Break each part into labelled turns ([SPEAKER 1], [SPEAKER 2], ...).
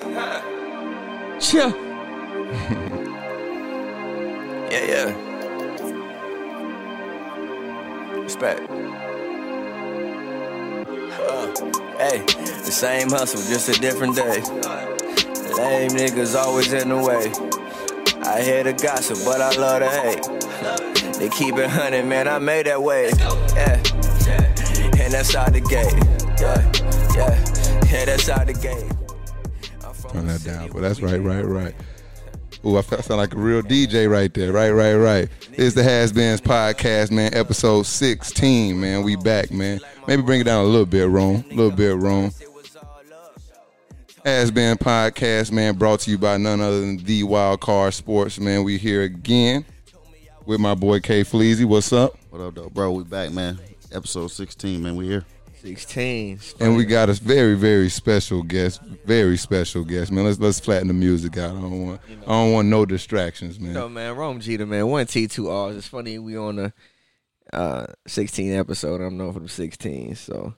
[SPEAKER 1] Yeah.
[SPEAKER 2] Yeah, yeah. Respect. Uh, hey, the same hustle, just a different day. Lame niggas always in the way. I hear the gossip, but I love the hate. They keep it hunting, man. I made that way. Yeah, yeah. And that's out the gate. Yeah, yeah. Yeah, that's out the gate. I'm from
[SPEAKER 1] Turn
[SPEAKER 2] the
[SPEAKER 1] that
[SPEAKER 2] city
[SPEAKER 1] down. But
[SPEAKER 2] where
[SPEAKER 1] that's
[SPEAKER 2] we
[SPEAKER 1] right,
[SPEAKER 2] get
[SPEAKER 1] right, right. Ooh, I felt- sound like a real DJ right there. Right, right, right. It's the Has Beens podcast, man. Episode 16, man. We back, man. Maybe bring it down a little bit, Rome. A little bit, Rome. Has Been podcast, man. Brought to you by none other than The Wild Card Sports, man. We here again with my boy K Fleazy. What's up?
[SPEAKER 3] What up, though, bro? We back, man. Episode sixteen, man. We here.
[SPEAKER 4] 16.
[SPEAKER 1] And we got a very, very special guest. Very special guest, man. Let's let's flatten the music out. I don't want I don't want no distractions, man.
[SPEAKER 4] Yo, man, Rome Jeter, man. One T, two R's. It's funny we on the uh, 16 episode. I'm known for the 16, so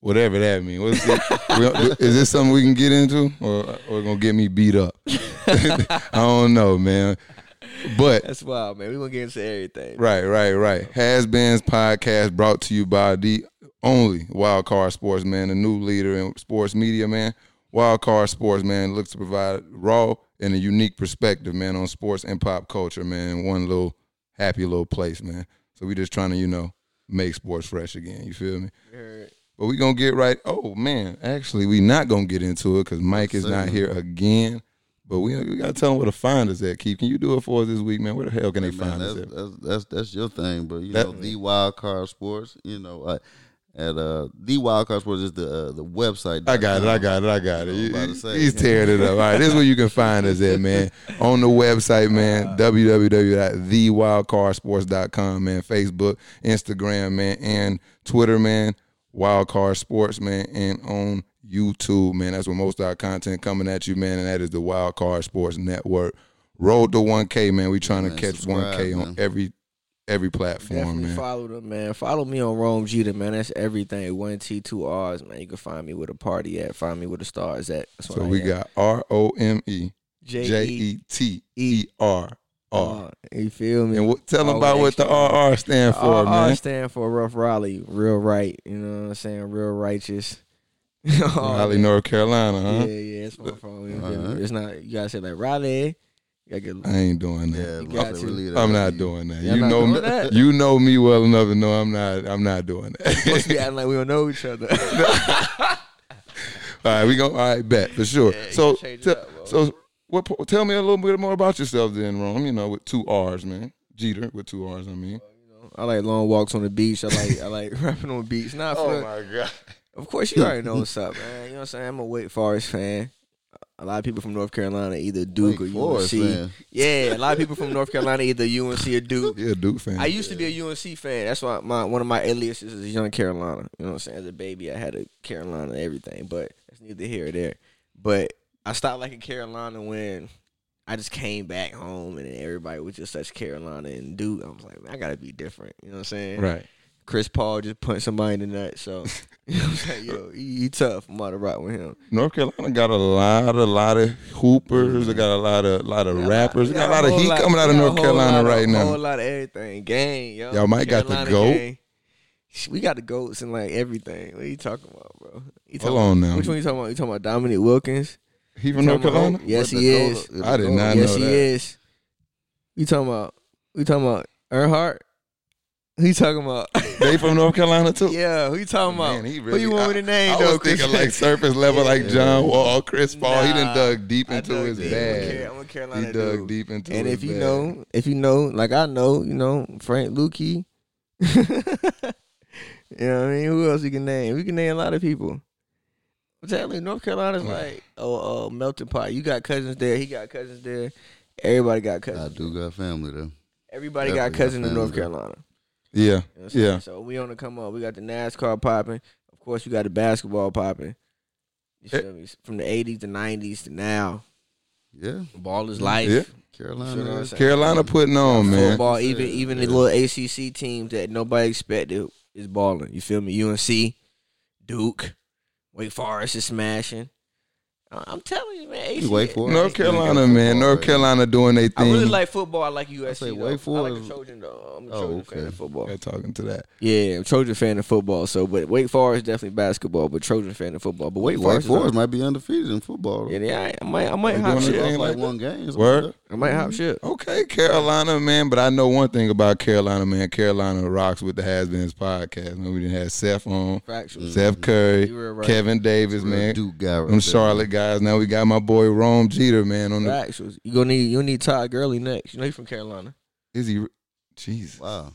[SPEAKER 1] whatever that means. What's it, is this something we can get into, or or gonna get me beat up? I don't know, man. But
[SPEAKER 4] that's wild, man. We gonna get into everything.
[SPEAKER 1] right, right, right. Has Been's podcast brought to you by the only Wild Card Sports, man, the new leader in sports media, man. Wild Card Sports, man, looks to provide raw and a unique perspective, man, on sports and pop culture, man. in One little happy little place, man. So we just trying to, you know, make sports fresh again. You feel me?
[SPEAKER 4] You heard.
[SPEAKER 1] But we gonna get right. Oh man, actually, we not gonna get into it because Mike is not here again. But we, we gotta tell them where to find us at. Keith, can you do it for us this week, man? Where the hell can they
[SPEAKER 3] Hey, man,
[SPEAKER 1] find us
[SPEAKER 3] that's,
[SPEAKER 1] at?
[SPEAKER 3] that's that's that's your thing, but you
[SPEAKER 1] That-
[SPEAKER 3] know the Wild Card Sports. You know, uh, at uh, the Wild Card Sports is the uh, the website.
[SPEAKER 1] I got it. I got it. I got it.
[SPEAKER 3] I was about to
[SPEAKER 1] He-
[SPEAKER 3] say.
[SPEAKER 1] He's tearing it up. All right, this is where you can find us at, man. On the website, man.
[SPEAKER 3] Uh-huh.
[SPEAKER 1] www.thewildcardsports.com, man. Facebook, Instagram, man, and Twitter, man. Wildcard Sports, man, and on YouTube, man. That's where most of our content coming at you, man. And that is the Wildcard Sports Network. Road to 1K, man. We trying to
[SPEAKER 3] Man,
[SPEAKER 1] catch
[SPEAKER 3] subscribe,
[SPEAKER 1] 1K on
[SPEAKER 3] man.
[SPEAKER 1] every every platform,
[SPEAKER 4] Definitely
[SPEAKER 1] man.
[SPEAKER 4] follow them, man. Follow me on Rome Jeter, man. That's everything. One T, two R's, man. You can find me with a party at. Find me with the stars at. That's
[SPEAKER 1] So we got R O M E J E T E R
[SPEAKER 4] uh,
[SPEAKER 1] R.
[SPEAKER 4] You feel me?
[SPEAKER 1] And what, tell them about what the
[SPEAKER 4] R
[SPEAKER 1] RR stand for,
[SPEAKER 4] R
[SPEAKER 1] man.
[SPEAKER 4] stand for Rough Raleigh, real right. You know what I'm saying? Real righteous.
[SPEAKER 1] Raleigh, North Carolina, huh?
[SPEAKER 4] Yeah, yeah, it's my phone. you feel me?
[SPEAKER 3] Uh-huh.
[SPEAKER 4] It's not. You gotta say like Raleigh. You gotta get.
[SPEAKER 1] I ain't doing that.
[SPEAKER 3] Yeah,
[SPEAKER 4] You got to.
[SPEAKER 1] I'm not doing that.
[SPEAKER 4] Y'all
[SPEAKER 1] you
[SPEAKER 4] not
[SPEAKER 1] know,
[SPEAKER 4] doing
[SPEAKER 1] me-
[SPEAKER 4] that?
[SPEAKER 1] you know me well enough to know I'm not. I'm not doing
[SPEAKER 4] Must
[SPEAKER 1] that.
[SPEAKER 4] be acting like we don't know each other.
[SPEAKER 1] all right, we go. All right, bet for sure.
[SPEAKER 4] you
[SPEAKER 1] so,
[SPEAKER 4] change it
[SPEAKER 1] te-
[SPEAKER 4] up, bro.
[SPEAKER 1] so what? po- Tell me a little bit more about yourself, then, Rome. You know, with two R's, man. Jeter with two R's. I mean,
[SPEAKER 4] I like long walks on the beach. I like I like rapping on the beach. Not for
[SPEAKER 1] my god.
[SPEAKER 4] Of course, you already know what's up, man. You know what I'm saying? I'm a Wake Forest fan. A lot of people from North Carolina, either Duke
[SPEAKER 3] Wake
[SPEAKER 4] or
[SPEAKER 3] Forest
[SPEAKER 4] UNC.
[SPEAKER 3] fan.
[SPEAKER 4] Yeah, a lot of people from North Carolina, either UNC or Duke.
[SPEAKER 1] Yeah, Duke fan.
[SPEAKER 4] I used to be a UNC fan. That's why my one of my aliases is Young Carolina. You know what I'm saying? As a baby, I had a Carolina and everything, but that's neither here or there. But I stopped liking Carolina when I just came back home and then everybody was just such Carolina and Duke. I was like, man, I gotta be different. You know what I'm saying?
[SPEAKER 1] right.
[SPEAKER 4] Chris Paul just punched somebody in the nut, so you know what I'm saying? Yo, he, he tough. I'm about to rock with him.
[SPEAKER 1] North Carolina got a lot, a lot of hoopers. They got a lot of, lot of rappers. They got a lot of
[SPEAKER 4] whole
[SPEAKER 1] heat
[SPEAKER 4] lot-
[SPEAKER 1] coming out
[SPEAKER 4] got
[SPEAKER 1] of
[SPEAKER 4] a
[SPEAKER 1] North
[SPEAKER 4] whole
[SPEAKER 1] Carolina
[SPEAKER 4] lot of-
[SPEAKER 1] right now.
[SPEAKER 4] whole lot of everything. Gang, yo.
[SPEAKER 1] Y'all might got the GOAT.
[SPEAKER 4] gang. Sh- We got the goats and like everything. What are you talking about, bro? You
[SPEAKER 1] Hold
[SPEAKER 4] talking
[SPEAKER 1] on now.
[SPEAKER 4] Which one you talking about? You talking about Dominic Wilkins?
[SPEAKER 1] He from North
[SPEAKER 4] Talking about-
[SPEAKER 1] Carolina?
[SPEAKER 4] Yes,
[SPEAKER 3] What
[SPEAKER 4] he
[SPEAKER 3] Dakota-
[SPEAKER 4] is.
[SPEAKER 3] Dakota-
[SPEAKER 1] I did not know
[SPEAKER 4] yes, he
[SPEAKER 1] that.
[SPEAKER 4] is. You talking about? We talking about Earnhardt? Who you talking about?
[SPEAKER 1] They from North Carolina too.
[SPEAKER 4] yeah, who you talking about?
[SPEAKER 1] Man, he
[SPEAKER 4] who you want
[SPEAKER 1] I,
[SPEAKER 4] me to name
[SPEAKER 1] I
[SPEAKER 4] though?
[SPEAKER 1] was thinking like surface level, like John Wall, Chris Paul. he done
[SPEAKER 4] Nah,
[SPEAKER 1] dug deep
[SPEAKER 4] I
[SPEAKER 1] into
[SPEAKER 4] dug
[SPEAKER 1] his
[SPEAKER 4] deep. I'm a Car-
[SPEAKER 1] bag.
[SPEAKER 4] I'm a
[SPEAKER 1] He
[SPEAKER 4] Carolina
[SPEAKER 1] dug
[SPEAKER 4] dude.
[SPEAKER 1] deep into.
[SPEAKER 4] And
[SPEAKER 1] his
[SPEAKER 4] if you
[SPEAKER 1] bag.
[SPEAKER 4] know, if you know, like I know, you know, Frank Lukey. you know what I mean? Who else you can name? We can name a lot of people. I'm telling you, North
[SPEAKER 3] Mm.
[SPEAKER 4] Carolina's like oh, oh melting pot. You got cousins there, he got cousins there. Everybody got
[SPEAKER 3] I
[SPEAKER 4] cousins.
[SPEAKER 3] do got family though.
[SPEAKER 4] Everybody got
[SPEAKER 3] definitely
[SPEAKER 4] cousins
[SPEAKER 3] got
[SPEAKER 4] in North
[SPEAKER 3] family.
[SPEAKER 4] Carolina.
[SPEAKER 1] yeah,
[SPEAKER 4] You know what I'm saying?
[SPEAKER 1] yeah.
[SPEAKER 4] So we on the come up. We got the NASCAR popping. Of course, you got the basketball popping. You
[SPEAKER 1] Eh.
[SPEAKER 4] feel me? From the 80s to 90s to now,
[SPEAKER 3] Yeah,
[SPEAKER 4] ball is life.
[SPEAKER 1] Mm.
[SPEAKER 4] You
[SPEAKER 1] Yeah.
[SPEAKER 4] know what
[SPEAKER 3] Carolina.
[SPEAKER 4] I'm
[SPEAKER 3] is-
[SPEAKER 4] saying?
[SPEAKER 1] Carolina putting on, man.
[SPEAKER 4] football,
[SPEAKER 3] Yeah.
[SPEAKER 4] even even the little ACC teams that nobody expected is balling. You feel me? UNC, Duke, Wake Forest is smashing. I- I'm telling you, man. AC,
[SPEAKER 3] You wait for it.
[SPEAKER 1] North
[SPEAKER 3] It's gonna
[SPEAKER 1] Carolina, man.
[SPEAKER 3] go football,
[SPEAKER 1] North
[SPEAKER 3] right?
[SPEAKER 1] Carolina doing their
[SPEAKER 4] I
[SPEAKER 1] thing.
[SPEAKER 4] really like football. I like USC. I,
[SPEAKER 3] say wait for
[SPEAKER 4] I like
[SPEAKER 3] it.
[SPEAKER 4] the Trojan though. I'm a
[SPEAKER 3] Oh,
[SPEAKER 4] Trojan fan
[SPEAKER 3] okay.
[SPEAKER 4] of football.
[SPEAKER 1] Yeah, talking to that.
[SPEAKER 4] Yeah, I'm a Trojan fan of football. So, but Wake Forest definitely basketball, but Trojan fan of football. But Wake
[SPEAKER 3] Wake
[SPEAKER 4] Forest, is
[SPEAKER 3] Forest
[SPEAKER 4] up.
[SPEAKER 3] might be undefeated in football.
[SPEAKER 4] yeah, they all right. I might, I might
[SPEAKER 1] They
[SPEAKER 4] hop
[SPEAKER 1] doing
[SPEAKER 4] shit.
[SPEAKER 1] their
[SPEAKER 3] Lost
[SPEAKER 1] thing
[SPEAKER 3] like mm-hmm.
[SPEAKER 1] like that?
[SPEAKER 3] one game. or something
[SPEAKER 1] Word?
[SPEAKER 3] like
[SPEAKER 4] I might hop shit.
[SPEAKER 1] Okay, Carolina, man. But I know one thing about Carolina, man. Carolina rocks with the Has Beens podcast, man. We didn't have Seth on,
[SPEAKER 4] Factual.
[SPEAKER 1] Seth Curry,
[SPEAKER 4] You were Mm-hmm. right.
[SPEAKER 1] Kevin Davis,
[SPEAKER 3] that. Real
[SPEAKER 1] man.
[SPEAKER 3] Duke guy. right
[SPEAKER 1] Them
[SPEAKER 3] there.
[SPEAKER 1] Charlotte guys. Now we got my boy Rome Jeter, man. On the
[SPEAKER 4] Factuals. You gonna need, you need Todd Gurley next. You know he's from Carolina.
[SPEAKER 1] is he? Jesus,
[SPEAKER 3] Wow.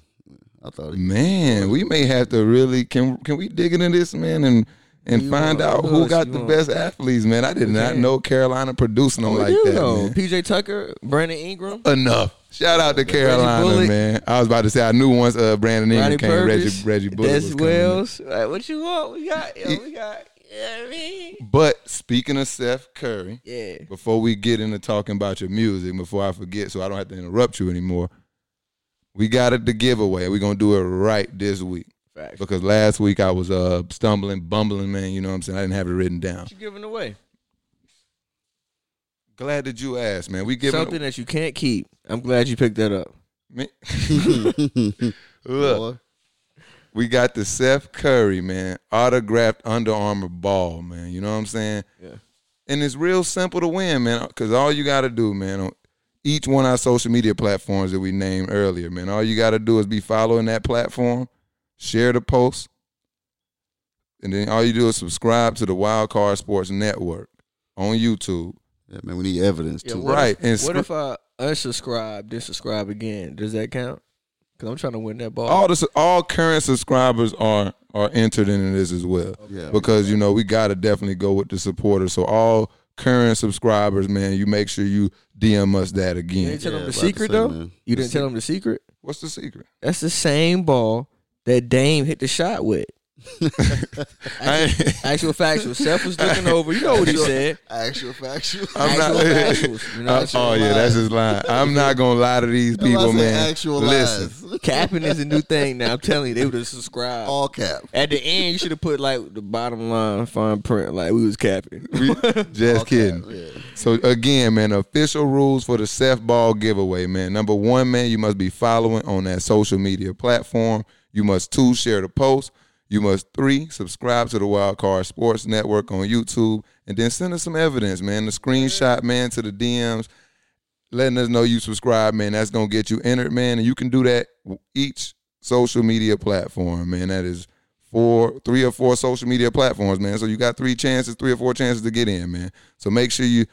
[SPEAKER 3] I thought he
[SPEAKER 1] man. We may have to really can can we dig into this, man, and and
[SPEAKER 4] You
[SPEAKER 1] find
[SPEAKER 4] wanna-
[SPEAKER 1] out
[SPEAKER 4] who
[SPEAKER 1] who
[SPEAKER 4] else
[SPEAKER 1] got
[SPEAKER 4] you
[SPEAKER 1] the
[SPEAKER 4] want? Oh,
[SPEAKER 1] best athletes, man. I did
[SPEAKER 4] We
[SPEAKER 1] not
[SPEAKER 4] can.
[SPEAKER 1] know Carolina producing them
[SPEAKER 4] We
[SPEAKER 1] like
[SPEAKER 4] do,
[SPEAKER 1] that,
[SPEAKER 4] though.
[SPEAKER 1] man.
[SPEAKER 4] PJ Tucker, Brandon Ingram,
[SPEAKER 1] enough. Shout out to Carolina,
[SPEAKER 4] Bullock.
[SPEAKER 1] man. I was about to say I knew once uh, Brandon
[SPEAKER 4] Ronnie
[SPEAKER 1] Ingram came,
[SPEAKER 4] Burgess,
[SPEAKER 1] Reggie Reggie Bullock was
[SPEAKER 4] Des
[SPEAKER 1] coming.
[SPEAKER 4] Wells. Like, what you want? We got, yo, we got. You know what I mean?
[SPEAKER 1] But speaking of Seth Curry,
[SPEAKER 4] Yeah.
[SPEAKER 1] before we get into talking about your music, before I forget, so I don't have to interrupt you anymore, we got it the giveaway. We're gonna do it right this week
[SPEAKER 4] Facts. What
[SPEAKER 1] because last week I was uh stumbling, bumbling, man. You know what I'm saying? I didn't have it written down.
[SPEAKER 4] you giving away?
[SPEAKER 1] Glad that you asked, man. We giving
[SPEAKER 4] Something that you can't keep. I'm glad you picked that up.
[SPEAKER 1] Man, look.
[SPEAKER 3] Boy,
[SPEAKER 1] We got the Seth Curry, man, autographed Under Armour ball, man. You know what I'm saying?
[SPEAKER 4] Yeah.
[SPEAKER 1] And it's real simple to win, man, because all you got to do, man, on each one of our social media platforms that we named earlier, man, all you got to do is be following that platform, share the post, and then all you do is subscribe to the Wild Card Sports Network on YouTube.
[SPEAKER 3] Yeah, man, we need evidence
[SPEAKER 4] Yeah,
[SPEAKER 3] too.
[SPEAKER 4] what
[SPEAKER 1] right. and
[SPEAKER 4] If, what if I unsubscribe, then subscribe again? Does that count? Because I'm trying to win that ball.
[SPEAKER 1] all the all current subscribers are are entered into this as well.
[SPEAKER 3] Yeah.
[SPEAKER 1] Because you know we got to definitely go with the supporters. So all current subscribers, man, you make sure you DM us that
[SPEAKER 4] you
[SPEAKER 1] again.
[SPEAKER 4] didn't tell
[SPEAKER 3] Yeah,
[SPEAKER 4] them
[SPEAKER 3] about
[SPEAKER 4] the
[SPEAKER 3] to
[SPEAKER 4] secret
[SPEAKER 3] say,
[SPEAKER 4] though.
[SPEAKER 3] man.
[SPEAKER 4] You
[SPEAKER 1] The
[SPEAKER 4] didn't tell them the secret.
[SPEAKER 1] What's the secret?
[SPEAKER 4] That's the same ball that Dame hit the shot with.
[SPEAKER 1] I ain't-
[SPEAKER 4] Actual factual. Seth was looking over. You know what he said.
[SPEAKER 3] Actual factual.
[SPEAKER 1] I'm
[SPEAKER 4] Actual
[SPEAKER 1] not.
[SPEAKER 4] factuals. You know what
[SPEAKER 1] oh
[SPEAKER 4] I'm
[SPEAKER 1] yeah, that's his line. I'm not gonna lie to these people, man.
[SPEAKER 3] Actual
[SPEAKER 1] Listen,
[SPEAKER 3] lies.
[SPEAKER 4] Capping is a new thing now. I'm telling you, they would have subscribed.
[SPEAKER 3] All cap.
[SPEAKER 4] At the end, you should have put like the bottom line fine print, like we was capping.
[SPEAKER 1] we-
[SPEAKER 3] All
[SPEAKER 1] just
[SPEAKER 3] cap,
[SPEAKER 1] kidding.
[SPEAKER 3] yeah.
[SPEAKER 1] So again, man, official rules for the Seth Ball giveaway, man. Number one, man, you must be following on that social media platform. You must two share the post. You must three subscribe to the Wild Card Sports Network on YouTube, and then send us some evidence, man. The screenshot, man, to the DMs, letting us know you subscribe, man. That's gonna get you entered, man, and you can do that w- each social media platform, man. That is four, three or four social media platforms, man. So you got three chances, three or four chances to get in, man. So make sure you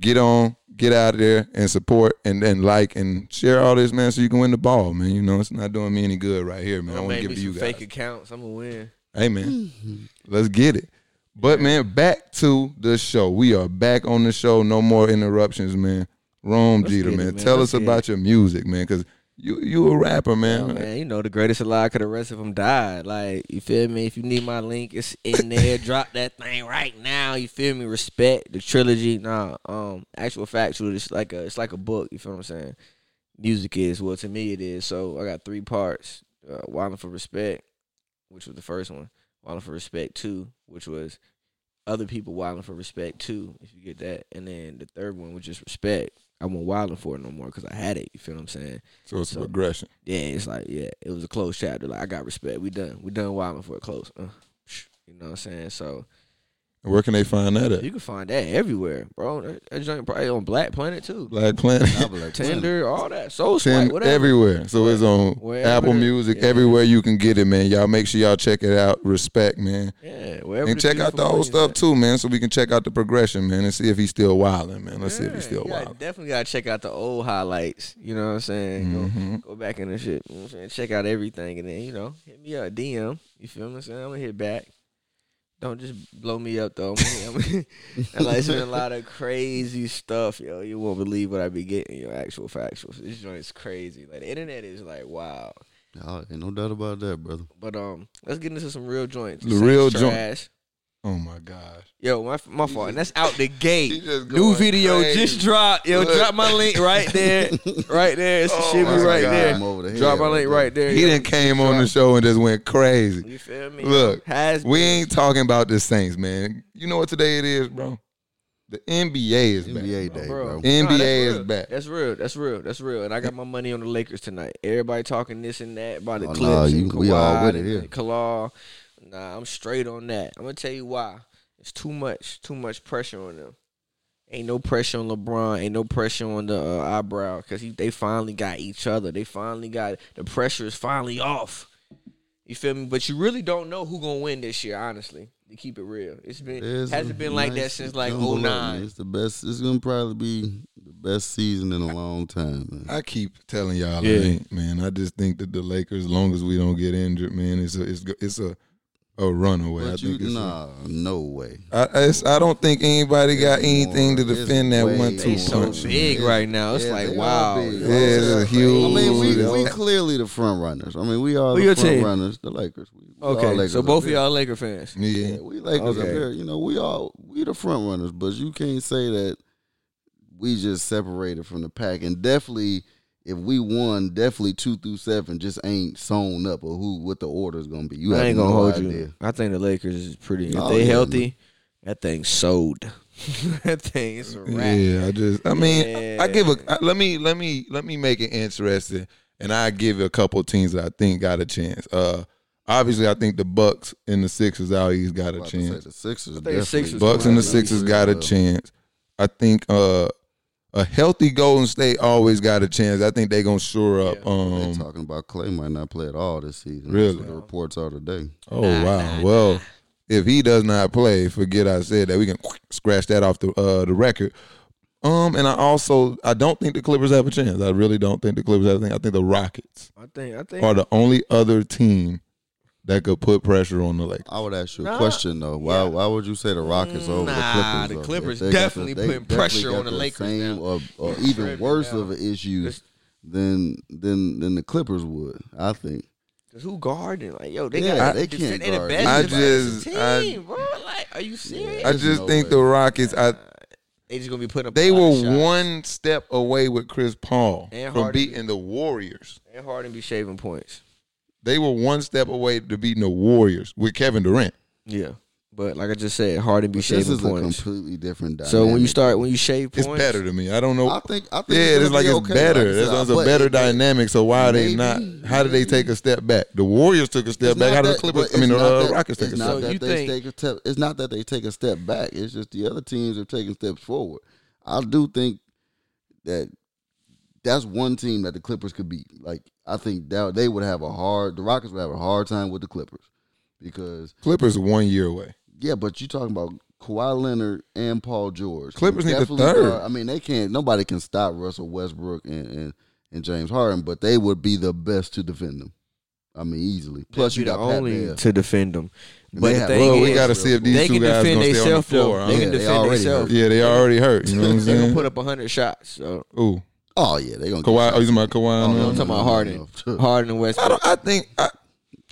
[SPEAKER 1] get on, get out there and support and then like and share all this, man, so you can win the ball, man. You know, it's not doing me any good right here, man. I want to
[SPEAKER 4] Made
[SPEAKER 1] give
[SPEAKER 4] me
[SPEAKER 1] it to you
[SPEAKER 4] some
[SPEAKER 1] guys.
[SPEAKER 4] fake accounts. I'm gonna win.
[SPEAKER 1] Hey, man,
[SPEAKER 4] Mm-hmm.
[SPEAKER 1] let's get it. But man, back to the show. We are back on the show. No more interruptions, man. Rome
[SPEAKER 4] Let's
[SPEAKER 1] Jeter,
[SPEAKER 4] get it,
[SPEAKER 1] man.
[SPEAKER 4] man.
[SPEAKER 1] Tell
[SPEAKER 4] Let's
[SPEAKER 1] us
[SPEAKER 4] get
[SPEAKER 1] about your music, man, because you you a rapper,
[SPEAKER 4] Oh,
[SPEAKER 1] man.
[SPEAKER 4] man, you know the greatest alive because the rest of them died. Like you feel me? If you need my link, it's in there. Drop that thing right now. You feel me? Respect the trilogy. Nah, um, actual factual. It's like a it's like a book. You feel what I'm saying? Music is well to me it is. So I got three parts. Uh, Wildin' for respect, which was the first one. Wildin' for respect two, which was other people wilding for respect too. If you get that, and then the third one was just respect. I wasn't wilding for it no more because I had it. You feel what I'm saying?
[SPEAKER 1] So it's a
[SPEAKER 4] So-
[SPEAKER 1] progression.
[SPEAKER 4] Yeah, it's like yeah, it was a close chapter. Like I got respect. We done. We done wilding for a close. Uh, psh, you know what I'm saying? So
[SPEAKER 1] Where can they find that at?
[SPEAKER 4] you can find that everywhere, bro. That, that joint probably on Black Planet too,
[SPEAKER 1] Black Planet.
[SPEAKER 3] I'll be like,
[SPEAKER 4] Tinder, all that. Soul
[SPEAKER 1] Tim,
[SPEAKER 4] Swipe, whatever.
[SPEAKER 1] everywhere. So it's on
[SPEAKER 4] Wherever.
[SPEAKER 1] Apple Music,
[SPEAKER 4] Yeah.
[SPEAKER 1] everywhere you can get it, man. Y'all make sure y'all check it out. Respect, man.
[SPEAKER 4] yeah, wherever.
[SPEAKER 1] And check out the
[SPEAKER 4] beautiful
[SPEAKER 1] old
[SPEAKER 4] boy is
[SPEAKER 1] stuff
[SPEAKER 4] at.
[SPEAKER 1] too, man, so we can check out the progression, man, and see if he's still wilding, man. Let's see if he's
[SPEAKER 4] Yeah,
[SPEAKER 1] still
[SPEAKER 4] you gotta-
[SPEAKER 1] wilding.
[SPEAKER 4] Definitely gotta check out the old highlights. You know what I'm saying? Go-
[SPEAKER 1] Mhm.
[SPEAKER 4] Go, back in the shit. You know what I'm saying? Check out everything, and then you know, hit me up DM. You feel me? I'm saying I'm gonna hit back. Don't just blow me up though. I'm, I'm, I'm like, it's been a lot of crazy stuff, yo. You won't believe what I be getting. Yo, actual factual. This joint's crazy. Like the internet is like wow.
[SPEAKER 3] Oh, ain't no doubt about that, brother.
[SPEAKER 4] But um, let's get into some real joints.
[SPEAKER 1] The
[SPEAKER 4] Saints
[SPEAKER 1] real joint.
[SPEAKER 4] trash.
[SPEAKER 1] Oh my gosh.
[SPEAKER 4] Yo, my my fault. And that's out the gate.
[SPEAKER 1] He just
[SPEAKER 4] New
[SPEAKER 1] going
[SPEAKER 4] video
[SPEAKER 1] crazy.
[SPEAKER 4] just dropped. Yo,
[SPEAKER 1] Look.
[SPEAKER 4] drop my link right there. Right there. It's the
[SPEAKER 1] Oh
[SPEAKER 4] shit
[SPEAKER 1] my
[SPEAKER 4] shimmy right
[SPEAKER 1] God.
[SPEAKER 4] there.
[SPEAKER 3] I'm over the
[SPEAKER 4] Drop
[SPEAKER 3] head
[SPEAKER 4] my
[SPEAKER 3] right
[SPEAKER 4] link
[SPEAKER 3] there.
[SPEAKER 4] right there.
[SPEAKER 1] He
[SPEAKER 4] yo.
[SPEAKER 1] done came on the show and just went crazy.
[SPEAKER 4] You feel me?
[SPEAKER 1] Look,
[SPEAKER 4] Has
[SPEAKER 1] We ain't talking about the Saints, man. You know what today it is, bro? The NBA is
[SPEAKER 3] NBA
[SPEAKER 1] back.
[SPEAKER 3] day,
[SPEAKER 4] bro.
[SPEAKER 3] bro.
[SPEAKER 1] NBA
[SPEAKER 4] Nah, that's
[SPEAKER 1] is
[SPEAKER 4] real.
[SPEAKER 1] back.
[SPEAKER 4] That's real. That's real. That's real. And I got my money on the Lakers tonight. Everybody talking this and that about the
[SPEAKER 3] Oh,
[SPEAKER 4] clips.
[SPEAKER 3] nah, you-
[SPEAKER 4] and
[SPEAKER 3] we all
[SPEAKER 4] Kawhi
[SPEAKER 3] with it
[SPEAKER 4] and-
[SPEAKER 3] here.
[SPEAKER 4] and Kalaw. Nah, I'm straight on that. I'm gonna tell you why. It's too much. Too much pressure on them. Ain't no pressure on LeBron. Ain't no pressure on the uh, eyebrow because they finally got each other. They finally got the pressure is finally off. You feel me? But you really don't know who gonna win this year, honestly. To keep it real, it's been
[SPEAKER 3] It's
[SPEAKER 4] hasn't been like that
[SPEAKER 3] nice
[SPEAKER 4] since like
[SPEAKER 3] jumble up,
[SPEAKER 4] 09.
[SPEAKER 3] man. It's the best. It's gonna probably be the best season in a long time. Man.
[SPEAKER 1] I keep telling y'all,
[SPEAKER 4] Yeah.
[SPEAKER 1] it ain't, man. I just think that the Lakers, as long as we don't get injured, man, it's a it's it's a a runaway. I
[SPEAKER 3] but you,
[SPEAKER 1] think it's a-
[SPEAKER 3] nah, no way.
[SPEAKER 1] I, it's, I don't think anybody got
[SPEAKER 3] It's
[SPEAKER 1] anything to
[SPEAKER 3] more- it's
[SPEAKER 1] defend that
[SPEAKER 3] way
[SPEAKER 1] one
[SPEAKER 4] They
[SPEAKER 1] two
[SPEAKER 3] more.
[SPEAKER 4] so
[SPEAKER 1] punch.
[SPEAKER 4] big
[SPEAKER 3] Yeah.
[SPEAKER 4] right now. It's
[SPEAKER 3] Yeah,
[SPEAKER 4] like
[SPEAKER 3] they are
[SPEAKER 4] wow.
[SPEAKER 3] big.
[SPEAKER 4] Y'all
[SPEAKER 1] Yeah, it's
[SPEAKER 4] so
[SPEAKER 1] a
[SPEAKER 4] crazy.
[SPEAKER 1] huge-
[SPEAKER 3] I mean, we,
[SPEAKER 1] Ooh,
[SPEAKER 3] we
[SPEAKER 1] yeah.
[SPEAKER 3] clearly the front runners. I mean, we all
[SPEAKER 4] Who
[SPEAKER 3] the
[SPEAKER 4] your
[SPEAKER 3] front
[SPEAKER 4] team?
[SPEAKER 3] runners. The Lakers. We, we all
[SPEAKER 4] Okay,
[SPEAKER 3] Lakers
[SPEAKER 4] so
[SPEAKER 3] up
[SPEAKER 4] both of
[SPEAKER 3] here.
[SPEAKER 4] y'all Laker fans.
[SPEAKER 1] Yeah,
[SPEAKER 3] Yeah, we Lakers up
[SPEAKER 4] Okay.
[SPEAKER 3] here. You know, we all we the front runners, but you can't say that we just separated from the pack. And definitely, if we won, definitely two through seven just ain't sewn up or who what the order's gonna be. You
[SPEAKER 4] I
[SPEAKER 3] have
[SPEAKER 4] ain't gonna
[SPEAKER 3] no
[SPEAKER 4] hold
[SPEAKER 3] idea.
[SPEAKER 4] you. I think the Lakers is pretty. If
[SPEAKER 3] Oh,
[SPEAKER 4] they
[SPEAKER 3] yeah,
[SPEAKER 4] healthy, that thing sold. that thing is a wrap.
[SPEAKER 1] yeah. I just, I mean, I
[SPEAKER 4] Yeah.
[SPEAKER 1] give a I- let me let me let me make it interesting, and I give a couple teams that I think got a chance. Uh, obviously, I think the Bucks and the Sixers out east got
[SPEAKER 3] I'm
[SPEAKER 1] a
[SPEAKER 3] about to say
[SPEAKER 1] chance.
[SPEAKER 3] The Sixers,
[SPEAKER 4] think the Sixers
[SPEAKER 3] definitely-
[SPEAKER 1] Bucks and the
[SPEAKER 4] Right.
[SPEAKER 1] Sixers got a chance. I think uh, a healthy Golden State always got a chance. I think they gonna shore up.
[SPEAKER 4] Yeah.
[SPEAKER 3] They
[SPEAKER 1] Um,
[SPEAKER 3] talking about Clay might not play at all this season.
[SPEAKER 1] Really?
[SPEAKER 3] That's what the reports are today.
[SPEAKER 1] oh wow, well. If he does not play, forget I said that. We can scratch that off the uh, the record. Um, and I also I don't think the Clippers have a chance. I really don't think the Clippers have a chance. I think the Rockets
[SPEAKER 4] I think. I think.
[SPEAKER 1] are the only other team that could put pressure on the Lakers.
[SPEAKER 3] I would ask you a
[SPEAKER 4] Nah.
[SPEAKER 3] question though. Why
[SPEAKER 4] Yeah.
[SPEAKER 3] why would you say the Rockets over
[SPEAKER 4] Nah,
[SPEAKER 3] the
[SPEAKER 4] the
[SPEAKER 3] Clippers? though?
[SPEAKER 4] Clippers
[SPEAKER 3] If they got
[SPEAKER 4] definitely
[SPEAKER 3] they
[SPEAKER 4] putting
[SPEAKER 3] definitely
[SPEAKER 4] pressure
[SPEAKER 3] got
[SPEAKER 4] on the Lakers
[SPEAKER 3] same
[SPEAKER 4] now.
[SPEAKER 3] or, or
[SPEAKER 4] It's
[SPEAKER 3] even
[SPEAKER 4] tripping
[SPEAKER 3] worse
[SPEAKER 4] now.
[SPEAKER 3] of an issue
[SPEAKER 4] It's-
[SPEAKER 3] than than than the Clippers would. I think.
[SPEAKER 4] Cause who guarding? Like, yo, they
[SPEAKER 3] Yeah,
[SPEAKER 4] got
[SPEAKER 3] they
[SPEAKER 4] defend-
[SPEAKER 3] can't
[SPEAKER 4] they the
[SPEAKER 3] guard.
[SPEAKER 4] best
[SPEAKER 1] I
[SPEAKER 4] defensive
[SPEAKER 1] just- I-
[SPEAKER 4] team, bro. Like, are you serious?
[SPEAKER 1] I
[SPEAKER 3] There's
[SPEAKER 1] just
[SPEAKER 3] no
[SPEAKER 1] think
[SPEAKER 3] way.
[SPEAKER 1] the Rockets. I
[SPEAKER 4] they just gonna be putting up.
[SPEAKER 1] they
[SPEAKER 4] a lot
[SPEAKER 1] were
[SPEAKER 4] of shots.
[SPEAKER 1] one step away with Chris Paul
[SPEAKER 4] And
[SPEAKER 1] from
[SPEAKER 4] Harden.
[SPEAKER 1] beating the Warriors.
[SPEAKER 4] And Harden be shaving points.
[SPEAKER 1] They were one step away to beating the Warriors with Kevin Durant.
[SPEAKER 4] Yeah, but like I just said, Harden be
[SPEAKER 3] But this
[SPEAKER 4] shaving
[SPEAKER 3] is
[SPEAKER 4] points.
[SPEAKER 3] a completely different dynamic.
[SPEAKER 4] So when you start, when you shave points,
[SPEAKER 1] It's better to me. I don't know.
[SPEAKER 3] I think I
[SPEAKER 1] yeah,
[SPEAKER 3] think
[SPEAKER 1] it's,
[SPEAKER 3] gonna
[SPEAKER 1] like
[SPEAKER 3] be
[SPEAKER 1] it's
[SPEAKER 3] okay.
[SPEAKER 1] better.
[SPEAKER 3] Like I
[SPEAKER 1] That's
[SPEAKER 3] said,
[SPEAKER 1] why it's a
[SPEAKER 3] but
[SPEAKER 1] better
[SPEAKER 3] it-
[SPEAKER 1] dynamic. So why are they
[SPEAKER 3] Maybe,
[SPEAKER 1] not? How did they take a step back? The Warriors took a step
[SPEAKER 3] it's
[SPEAKER 1] back.
[SPEAKER 3] not
[SPEAKER 1] How did the
[SPEAKER 3] that-
[SPEAKER 1] Clippers?
[SPEAKER 3] but
[SPEAKER 1] I mean, the
[SPEAKER 3] it's not
[SPEAKER 1] uh,
[SPEAKER 3] that-
[SPEAKER 1] Rockets take a
[SPEAKER 3] it's
[SPEAKER 1] step
[SPEAKER 3] not
[SPEAKER 4] So
[SPEAKER 1] back.
[SPEAKER 3] that
[SPEAKER 4] you
[SPEAKER 3] they
[SPEAKER 4] think-
[SPEAKER 3] take a step- It's not that they take a step back. It's just the other teams have taken steps forward. I do think that that's one team that the Clippers could beat. Like I think that they would have a hard. The Rockets would have a hard time with the Clippers because
[SPEAKER 1] Clippers one year away.
[SPEAKER 3] yeah, but you talking about Kawhi Leonard and Paul George.
[SPEAKER 1] Clippers
[SPEAKER 3] Who
[SPEAKER 1] need the
[SPEAKER 3] definitely
[SPEAKER 1] third.
[SPEAKER 3] are- I mean, they can't. Nobody can stop Russell Westbrook and, and and James Harden, but they would be the best to defend them. I mean, easily. Plus, you
[SPEAKER 4] Be the
[SPEAKER 3] got Pat
[SPEAKER 4] only
[SPEAKER 3] Bev.
[SPEAKER 4] to defend them.
[SPEAKER 3] They
[SPEAKER 4] But the
[SPEAKER 3] have-
[SPEAKER 4] thing
[SPEAKER 1] Well,
[SPEAKER 4] is,
[SPEAKER 1] we got to see if these
[SPEAKER 4] they
[SPEAKER 1] two
[SPEAKER 4] can
[SPEAKER 1] guys
[SPEAKER 4] defend
[SPEAKER 1] gonna stay on the
[SPEAKER 4] themselves
[SPEAKER 1] floor.
[SPEAKER 4] though.
[SPEAKER 1] I
[SPEAKER 4] They
[SPEAKER 1] don't
[SPEAKER 4] can
[SPEAKER 3] Yeah, they
[SPEAKER 4] defend
[SPEAKER 3] already
[SPEAKER 4] themselves.
[SPEAKER 1] Yeah, they already hurt. You know what I'm
[SPEAKER 4] They gonna
[SPEAKER 1] saying?
[SPEAKER 4] put up hundred shots. So
[SPEAKER 1] Ooh,
[SPEAKER 3] Oh yeah, they gonna
[SPEAKER 1] Kawhi. Oh, you talking about Kawhi? now?
[SPEAKER 3] Oh, no,
[SPEAKER 4] I'm talking about
[SPEAKER 3] no,
[SPEAKER 4] Harden,
[SPEAKER 3] no.
[SPEAKER 4] Harden and
[SPEAKER 1] I,
[SPEAKER 4] Westbrook.
[SPEAKER 1] don't, I think I,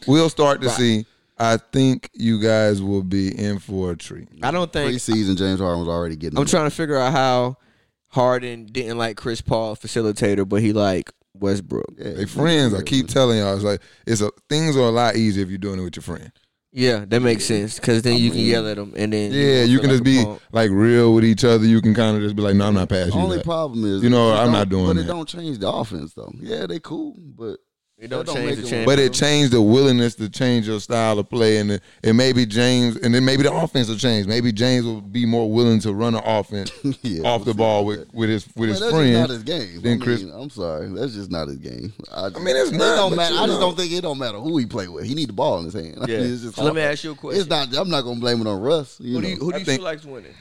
[SPEAKER 1] we'll start to
[SPEAKER 4] Right.
[SPEAKER 1] see. I think you guys will be in for a treat.
[SPEAKER 4] I don't think.
[SPEAKER 3] preseason. James Harden was already getting.
[SPEAKER 4] I'm
[SPEAKER 3] them.
[SPEAKER 4] trying to figure out how Harden didn't like Chris Paul facilitator, but he like Westbrook.
[SPEAKER 3] Yeah,
[SPEAKER 1] They friends. I keep telling y'all, it's like it's a things are a lot easier if you're doing it with your friend.
[SPEAKER 4] Yeah, that makes sense because then you can yell at him and then
[SPEAKER 1] Yeah,
[SPEAKER 4] feel
[SPEAKER 1] you
[SPEAKER 4] like
[SPEAKER 1] can just
[SPEAKER 4] a
[SPEAKER 1] be
[SPEAKER 4] punk.
[SPEAKER 1] like real with each other. You can kind of just be like, no, I'm not passing you
[SPEAKER 3] Only
[SPEAKER 1] that.
[SPEAKER 3] problem is,
[SPEAKER 1] You know,
[SPEAKER 3] it
[SPEAKER 1] I'm
[SPEAKER 3] don't-
[SPEAKER 1] not doing
[SPEAKER 3] But
[SPEAKER 1] that.
[SPEAKER 3] it don't change the offense though. Yeah, they cool, but
[SPEAKER 4] It don't,
[SPEAKER 3] that don't
[SPEAKER 4] change
[SPEAKER 3] make
[SPEAKER 4] the
[SPEAKER 3] it
[SPEAKER 4] champion.
[SPEAKER 1] But it changed the willingness to change your style of play, and it, and maybe James, and then maybe the offense will change. Maybe James will be more willing to run an offense
[SPEAKER 3] Yeah,
[SPEAKER 1] off the
[SPEAKER 3] we'll see
[SPEAKER 1] ball
[SPEAKER 3] about
[SPEAKER 1] with,
[SPEAKER 3] that.
[SPEAKER 1] with his with
[SPEAKER 3] Man,
[SPEAKER 1] his
[SPEAKER 3] that's
[SPEAKER 1] friends.
[SPEAKER 3] just not his game.
[SPEAKER 1] then
[SPEAKER 3] I
[SPEAKER 1] Chris-
[SPEAKER 3] mean, I'm sorry, that's just not his game. I, just,
[SPEAKER 1] mean, it's
[SPEAKER 3] it
[SPEAKER 1] not,
[SPEAKER 3] Don't
[SPEAKER 1] but
[SPEAKER 3] matter.
[SPEAKER 1] you
[SPEAKER 3] I just
[SPEAKER 1] know.
[SPEAKER 3] don't think it don't matter who he play with. He need the ball in his hand. I
[SPEAKER 4] Yeah.
[SPEAKER 3] mean, it's just
[SPEAKER 4] So let me
[SPEAKER 3] hard.
[SPEAKER 4] ask you a question.
[SPEAKER 3] It's not. I'm not gonna blame it on Russ. You
[SPEAKER 4] who do
[SPEAKER 3] know,
[SPEAKER 4] you, who do
[SPEAKER 1] I
[SPEAKER 4] you
[SPEAKER 1] think-
[SPEAKER 4] feel like's winning?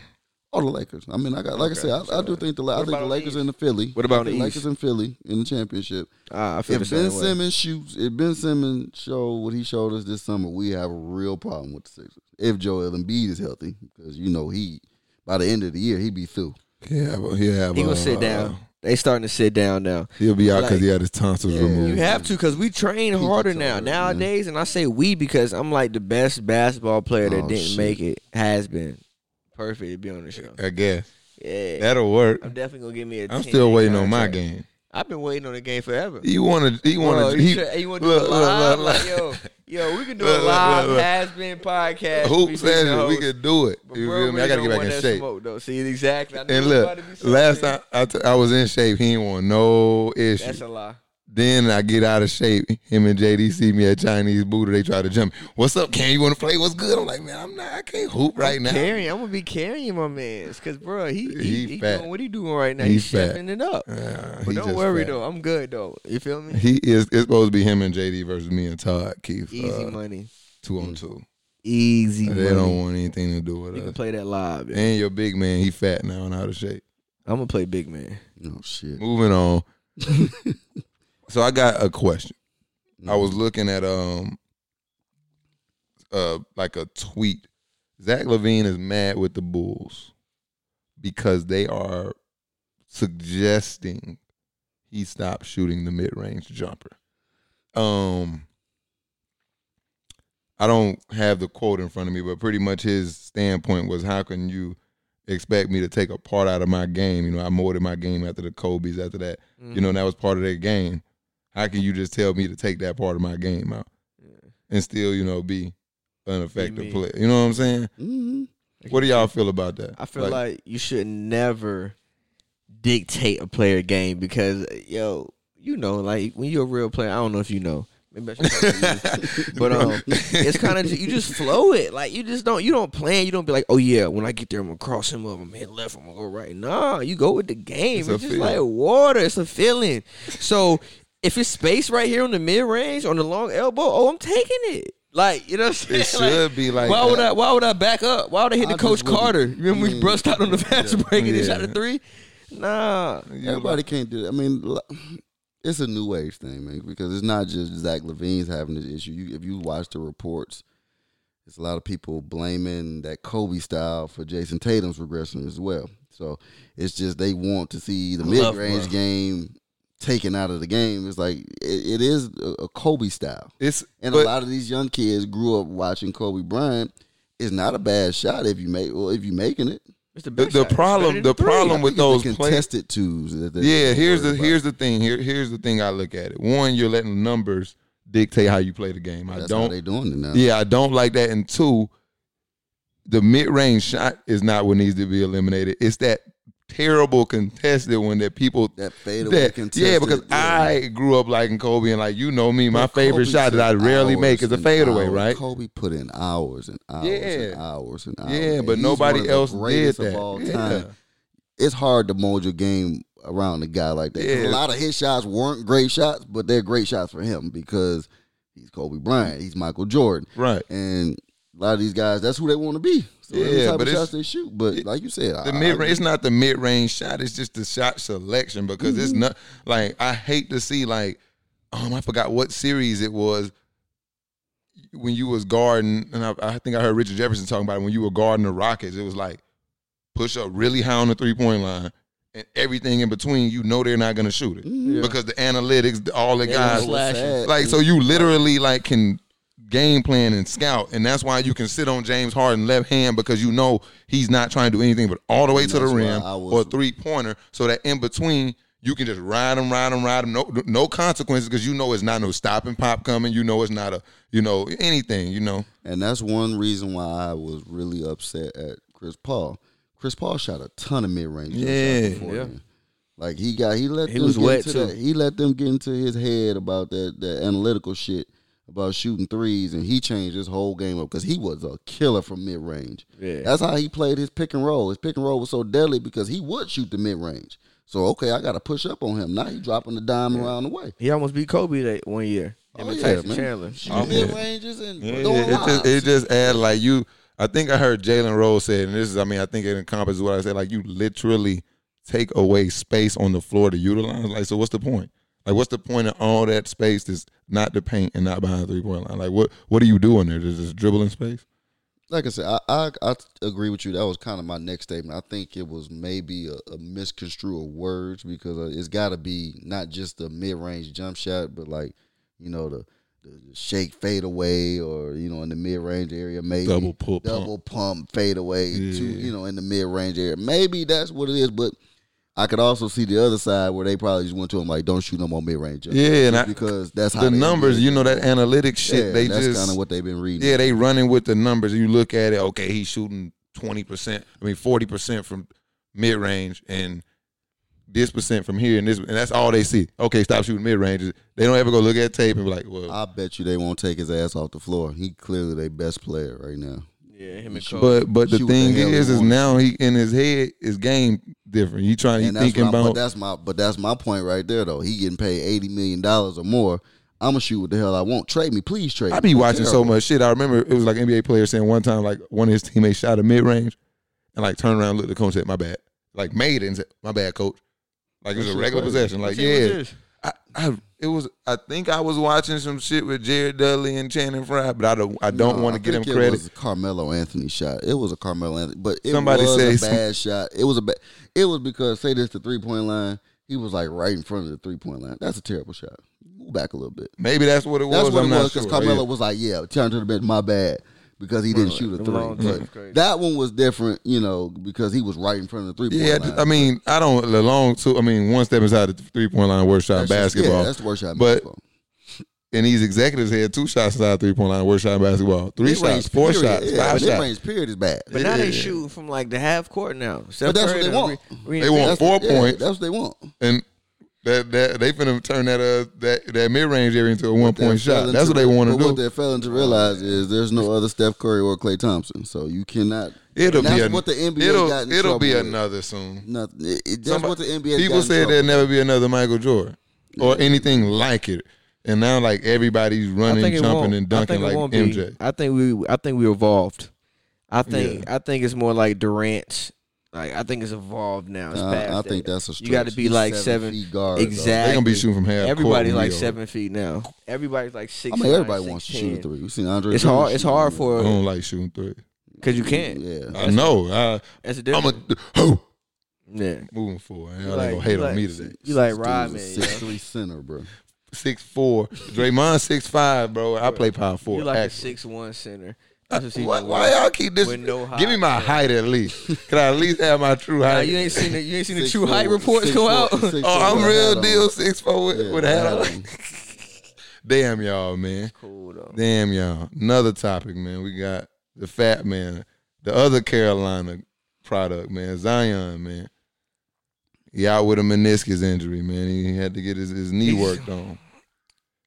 [SPEAKER 3] all the Lakers. I mean, I got like I said, I, I do think the La- I
[SPEAKER 4] What
[SPEAKER 3] think the
[SPEAKER 4] about on the
[SPEAKER 3] Lakers
[SPEAKER 4] East?
[SPEAKER 3] and the Philly.
[SPEAKER 4] What about
[SPEAKER 3] I
[SPEAKER 4] on
[SPEAKER 3] think
[SPEAKER 4] the
[SPEAKER 3] the
[SPEAKER 4] East?
[SPEAKER 3] Lakers and Philly in the championship?
[SPEAKER 4] Ah, I feel
[SPEAKER 3] If
[SPEAKER 4] the
[SPEAKER 3] Ben
[SPEAKER 4] same way.
[SPEAKER 3] Simmons shoots, if Ben Simmons showed what he showed us this summer, we have a real problem with the Sixers. If Joel Embiid is healthy, because you know he by the end of the year he'd be through.
[SPEAKER 1] Yeah, but yeah,
[SPEAKER 4] He gonna sit down. They starting to sit down now.
[SPEAKER 1] uh, He'll be out because
[SPEAKER 4] Like-
[SPEAKER 1] he had his tonsils
[SPEAKER 3] Yeah.
[SPEAKER 1] removed.
[SPEAKER 4] You have to because we train
[SPEAKER 3] Keep
[SPEAKER 4] harder
[SPEAKER 3] it to
[SPEAKER 4] now
[SPEAKER 3] her,
[SPEAKER 4] nowadays, and I say we because I'm like the best basketball player that
[SPEAKER 3] Oh,
[SPEAKER 4] didn't
[SPEAKER 3] shit.
[SPEAKER 4] make it has been perfect to be on the show.
[SPEAKER 1] I guess
[SPEAKER 4] Yeah,
[SPEAKER 1] that'll work.
[SPEAKER 4] I'm definitely gonna give me a. 10
[SPEAKER 1] I'm still waiting on my
[SPEAKER 4] contract.
[SPEAKER 1] game.
[SPEAKER 4] I've been waiting on the game forever.
[SPEAKER 1] He wanted. He
[SPEAKER 4] Bro,
[SPEAKER 1] wanted.
[SPEAKER 4] you,
[SPEAKER 1] He,
[SPEAKER 4] tra- you want to do
[SPEAKER 1] look,
[SPEAKER 4] a
[SPEAKER 1] look,
[SPEAKER 4] live?
[SPEAKER 1] look,
[SPEAKER 4] Like, yo, yo, we can do
[SPEAKER 1] Look,
[SPEAKER 4] a
[SPEAKER 1] look,
[SPEAKER 4] live
[SPEAKER 1] look, look.
[SPEAKER 4] has been podcast. We
[SPEAKER 1] hoops
[SPEAKER 4] beat the
[SPEAKER 1] and we
[SPEAKER 4] host.
[SPEAKER 1] could do it.
[SPEAKER 4] But
[SPEAKER 1] You
[SPEAKER 4] bro,
[SPEAKER 1] feel me?
[SPEAKER 4] we
[SPEAKER 1] I got to
[SPEAKER 4] don't
[SPEAKER 1] get back
[SPEAKER 4] want
[SPEAKER 1] in
[SPEAKER 4] that
[SPEAKER 1] shape.
[SPEAKER 4] Smoke, though. See, exactly. I knew
[SPEAKER 1] And
[SPEAKER 4] it was about
[SPEAKER 1] look,
[SPEAKER 4] to be something.
[SPEAKER 1] last time I, t- I was in shape, he didn't want no issue.
[SPEAKER 4] That's a lie.
[SPEAKER 1] Then I get out of shape. Him and JD see me at Chinese Buddha. They try to jump. me. What's up, Cam? You want to play? What's good? I'm like, man, I'm not. I can't hoop right now.
[SPEAKER 4] Carrying, I'm gonna be carrying my man's, cause bro, he he,
[SPEAKER 1] He
[SPEAKER 4] he,
[SPEAKER 1] fat.
[SPEAKER 4] doing what he doing right now.
[SPEAKER 1] He
[SPEAKER 4] He's
[SPEAKER 1] fat.
[SPEAKER 4] stepping it up.
[SPEAKER 1] Uh,
[SPEAKER 4] But
[SPEAKER 1] he
[SPEAKER 4] don't
[SPEAKER 1] just
[SPEAKER 4] worry
[SPEAKER 1] fat.
[SPEAKER 4] though, I'm good though. You feel me?
[SPEAKER 1] He is. It's supposed to be him and JD versus me and Todd Keith.
[SPEAKER 4] Easy
[SPEAKER 1] uh,
[SPEAKER 4] money,
[SPEAKER 1] two on two.
[SPEAKER 4] easy
[SPEAKER 1] They
[SPEAKER 4] money.
[SPEAKER 1] don't want anything to do with
[SPEAKER 4] you can
[SPEAKER 1] us.
[SPEAKER 4] play that live. yeah.
[SPEAKER 1] And your big man, he fat now and out of shape.
[SPEAKER 4] I'm gonna play big man.
[SPEAKER 3] Oh shit.
[SPEAKER 1] Moving on. so I got a question. I was looking at um uh like a tweet. Zach Levine is mad with the Bulls because they are suggesting he stop shooting the mid range jumper. Um I don't have the quote in front of me, but pretty much his standpoint was how can you expect me to take a part out of my game? You know, I molded my game after the Kobe's after that. You
[SPEAKER 4] Mm-hmm.
[SPEAKER 1] know, that was part of their game. How can you just tell me to take that part of my game out and still, you know, be an effective
[SPEAKER 4] mean.
[SPEAKER 1] player? You know what I'm saying?
[SPEAKER 3] Mm-hmm.
[SPEAKER 1] What do y'all feel about that?
[SPEAKER 4] I feel like, you should never dictate a player game because yo, you know, like when you're a real player, I don't know if you know. Maybe I should talk to you. but um, it's kind of you just flow it. Like you just don't you don't plan. You don't be like, oh yeah, when I get there, I'm gonna cross him up. I'm gonna hit left. I'm gonna go right. Nah, you go with the game.
[SPEAKER 1] It's
[SPEAKER 4] It's,
[SPEAKER 1] a
[SPEAKER 4] just
[SPEAKER 1] feel.
[SPEAKER 4] like water. It's a feeling. So if it's space right here on the mid range on the long elbow, oh, I'm taking it. Like you know, what I'm
[SPEAKER 1] it
[SPEAKER 4] saying? Like,
[SPEAKER 1] should be like uh,
[SPEAKER 4] why would
[SPEAKER 1] that.
[SPEAKER 4] I? Why would I back up? Why would I hit
[SPEAKER 3] I
[SPEAKER 4] the Coach
[SPEAKER 3] just wouldn't.
[SPEAKER 4] Carter? You remember we
[SPEAKER 3] Mm.
[SPEAKER 4] brust out on the fast break and he
[SPEAKER 1] Yeah.
[SPEAKER 4] shot a three? Nah,
[SPEAKER 1] You
[SPEAKER 3] Everybody
[SPEAKER 1] like-
[SPEAKER 3] can't do that. I mean, l- it's a new age thing, man, because it's not just Zach Levine's having this issue. You, if you watch the reports, it's a lot of people blaming that Kobe style for Jason Tatum's regression as well. So it's just they want to see the
[SPEAKER 4] I love
[SPEAKER 3] mid range
[SPEAKER 4] Bron.
[SPEAKER 3] game taken out of the game. It's like it, it is a, a Kobe style.
[SPEAKER 1] it's
[SPEAKER 3] And
[SPEAKER 1] but-
[SPEAKER 3] a lot of these young kids grew up watching Kobe Bryant. It's not a bad shot if you make well if you making it.
[SPEAKER 4] it's the,
[SPEAKER 1] the,
[SPEAKER 4] best
[SPEAKER 1] the
[SPEAKER 4] shot.
[SPEAKER 1] problem the problem with
[SPEAKER 3] It's the
[SPEAKER 1] those players
[SPEAKER 3] contested twos. that they're
[SPEAKER 1] yeah here's the
[SPEAKER 3] worried about.
[SPEAKER 1] here's the thing here here's the thing i look at it one you're letting numbers dictate how you play the game i
[SPEAKER 3] That's how
[SPEAKER 1] don't
[SPEAKER 3] they doing it now.
[SPEAKER 1] yeah i don't like that and two the mid-range shot is not what needs to be eliminated it's that terrible contested one that people
[SPEAKER 3] That fadeaway
[SPEAKER 1] that-
[SPEAKER 3] contested.
[SPEAKER 1] yeah, because I grew up liking Kobe, and like you know me, my favorite shot that I rarely make is a fadeaway, right?
[SPEAKER 3] Kobe put in hours and hours
[SPEAKER 1] Yeah.
[SPEAKER 3] and hours and hours.
[SPEAKER 1] Yeah,
[SPEAKER 3] and
[SPEAKER 1] but
[SPEAKER 3] he's
[SPEAKER 1] nobody
[SPEAKER 3] one of the
[SPEAKER 1] else did
[SPEAKER 3] greatest
[SPEAKER 1] that.
[SPEAKER 3] Of all
[SPEAKER 1] Yeah.
[SPEAKER 3] time. It's hard to mold your game around a guy like that. 'Cause
[SPEAKER 1] Yeah.
[SPEAKER 3] A lot of his shots weren't great shots, but they're great shots for him because he's Kobe Bryant, he's Michael Jordan,
[SPEAKER 1] Right.
[SPEAKER 3] and a lot of these guys, that's who they want to be. So yeah,
[SPEAKER 1] Yeah,
[SPEAKER 3] type
[SPEAKER 1] but
[SPEAKER 3] of
[SPEAKER 1] it's-
[SPEAKER 3] shots they shoot. But like you said,
[SPEAKER 1] The
[SPEAKER 3] I-
[SPEAKER 1] mid range, it's not the mid range shot. It's just the shot selection because it's not like I hate to see like, um, I forgot what series it was when you was guarding, and I, I think I heard Richard Jefferson talking about it when you were guarding the Rockets. It was like push up really high on the three point line, and everything in between, you know they're not gonna shoot it because the analytics, all the
[SPEAKER 4] They
[SPEAKER 1] guys,
[SPEAKER 4] was slashing.
[SPEAKER 1] like so you literally like can game plan and scout and that's why you can sit on James Harden left hand because you know he's not trying to do anything but all the way to the
[SPEAKER 3] that's why
[SPEAKER 1] rim
[SPEAKER 3] I was-
[SPEAKER 1] or three pointer so that in between you can just ride him ride him ride him no no consequences because you know it's not no stop and pop coming you know it's not a you know anything you know
[SPEAKER 3] And that's one reason why I was really upset at Chris Paul. Chris Paul shot a ton of mid range.
[SPEAKER 1] Yeah.
[SPEAKER 3] before then. Like he got he let
[SPEAKER 4] He
[SPEAKER 3] them
[SPEAKER 4] was
[SPEAKER 3] get
[SPEAKER 4] wet,
[SPEAKER 3] into
[SPEAKER 4] too.
[SPEAKER 3] that. He let them get into his head about that that analytical shit about shooting threes, and he changed his whole game up because he was a killer from mid range.
[SPEAKER 4] Yeah.
[SPEAKER 3] That's how he played his pick and roll. His pick and roll was so deadly because he would shoot the mid range. So okay, I got to push up on him. Now he dropping the dime around the way.
[SPEAKER 4] He almost beat Kobe that one year. Him
[SPEAKER 3] Oh
[SPEAKER 4] and
[SPEAKER 3] yeah,
[SPEAKER 4] Tyson Chandler.
[SPEAKER 3] man. Shooting
[SPEAKER 1] Oh, yeah.
[SPEAKER 3] mid ranges and
[SPEAKER 1] Yeah,
[SPEAKER 3] throwing
[SPEAKER 1] it just
[SPEAKER 3] lobs.
[SPEAKER 1] it just add like you. I think I heard Jalen Rose said, and this is I mean I think it encompasses what I said. Like you literally take away space on the floor to utilize. Like so, what's the point? Like what's the point of all that space that's not the paint and not behind the three point line? Like what what are you doing there? Just, just dribbling space?
[SPEAKER 3] like I said, I, I I agree with you. That was kind of my next statement. I think it was maybe a, a misconstrue of words because uh, it's got to be not just the mid range jump shot, but like you know the, the shake fadeaway or you know in the mid range area maybe
[SPEAKER 1] Double pull pump.
[SPEAKER 3] double pump fadeaway to
[SPEAKER 1] Yeah.
[SPEAKER 3] you know in the mid range area. Maybe that's what it is, but I could also see the other side where they probably just went to him like, "Don't shoot no more mid range."
[SPEAKER 1] Yeah, and I-
[SPEAKER 3] because that's how
[SPEAKER 1] the
[SPEAKER 3] they-
[SPEAKER 1] numbers, you know, that analytic shit,
[SPEAKER 3] Yeah,
[SPEAKER 1] they
[SPEAKER 3] that's
[SPEAKER 1] just
[SPEAKER 3] kind of what they've been reading.
[SPEAKER 1] yeah, they running with the numbers. You look at it, okay, he's shooting twenty percent. I mean, forty percent from mid range, and this percent from here, and this, and that's all they see. Okay, stop shooting mid ranges. They don't ever go look at tape and be like, well,
[SPEAKER 3] I bet you they won't take his ass off the floor. He clearly their best player right now.
[SPEAKER 4] Yeah, him and Kobe.
[SPEAKER 1] But but the
[SPEAKER 3] shoot what the
[SPEAKER 1] thing
[SPEAKER 3] hell he
[SPEAKER 1] is, is
[SPEAKER 3] wants.
[SPEAKER 1] now he in his head his game different. He trying, he
[SPEAKER 3] And that's
[SPEAKER 1] thinking
[SPEAKER 3] what I- but
[SPEAKER 1] about
[SPEAKER 3] that's my but that's my point right there though. He getting paid eighty million dollars or more. I'm gonna shoot what the hell I want. Trade me, please trade.
[SPEAKER 1] I
[SPEAKER 3] me.
[SPEAKER 1] be watching so
[SPEAKER 3] Terrible.
[SPEAKER 1] much shit. I remember it was like NBA players saying one time, like one of his teammates shot a mid range, and like turned around, looked at the coach, and said, "My bad." Like made it, and said, "My bad, coach." Like it was a regular possession. Like
[SPEAKER 4] What team was
[SPEAKER 1] yeah,
[SPEAKER 4] this?
[SPEAKER 1] I, I it was. I think I was watching some shit with Jared Dudley and Channing Frye, but I don't. I don't
[SPEAKER 3] No,
[SPEAKER 1] want
[SPEAKER 3] I
[SPEAKER 1] to get him
[SPEAKER 3] think It
[SPEAKER 1] credit.
[SPEAKER 3] was a Carmelo Anthony shot. It was a Carmelo Anthony, but it
[SPEAKER 1] Somebody
[SPEAKER 3] was
[SPEAKER 1] say
[SPEAKER 3] a
[SPEAKER 1] some-
[SPEAKER 3] bad shot. It was a bad. It was because say this the three point line. He was like right in front of the three point line. That's a terrible shot. Move back a little bit.
[SPEAKER 1] Maybe that's what it was.
[SPEAKER 3] That's
[SPEAKER 1] I'm
[SPEAKER 3] what it was
[SPEAKER 1] not sure.
[SPEAKER 3] because Carmelo
[SPEAKER 1] Yeah.
[SPEAKER 3] was like, "Yeah, turn to the bench, my bad," because he didn't shoot a
[SPEAKER 4] the
[SPEAKER 3] three.
[SPEAKER 4] long
[SPEAKER 3] But
[SPEAKER 4] touch, crazy.
[SPEAKER 3] that one was different, you know, because he was right in front of the three point
[SPEAKER 1] Yeah,
[SPEAKER 3] line.
[SPEAKER 1] I mean, I don't. The long two. I mean, one step inside the three point line, worst shot in
[SPEAKER 3] That's just-
[SPEAKER 1] basketball.
[SPEAKER 3] yeah, that's the worst shot. in
[SPEAKER 1] But
[SPEAKER 3] basketball.
[SPEAKER 1] and these executives had two shots inside three point line, worst shot in basketball, three
[SPEAKER 3] Mid-range
[SPEAKER 1] shots, four
[SPEAKER 3] period,
[SPEAKER 1] shots,
[SPEAKER 3] yeah,
[SPEAKER 1] five shots.
[SPEAKER 3] Mid-range period is bad.
[SPEAKER 4] But now
[SPEAKER 1] Yeah.
[SPEAKER 4] they shooting from like the half court now.
[SPEAKER 3] But that's what they
[SPEAKER 4] Separated,
[SPEAKER 3] want.
[SPEAKER 4] re-
[SPEAKER 1] They want
[SPEAKER 3] That's-
[SPEAKER 1] four
[SPEAKER 3] yeah,
[SPEAKER 1] points,
[SPEAKER 3] That's what they want.
[SPEAKER 1] and that that they finna turn that uh that that mid range area into a one
[SPEAKER 3] they're
[SPEAKER 1] point shot.
[SPEAKER 3] failing
[SPEAKER 1] That's what they want to
[SPEAKER 3] but What
[SPEAKER 1] do.
[SPEAKER 3] they're failing to realize is there's no other Steph Curry or Clay Thompson, so you cannot.
[SPEAKER 1] It'll
[SPEAKER 3] and
[SPEAKER 1] be
[SPEAKER 3] that's
[SPEAKER 1] an-
[SPEAKER 3] what the NBA
[SPEAKER 1] It'll
[SPEAKER 3] got in
[SPEAKER 1] it'll
[SPEAKER 3] trouble
[SPEAKER 1] be
[SPEAKER 3] with.
[SPEAKER 1] another soon.
[SPEAKER 3] Nothing. It, it, that's
[SPEAKER 1] Somebody-
[SPEAKER 3] what the NBA.
[SPEAKER 1] People
[SPEAKER 3] got in
[SPEAKER 1] said
[SPEAKER 3] trouble.
[SPEAKER 1] there'd never be another Michael Jordan or anything like it, and now like everybody's
[SPEAKER 4] I
[SPEAKER 1] running,
[SPEAKER 4] think it won't.
[SPEAKER 1] jumping, and
[SPEAKER 4] I
[SPEAKER 1] dunking
[SPEAKER 4] think it
[SPEAKER 1] like
[SPEAKER 4] won't
[SPEAKER 1] MJ.
[SPEAKER 4] Be. I think we. I think we evolved. I think. I think it's more like Durant's. Like I think it's evolved now. It's
[SPEAKER 3] Uh,
[SPEAKER 4] past
[SPEAKER 3] I
[SPEAKER 4] that.
[SPEAKER 3] think that's a stretch.
[SPEAKER 4] You got to be
[SPEAKER 3] He's
[SPEAKER 4] like
[SPEAKER 3] seven
[SPEAKER 4] seven.
[SPEAKER 3] feet guard, though.
[SPEAKER 4] exactly.
[SPEAKER 1] They're gonna be shooting from half. court
[SPEAKER 4] Everybody's
[SPEAKER 1] and
[SPEAKER 4] like
[SPEAKER 1] be over.
[SPEAKER 4] seven feet now. Everybody's like six.
[SPEAKER 3] I mean,
[SPEAKER 4] nine,
[SPEAKER 3] everybody wants to
[SPEAKER 4] six,
[SPEAKER 3] shoot a
[SPEAKER 4] ten.
[SPEAKER 3] three. You seen Andre?
[SPEAKER 4] It's
[SPEAKER 3] Drummond
[SPEAKER 4] hard. It's
[SPEAKER 3] shoot a
[SPEAKER 4] hard
[SPEAKER 3] three.
[SPEAKER 1] I
[SPEAKER 4] for
[SPEAKER 1] don't like shooting three.
[SPEAKER 4] because you can't.
[SPEAKER 3] Yeah,
[SPEAKER 1] I know. I,
[SPEAKER 4] That's a
[SPEAKER 1] I'm
[SPEAKER 4] difference.
[SPEAKER 1] a ho
[SPEAKER 4] yeah.
[SPEAKER 1] moving forward. Y'all
[SPEAKER 4] Like-
[SPEAKER 1] ain't gonna hate
[SPEAKER 4] like-
[SPEAKER 1] on me today.
[SPEAKER 4] You like
[SPEAKER 3] This
[SPEAKER 4] Rodman?
[SPEAKER 3] dude's a
[SPEAKER 4] yo.
[SPEAKER 3] six three center, bro.
[SPEAKER 1] Six four, Draymond six five, bro. I play power four.
[SPEAKER 4] You like a
[SPEAKER 1] actually.
[SPEAKER 4] six one center?
[SPEAKER 1] Uh,
[SPEAKER 4] That's what he
[SPEAKER 1] why,
[SPEAKER 4] was.
[SPEAKER 1] why y'all keep this?
[SPEAKER 4] With no height,
[SPEAKER 1] Give me my
[SPEAKER 4] bro.
[SPEAKER 1] height at least. Can I at least have my true
[SPEAKER 4] Nah,
[SPEAKER 1] height?
[SPEAKER 4] you ain't seen the you ain't seen the
[SPEAKER 3] Six
[SPEAKER 4] true height
[SPEAKER 3] four-
[SPEAKER 4] reports
[SPEAKER 3] six
[SPEAKER 4] go
[SPEAKER 3] four-
[SPEAKER 4] out.
[SPEAKER 3] six four
[SPEAKER 1] oh,
[SPEAKER 3] with
[SPEAKER 1] I'm
[SPEAKER 3] a hat
[SPEAKER 1] real
[SPEAKER 3] on.
[SPEAKER 1] deal six four with,
[SPEAKER 3] Yeah,
[SPEAKER 1] with a hat
[SPEAKER 3] hat
[SPEAKER 1] on.
[SPEAKER 3] on.
[SPEAKER 1] Damn y'all, man.
[SPEAKER 4] Cool though.
[SPEAKER 1] Damn y'all. Another topic, man. We got the fat man, the other Carolina product, man. Zion, man. He out with a meniscus injury, man. He had to get his, his knee
[SPEAKER 4] He's-
[SPEAKER 1] worked on.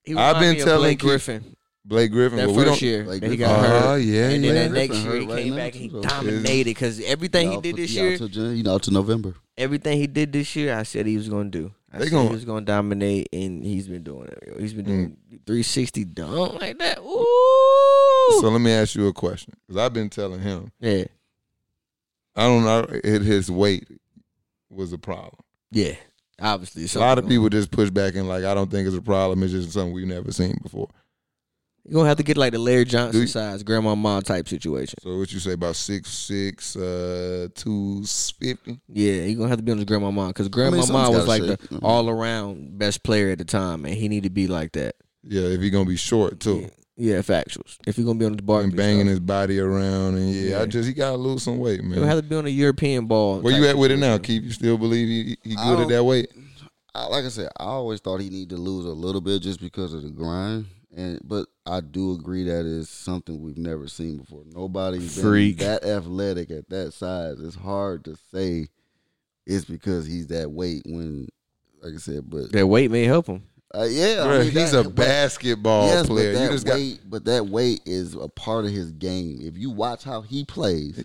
[SPEAKER 4] He remind
[SPEAKER 1] I've been
[SPEAKER 4] me of
[SPEAKER 1] telling
[SPEAKER 4] Blake
[SPEAKER 1] Keith-
[SPEAKER 4] Griffin
[SPEAKER 1] Blake Griffin,
[SPEAKER 4] that
[SPEAKER 1] but we don't.
[SPEAKER 4] first year
[SPEAKER 3] Blake
[SPEAKER 4] that he
[SPEAKER 3] Griffin.
[SPEAKER 4] got hurt,
[SPEAKER 1] Oh, yeah,
[SPEAKER 4] and then
[SPEAKER 1] yeah.
[SPEAKER 4] that next
[SPEAKER 3] Griffin
[SPEAKER 4] year he
[SPEAKER 3] hurt right
[SPEAKER 4] came
[SPEAKER 3] now,
[SPEAKER 4] back and he
[SPEAKER 3] too, though.
[SPEAKER 4] dominated because everything he
[SPEAKER 3] Out
[SPEAKER 4] did
[SPEAKER 3] for-
[SPEAKER 4] this
[SPEAKER 3] he out
[SPEAKER 4] year,
[SPEAKER 3] to Jan- he out to November.
[SPEAKER 4] everything he did this year, I said he was gonna do. I
[SPEAKER 1] They
[SPEAKER 4] said
[SPEAKER 1] gonna-
[SPEAKER 4] he was gonna dominate, and he's been doing it. yo. He's been doing
[SPEAKER 1] Mm.
[SPEAKER 4] 360 dunk like that. Ooh,
[SPEAKER 1] So let me ask you a question, because I've been telling him
[SPEAKER 4] yeah,
[SPEAKER 1] I don't know. It, his weight was a problem.
[SPEAKER 4] yeah. Obviously,
[SPEAKER 1] a lot of people just push back and like, I don't think it's a problem. It's just something we've never seen before.
[SPEAKER 4] You're gonna have to get like the Larry Johnson
[SPEAKER 1] you-
[SPEAKER 4] size, grandma mom type situation.
[SPEAKER 1] So what you say about six six uh two fifty?
[SPEAKER 4] Yeah, you're gonna have to be on his grandma mom because grandma
[SPEAKER 3] something's
[SPEAKER 4] mom was
[SPEAKER 3] gotta
[SPEAKER 4] like
[SPEAKER 3] shake.
[SPEAKER 1] Mm-hmm.
[SPEAKER 4] the all around best player at the time, and he need to be like that.
[SPEAKER 1] Yeah, if he gonna be short too.
[SPEAKER 4] Yeah, factuals. If you're gonna be on the bar
[SPEAKER 1] And banging his body around and yeah, I just he gotta lose some weight,
[SPEAKER 4] you have
[SPEAKER 1] man.
[SPEAKER 4] to be on a European ball.
[SPEAKER 1] Where you
[SPEAKER 4] type
[SPEAKER 1] at with it now,
[SPEAKER 4] situation.
[SPEAKER 1] Keith? You still believe he he
[SPEAKER 3] I
[SPEAKER 1] good at
[SPEAKER 3] don't-
[SPEAKER 1] that weight?
[SPEAKER 3] I, like I said, I always thought he needed to lose a little bit just because of the grind. And but I do agree that is something we've never seen before. Nobody's been
[SPEAKER 4] Freak.
[SPEAKER 3] that athletic at that size. It's hard to say it's because he's that weight when, like I said, but
[SPEAKER 4] That weight may help him.
[SPEAKER 3] uh, yeah, I
[SPEAKER 1] Bruh,
[SPEAKER 3] mean,
[SPEAKER 1] he's
[SPEAKER 3] that-
[SPEAKER 1] a
[SPEAKER 3] but-
[SPEAKER 1] basketball
[SPEAKER 3] yes,
[SPEAKER 1] player.
[SPEAKER 3] But
[SPEAKER 1] You
[SPEAKER 3] that
[SPEAKER 1] just got
[SPEAKER 3] weight, but that weight is a part of his game. If you watch how he plays,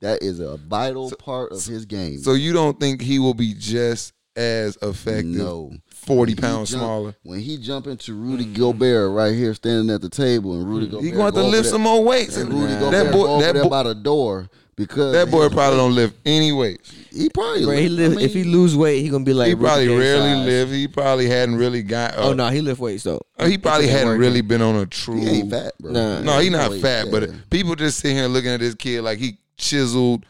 [SPEAKER 3] that is a vital part of his game.
[SPEAKER 1] so you don't think he will be just as effective
[SPEAKER 3] No.
[SPEAKER 1] forty
[SPEAKER 3] When he
[SPEAKER 1] pounds
[SPEAKER 3] jump-
[SPEAKER 1] smaller. Mm-hmm.
[SPEAKER 3] When he jump into Rudy Gilbert right here, standing at the table, and Rudy Gilbert
[SPEAKER 1] He gonna have to
[SPEAKER 3] go over
[SPEAKER 1] lift
[SPEAKER 3] there-
[SPEAKER 1] some more weights.
[SPEAKER 3] and
[SPEAKER 1] And
[SPEAKER 3] Rudy Gobert
[SPEAKER 1] that
[SPEAKER 3] go
[SPEAKER 1] boy,
[SPEAKER 3] over
[SPEAKER 1] that
[SPEAKER 3] there
[SPEAKER 1] boy,
[SPEAKER 3] by the door because
[SPEAKER 1] that boy probably don't lift any weights.
[SPEAKER 3] he probably
[SPEAKER 4] Bro, he live,
[SPEAKER 3] I mean,
[SPEAKER 4] if he lose weight, he gonna be like
[SPEAKER 1] He probably
[SPEAKER 4] Ricky James
[SPEAKER 1] rarely
[SPEAKER 4] size.
[SPEAKER 1] lived. He probably hadn't really got.
[SPEAKER 4] Oh
[SPEAKER 1] oh
[SPEAKER 4] no, he lift weights though.
[SPEAKER 1] Uh, he probably
[SPEAKER 4] It ain't
[SPEAKER 1] hadn't
[SPEAKER 4] working.
[SPEAKER 1] really been on a true.
[SPEAKER 3] he ain't fat, bro.
[SPEAKER 4] Nah.
[SPEAKER 1] No, he not
[SPEAKER 3] Wait,
[SPEAKER 1] fat,
[SPEAKER 3] yeah.
[SPEAKER 1] but people just sit here looking at this kid like he chiseled.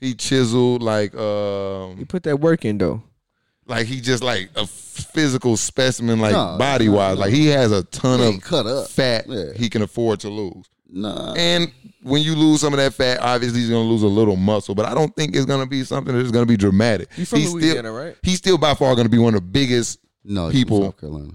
[SPEAKER 1] He chiseled like
[SPEAKER 4] He
[SPEAKER 1] um
[SPEAKER 4] put that work in though.
[SPEAKER 1] like he just like a physical specimen like
[SPEAKER 3] No,
[SPEAKER 1] body
[SPEAKER 3] no,
[SPEAKER 1] wise
[SPEAKER 3] no.
[SPEAKER 1] like he has a ton
[SPEAKER 3] He
[SPEAKER 1] of
[SPEAKER 3] ain't cut up.
[SPEAKER 1] fat
[SPEAKER 3] Yeah.
[SPEAKER 1] he can afford to lose
[SPEAKER 3] nah.
[SPEAKER 1] and when you lose some of that fat, obviously he's gonna lose a little muscle, but I don't think it's gonna be something that's gonna be dramatic.
[SPEAKER 4] You from
[SPEAKER 1] he's
[SPEAKER 4] Louisiana,
[SPEAKER 1] still,
[SPEAKER 4] right?
[SPEAKER 1] He's still by far gonna be one of the biggest.
[SPEAKER 3] No, it's from
[SPEAKER 1] People-
[SPEAKER 3] South Carolina.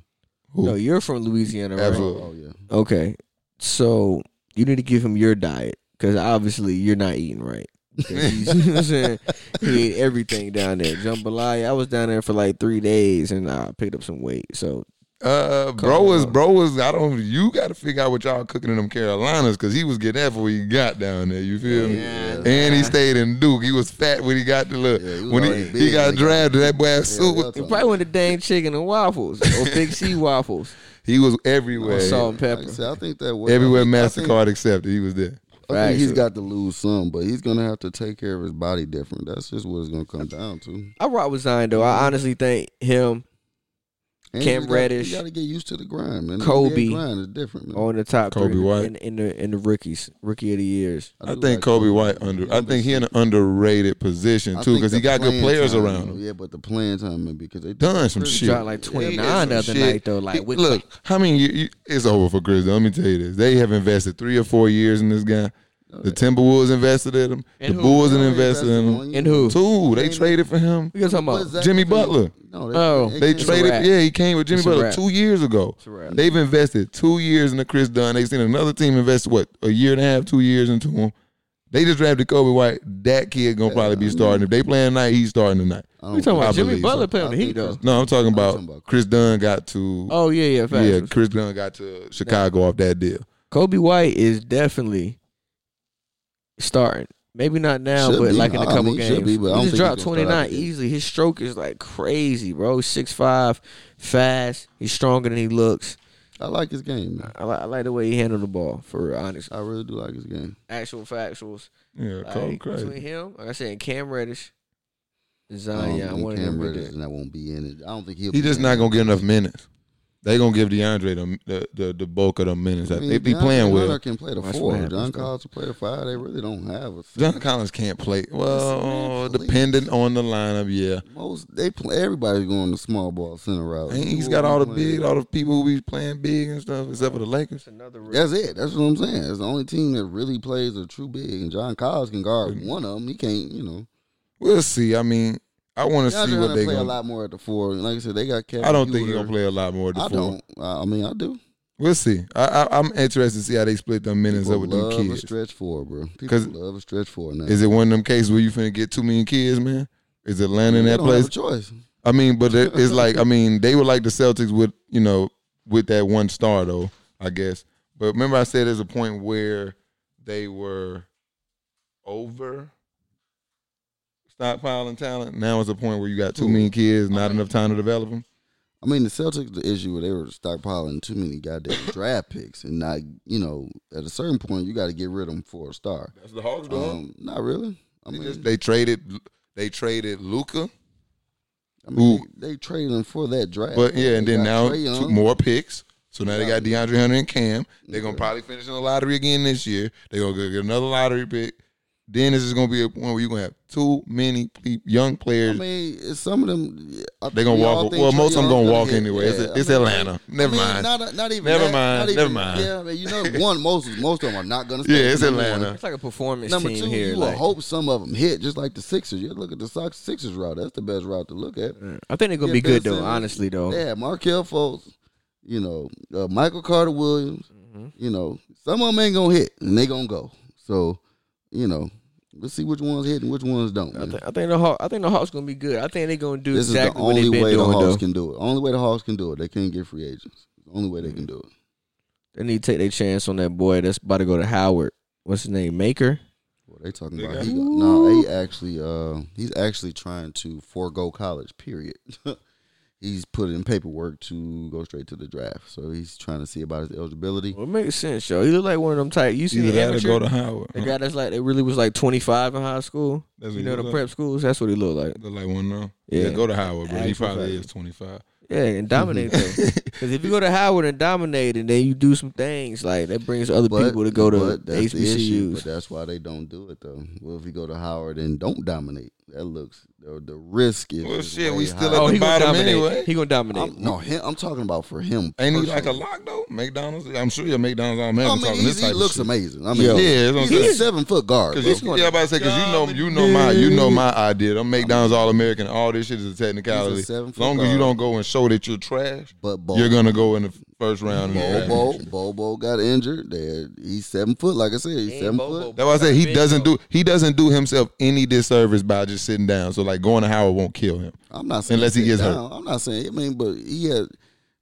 [SPEAKER 1] Who?
[SPEAKER 4] No, you're from Louisiana, right?
[SPEAKER 1] Absolutely.
[SPEAKER 3] Oh yeah.
[SPEAKER 4] Okay, so you need to give him your diet because obviously you're not eating right. 'Cause he's- you know what I'm saying? He ate everything down there. Jambalaya. I was down there for like three days and I picked up some weight. So
[SPEAKER 1] Uh, bro
[SPEAKER 4] Come
[SPEAKER 1] was
[SPEAKER 4] on.
[SPEAKER 1] bro was I don't. You got to figure out what y'all cooking in them Carolinas because he was getting that before he got down there. You feel me?
[SPEAKER 3] Yeah.
[SPEAKER 1] And he stayed in Duke. He was fat when he got to look.
[SPEAKER 3] Yeah, he was
[SPEAKER 1] when he,
[SPEAKER 3] already
[SPEAKER 1] he
[SPEAKER 3] big
[SPEAKER 1] got
[SPEAKER 3] when he got
[SPEAKER 1] drafted, that boy had suit. was-
[SPEAKER 3] that's
[SPEAKER 4] it
[SPEAKER 3] all.
[SPEAKER 4] probably went to dang chicken and waffles or Big C waffles
[SPEAKER 1] He was
[SPEAKER 4] or
[SPEAKER 1] everywhere.
[SPEAKER 4] salt and
[SPEAKER 3] Like I
[SPEAKER 4] pepper.
[SPEAKER 3] said, I think that
[SPEAKER 1] everywhere
[SPEAKER 3] I think-
[SPEAKER 1] Mastercard accepted, he was there.
[SPEAKER 3] I think he's
[SPEAKER 4] Facts.
[SPEAKER 3] got to lose some, but he's gonna have to take care of his body different. That's just what it's gonna come down to. And
[SPEAKER 4] I rock with Zion though. I honestly think him
[SPEAKER 3] he's
[SPEAKER 4] Cam
[SPEAKER 3] got-
[SPEAKER 4] Reddish.
[SPEAKER 3] You got to get used to the grind, man. The
[SPEAKER 4] Kobe. Oh,
[SPEAKER 3] NBA grind is different, man.
[SPEAKER 4] on the top
[SPEAKER 1] Kobe
[SPEAKER 4] three
[SPEAKER 1] White.
[SPEAKER 4] in, in the in the rookies rookie of the years.
[SPEAKER 1] I,
[SPEAKER 3] do
[SPEAKER 1] think
[SPEAKER 3] like
[SPEAKER 1] Kobe White under. I think he in an underrated position
[SPEAKER 3] I
[SPEAKER 1] too
[SPEAKER 3] think
[SPEAKER 1] because he
[SPEAKER 3] the
[SPEAKER 1] got good
[SPEAKER 3] playing
[SPEAKER 1] players
[SPEAKER 3] time,
[SPEAKER 1] around him.
[SPEAKER 3] Yeah, but the playing time, man, because they
[SPEAKER 1] Done some shit.
[SPEAKER 4] Dropped like twenty nine the
[SPEAKER 1] Yeah,
[SPEAKER 4] other
[SPEAKER 1] some shit.
[SPEAKER 4] night though. Like
[SPEAKER 1] It-
[SPEAKER 4] with
[SPEAKER 1] look, how many? You, you, it's over for Grizzly. Let me tell you this: they have invested three or four years in this guy. The Timberwolves invested in him.
[SPEAKER 4] Oh, And who?
[SPEAKER 1] the Bulls done
[SPEAKER 3] They
[SPEAKER 1] invested in him.
[SPEAKER 3] one year.
[SPEAKER 4] and who?
[SPEAKER 1] Two, they traded for him.
[SPEAKER 4] We gonna talk
[SPEAKER 3] What
[SPEAKER 4] about
[SPEAKER 3] Mm-hmm. is that?
[SPEAKER 1] Jimmy Butler.
[SPEAKER 3] No,
[SPEAKER 4] Oh.
[SPEAKER 1] They
[SPEAKER 3] can't-
[SPEAKER 4] a
[SPEAKER 1] traded.
[SPEAKER 4] wrap.
[SPEAKER 1] Yeah, he came with Jimmy
[SPEAKER 4] It's a
[SPEAKER 1] Butler
[SPEAKER 4] wrap.
[SPEAKER 1] two years ago.
[SPEAKER 4] a wrap.
[SPEAKER 1] They've invested two years into Chris Dunn. They've seen another team invest what a year and a half, two years into him. They just drafted Kobe White. That kid gonna probably be starting. If they playing tonight, he's starting tonight.
[SPEAKER 3] I
[SPEAKER 4] We talking
[SPEAKER 1] I
[SPEAKER 4] about Jimmy
[SPEAKER 1] believe
[SPEAKER 4] Butler
[SPEAKER 1] so.
[SPEAKER 4] playing
[SPEAKER 3] I
[SPEAKER 4] the Heat
[SPEAKER 3] think
[SPEAKER 4] though.
[SPEAKER 3] that's-
[SPEAKER 1] No, I'm talking about,
[SPEAKER 3] talking about-
[SPEAKER 1] Chris Dunn got to.
[SPEAKER 4] Oh yeah, yeah, facts.
[SPEAKER 1] yeah, Chris Dunn got to Chicago off that deal.
[SPEAKER 4] Kobe White is definitely starting. Maybe not now,
[SPEAKER 3] Should
[SPEAKER 4] but
[SPEAKER 3] be.
[SPEAKER 4] like in a
[SPEAKER 3] I
[SPEAKER 4] couple
[SPEAKER 3] mean, should
[SPEAKER 4] games.
[SPEAKER 3] be, but I
[SPEAKER 4] he
[SPEAKER 3] don't
[SPEAKER 4] just
[SPEAKER 3] think
[SPEAKER 4] dropped
[SPEAKER 3] he's gonna
[SPEAKER 4] 29
[SPEAKER 3] start out the gate.
[SPEAKER 4] easily. His stroke is like crazy, bro. 6'5, fast. He's stronger than he looks.
[SPEAKER 3] I like his game, man.
[SPEAKER 4] I, li- I like the way he handled the ball, for real, honest.
[SPEAKER 3] I really do like his game.
[SPEAKER 4] Actual factuals.
[SPEAKER 1] Yeah, Kobe
[SPEAKER 4] Like, between
[SPEAKER 1] crazy.
[SPEAKER 4] him, like I said, and Cam Reddish, and
[SPEAKER 3] I
[SPEAKER 4] Zion,
[SPEAKER 3] don't
[SPEAKER 4] yeah, I
[SPEAKER 3] think
[SPEAKER 4] wanted
[SPEAKER 3] Cam
[SPEAKER 4] him to do
[SPEAKER 3] Reddish Um, and I won't be in it. I don't think he'll.
[SPEAKER 1] He
[SPEAKER 3] be
[SPEAKER 1] just
[SPEAKER 3] in
[SPEAKER 1] not
[SPEAKER 3] it.
[SPEAKER 1] gonna get enough minutes. They gonna give DeAndre the the the, the bulk of the minutes.
[SPEAKER 3] I mean,
[SPEAKER 1] if he
[SPEAKER 3] DeAndre
[SPEAKER 1] playing
[SPEAKER 3] Hunter
[SPEAKER 1] well,
[SPEAKER 3] can play the
[SPEAKER 4] Watch
[SPEAKER 3] four.
[SPEAKER 4] what happens,
[SPEAKER 3] John
[SPEAKER 4] though.
[SPEAKER 3] Collins can play the five. They really don't have a.
[SPEAKER 1] John Collins can't play. Well,
[SPEAKER 3] man, please.
[SPEAKER 1] dependent on the lineup, yeah.
[SPEAKER 3] Most they play. Everybody's going to small ball center route.
[SPEAKER 1] And
[SPEAKER 3] You
[SPEAKER 1] he's
[SPEAKER 3] will
[SPEAKER 1] got
[SPEAKER 3] be
[SPEAKER 1] all the
[SPEAKER 3] Oh, playing-
[SPEAKER 1] big, all the people who be playing big and stuff, except for the Lakers.
[SPEAKER 4] another
[SPEAKER 3] That's it. That's what I'm saying. That's the only team that really plays a true big. And John Collins can guard one of them. He can't. You know.
[SPEAKER 1] We'll see. I mean, I want to see
[SPEAKER 3] DeAndre
[SPEAKER 1] what
[SPEAKER 3] Hunter
[SPEAKER 1] they
[SPEAKER 3] play a
[SPEAKER 1] going.
[SPEAKER 3] lot more at the four. And Like I said, they got. Kevin
[SPEAKER 1] I don't think he's
[SPEAKER 3] Huerter.
[SPEAKER 1] gonna play a lot more. At the
[SPEAKER 3] I
[SPEAKER 1] four.
[SPEAKER 3] don't. I I mean, I do.
[SPEAKER 1] We'll see. I, I, I'm interested to see how they split them minutes up
[SPEAKER 3] People
[SPEAKER 1] with
[SPEAKER 3] love
[SPEAKER 1] them
[SPEAKER 3] a
[SPEAKER 1] kids.
[SPEAKER 3] stretch four, bro.
[SPEAKER 1] 'Cause-
[SPEAKER 3] People love a stretch four now.
[SPEAKER 1] Is it one of them cases where you finna get too many kids, man? Is Atlanta in
[SPEAKER 3] They
[SPEAKER 1] that
[SPEAKER 3] don't have
[SPEAKER 1] place?
[SPEAKER 3] a choice.
[SPEAKER 1] I mean, but it- it's like I mean, they were like the Celtics with you know with that one star though, I guess. But remember, I said there's a point where they were over stockpiling talent. Now it's a point where you got too many kids, not enough time to develop them.
[SPEAKER 3] I mean, the Celtics, the issue where they were stockpiling too many goddamn draft picks, and not, you know, at a certain point, you got to get rid of them for a star.
[SPEAKER 1] That's the Hawks
[SPEAKER 3] Um, not really. I
[SPEAKER 1] They,
[SPEAKER 3] mean,
[SPEAKER 1] just, they traded, they traded Luca,
[SPEAKER 3] I mean they, they traded them for that draft.
[SPEAKER 1] but yeah, and
[SPEAKER 3] They
[SPEAKER 1] then
[SPEAKER 3] got
[SPEAKER 1] now
[SPEAKER 3] Trae Young.
[SPEAKER 1] two more picks. So now they got DeAndre Hunter and Cam. They're gonna probably finish in the lottery again this year. They're gonna go get another lottery pick. Then this is gonna be a point where you're gonna have too many pe- young
[SPEAKER 3] I
[SPEAKER 1] players.
[SPEAKER 3] mean, it's some of them. I
[SPEAKER 1] they're
[SPEAKER 3] think
[SPEAKER 1] gonna
[SPEAKER 3] we all
[SPEAKER 1] walk.
[SPEAKER 3] think
[SPEAKER 1] Well,
[SPEAKER 3] Trae
[SPEAKER 1] most of them
[SPEAKER 3] Young's
[SPEAKER 1] gonna walk
[SPEAKER 3] hit.
[SPEAKER 1] anyway.
[SPEAKER 3] Yeah,
[SPEAKER 1] it's it's
[SPEAKER 3] I mean,
[SPEAKER 1] Atlanta. Never
[SPEAKER 3] I mean,
[SPEAKER 1] mind.
[SPEAKER 3] Not, not even.
[SPEAKER 1] Never mind,
[SPEAKER 3] that, Not even,
[SPEAKER 1] never mind.
[SPEAKER 3] Yeah, I mean, you know, one most most of them are not gonna.
[SPEAKER 1] yeah,
[SPEAKER 3] stay.
[SPEAKER 1] it's
[SPEAKER 3] Number one.
[SPEAKER 1] Atlanta.
[SPEAKER 4] It's like a performance
[SPEAKER 3] Number
[SPEAKER 4] team
[SPEAKER 3] two,
[SPEAKER 4] here.
[SPEAKER 3] you
[SPEAKER 4] like,
[SPEAKER 3] will hope some of them hit, just like the Sixers. You look at the Sox Sixers route. That's the best route to look at.
[SPEAKER 4] I think they're gonna
[SPEAKER 3] Yeah,
[SPEAKER 4] be good
[SPEAKER 3] Ben
[SPEAKER 4] though.
[SPEAKER 3] Simmons.
[SPEAKER 4] Honestly though,
[SPEAKER 3] They had Markel Fultz, you know, uh, Michael Carter Williams.
[SPEAKER 4] Mm-hmm.
[SPEAKER 3] You know, some of them ain't gonna hit, and they gonna go. So, you know, let's see which ones hit and which ones don't.
[SPEAKER 4] I,
[SPEAKER 3] man.
[SPEAKER 4] think, I think the Hawks. I think the Hawks gonna be good. I think they're gonna do
[SPEAKER 3] This
[SPEAKER 4] exactly
[SPEAKER 3] is the only
[SPEAKER 4] what they've been
[SPEAKER 3] way the
[SPEAKER 4] doing.
[SPEAKER 3] Hawks
[SPEAKER 4] though.
[SPEAKER 3] can do it. Only way the Hawks can do it. They can't get free agents. Only way they can do it.
[SPEAKER 4] They need to take their chance on that boy that's about to go to Howard. What's his name? Maker.
[SPEAKER 3] Well, they talking
[SPEAKER 1] They
[SPEAKER 3] about
[SPEAKER 1] got-
[SPEAKER 3] he got, no, he actually uh he's actually trying to forego college. Period. he's put in paperwork to go straight to the draft, so he's trying to see about his eligibility.
[SPEAKER 4] Well, it makes sense, yo. He look like one of them type. You see
[SPEAKER 1] Either
[SPEAKER 4] the
[SPEAKER 1] that or
[SPEAKER 4] amateur,
[SPEAKER 1] go to Howard.
[SPEAKER 4] the guy that's like they really was like twenty five in high school.
[SPEAKER 1] That's what
[SPEAKER 4] you
[SPEAKER 1] he
[SPEAKER 4] know
[SPEAKER 1] look
[SPEAKER 4] the
[SPEAKER 1] like.
[SPEAKER 4] prep schools. That's what he looked like.
[SPEAKER 1] Look like one now. Yeah.
[SPEAKER 4] Yeah.
[SPEAKER 1] go to Howard, but he
[SPEAKER 4] Actual
[SPEAKER 1] probably
[SPEAKER 4] fact.
[SPEAKER 1] is 25.
[SPEAKER 4] Yeah, and dominate though. Because if you go to Howard and dominate, and then you do some things like that brings other people to go to
[SPEAKER 3] but that's the issue,
[SPEAKER 4] HBCUs.
[SPEAKER 3] But that's why they don't do it though. Well, if you go to Howard and don't dominate, that looks the, the risk is.
[SPEAKER 1] Well,
[SPEAKER 3] is
[SPEAKER 1] shit,
[SPEAKER 3] way
[SPEAKER 1] we still
[SPEAKER 3] high.
[SPEAKER 1] at
[SPEAKER 4] Oh, he gonna
[SPEAKER 1] Bottom
[SPEAKER 4] dominate.
[SPEAKER 1] anyway.
[SPEAKER 4] He gonna dominate.
[SPEAKER 3] I'm, no, him, I'm talking about for him.
[SPEAKER 1] Ain't he
[SPEAKER 3] personally.
[SPEAKER 1] like a lock though? McDonald's. I'm sure your McDonald's on
[SPEAKER 3] I
[SPEAKER 1] American
[SPEAKER 3] mean,
[SPEAKER 1] talking
[SPEAKER 3] he's,
[SPEAKER 1] this
[SPEAKER 3] he
[SPEAKER 1] type
[SPEAKER 3] looks
[SPEAKER 1] of shit.
[SPEAKER 3] amazing. I mean,
[SPEAKER 1] Yeah, that's what I'm
[SPEAKER 3] he's a
[SPEAKER 1] saying.
[SPEAKER 3] seven foot guard.
[SPEAKER 1] Cause
[SPEAKER 3] bro.
[SPEAKER 1] you, yeah, I'm about to say because you know you know my you know my idea. Them McDonald's all American. All this shit is a technicality.
[SPEAKER 3] He's a seven-foot
[SPEAKER 1] long as you
[SPEAKER 3] guard.
[SPEAKER 1] don't go and show that you're trash,
[SPEAKER 3] But Bo,
[SPEAKER 1] you're gonna go in the first round. in the draft.
[SPEAKER 3] Bobo, Bobo got injured. There, he's seven foot. Like I said, he's
[SPEAKER 4] Ain't
[SPEAKER 3] seven
[SPEAKER 4] Bobo
[SPEAKER 3] foot.
[SPEAKER 1] That's why I say he
[SPEAKER 4] Big
[SPEAKER 1] doesn't
[SPEAKER 4] though.
[SPEAKER 1] do he doesn't do himself any disservice by just sitting down. So like going to Howard won't kill him.
[SPEAKER 3] I'm not saying
[SPEAKER 1] Unless he
[SPEAKER 3] sit
[SPEAKER 1] gets hurt.
[SPEAKER 3] down. I'm not saying. I mean, but he has.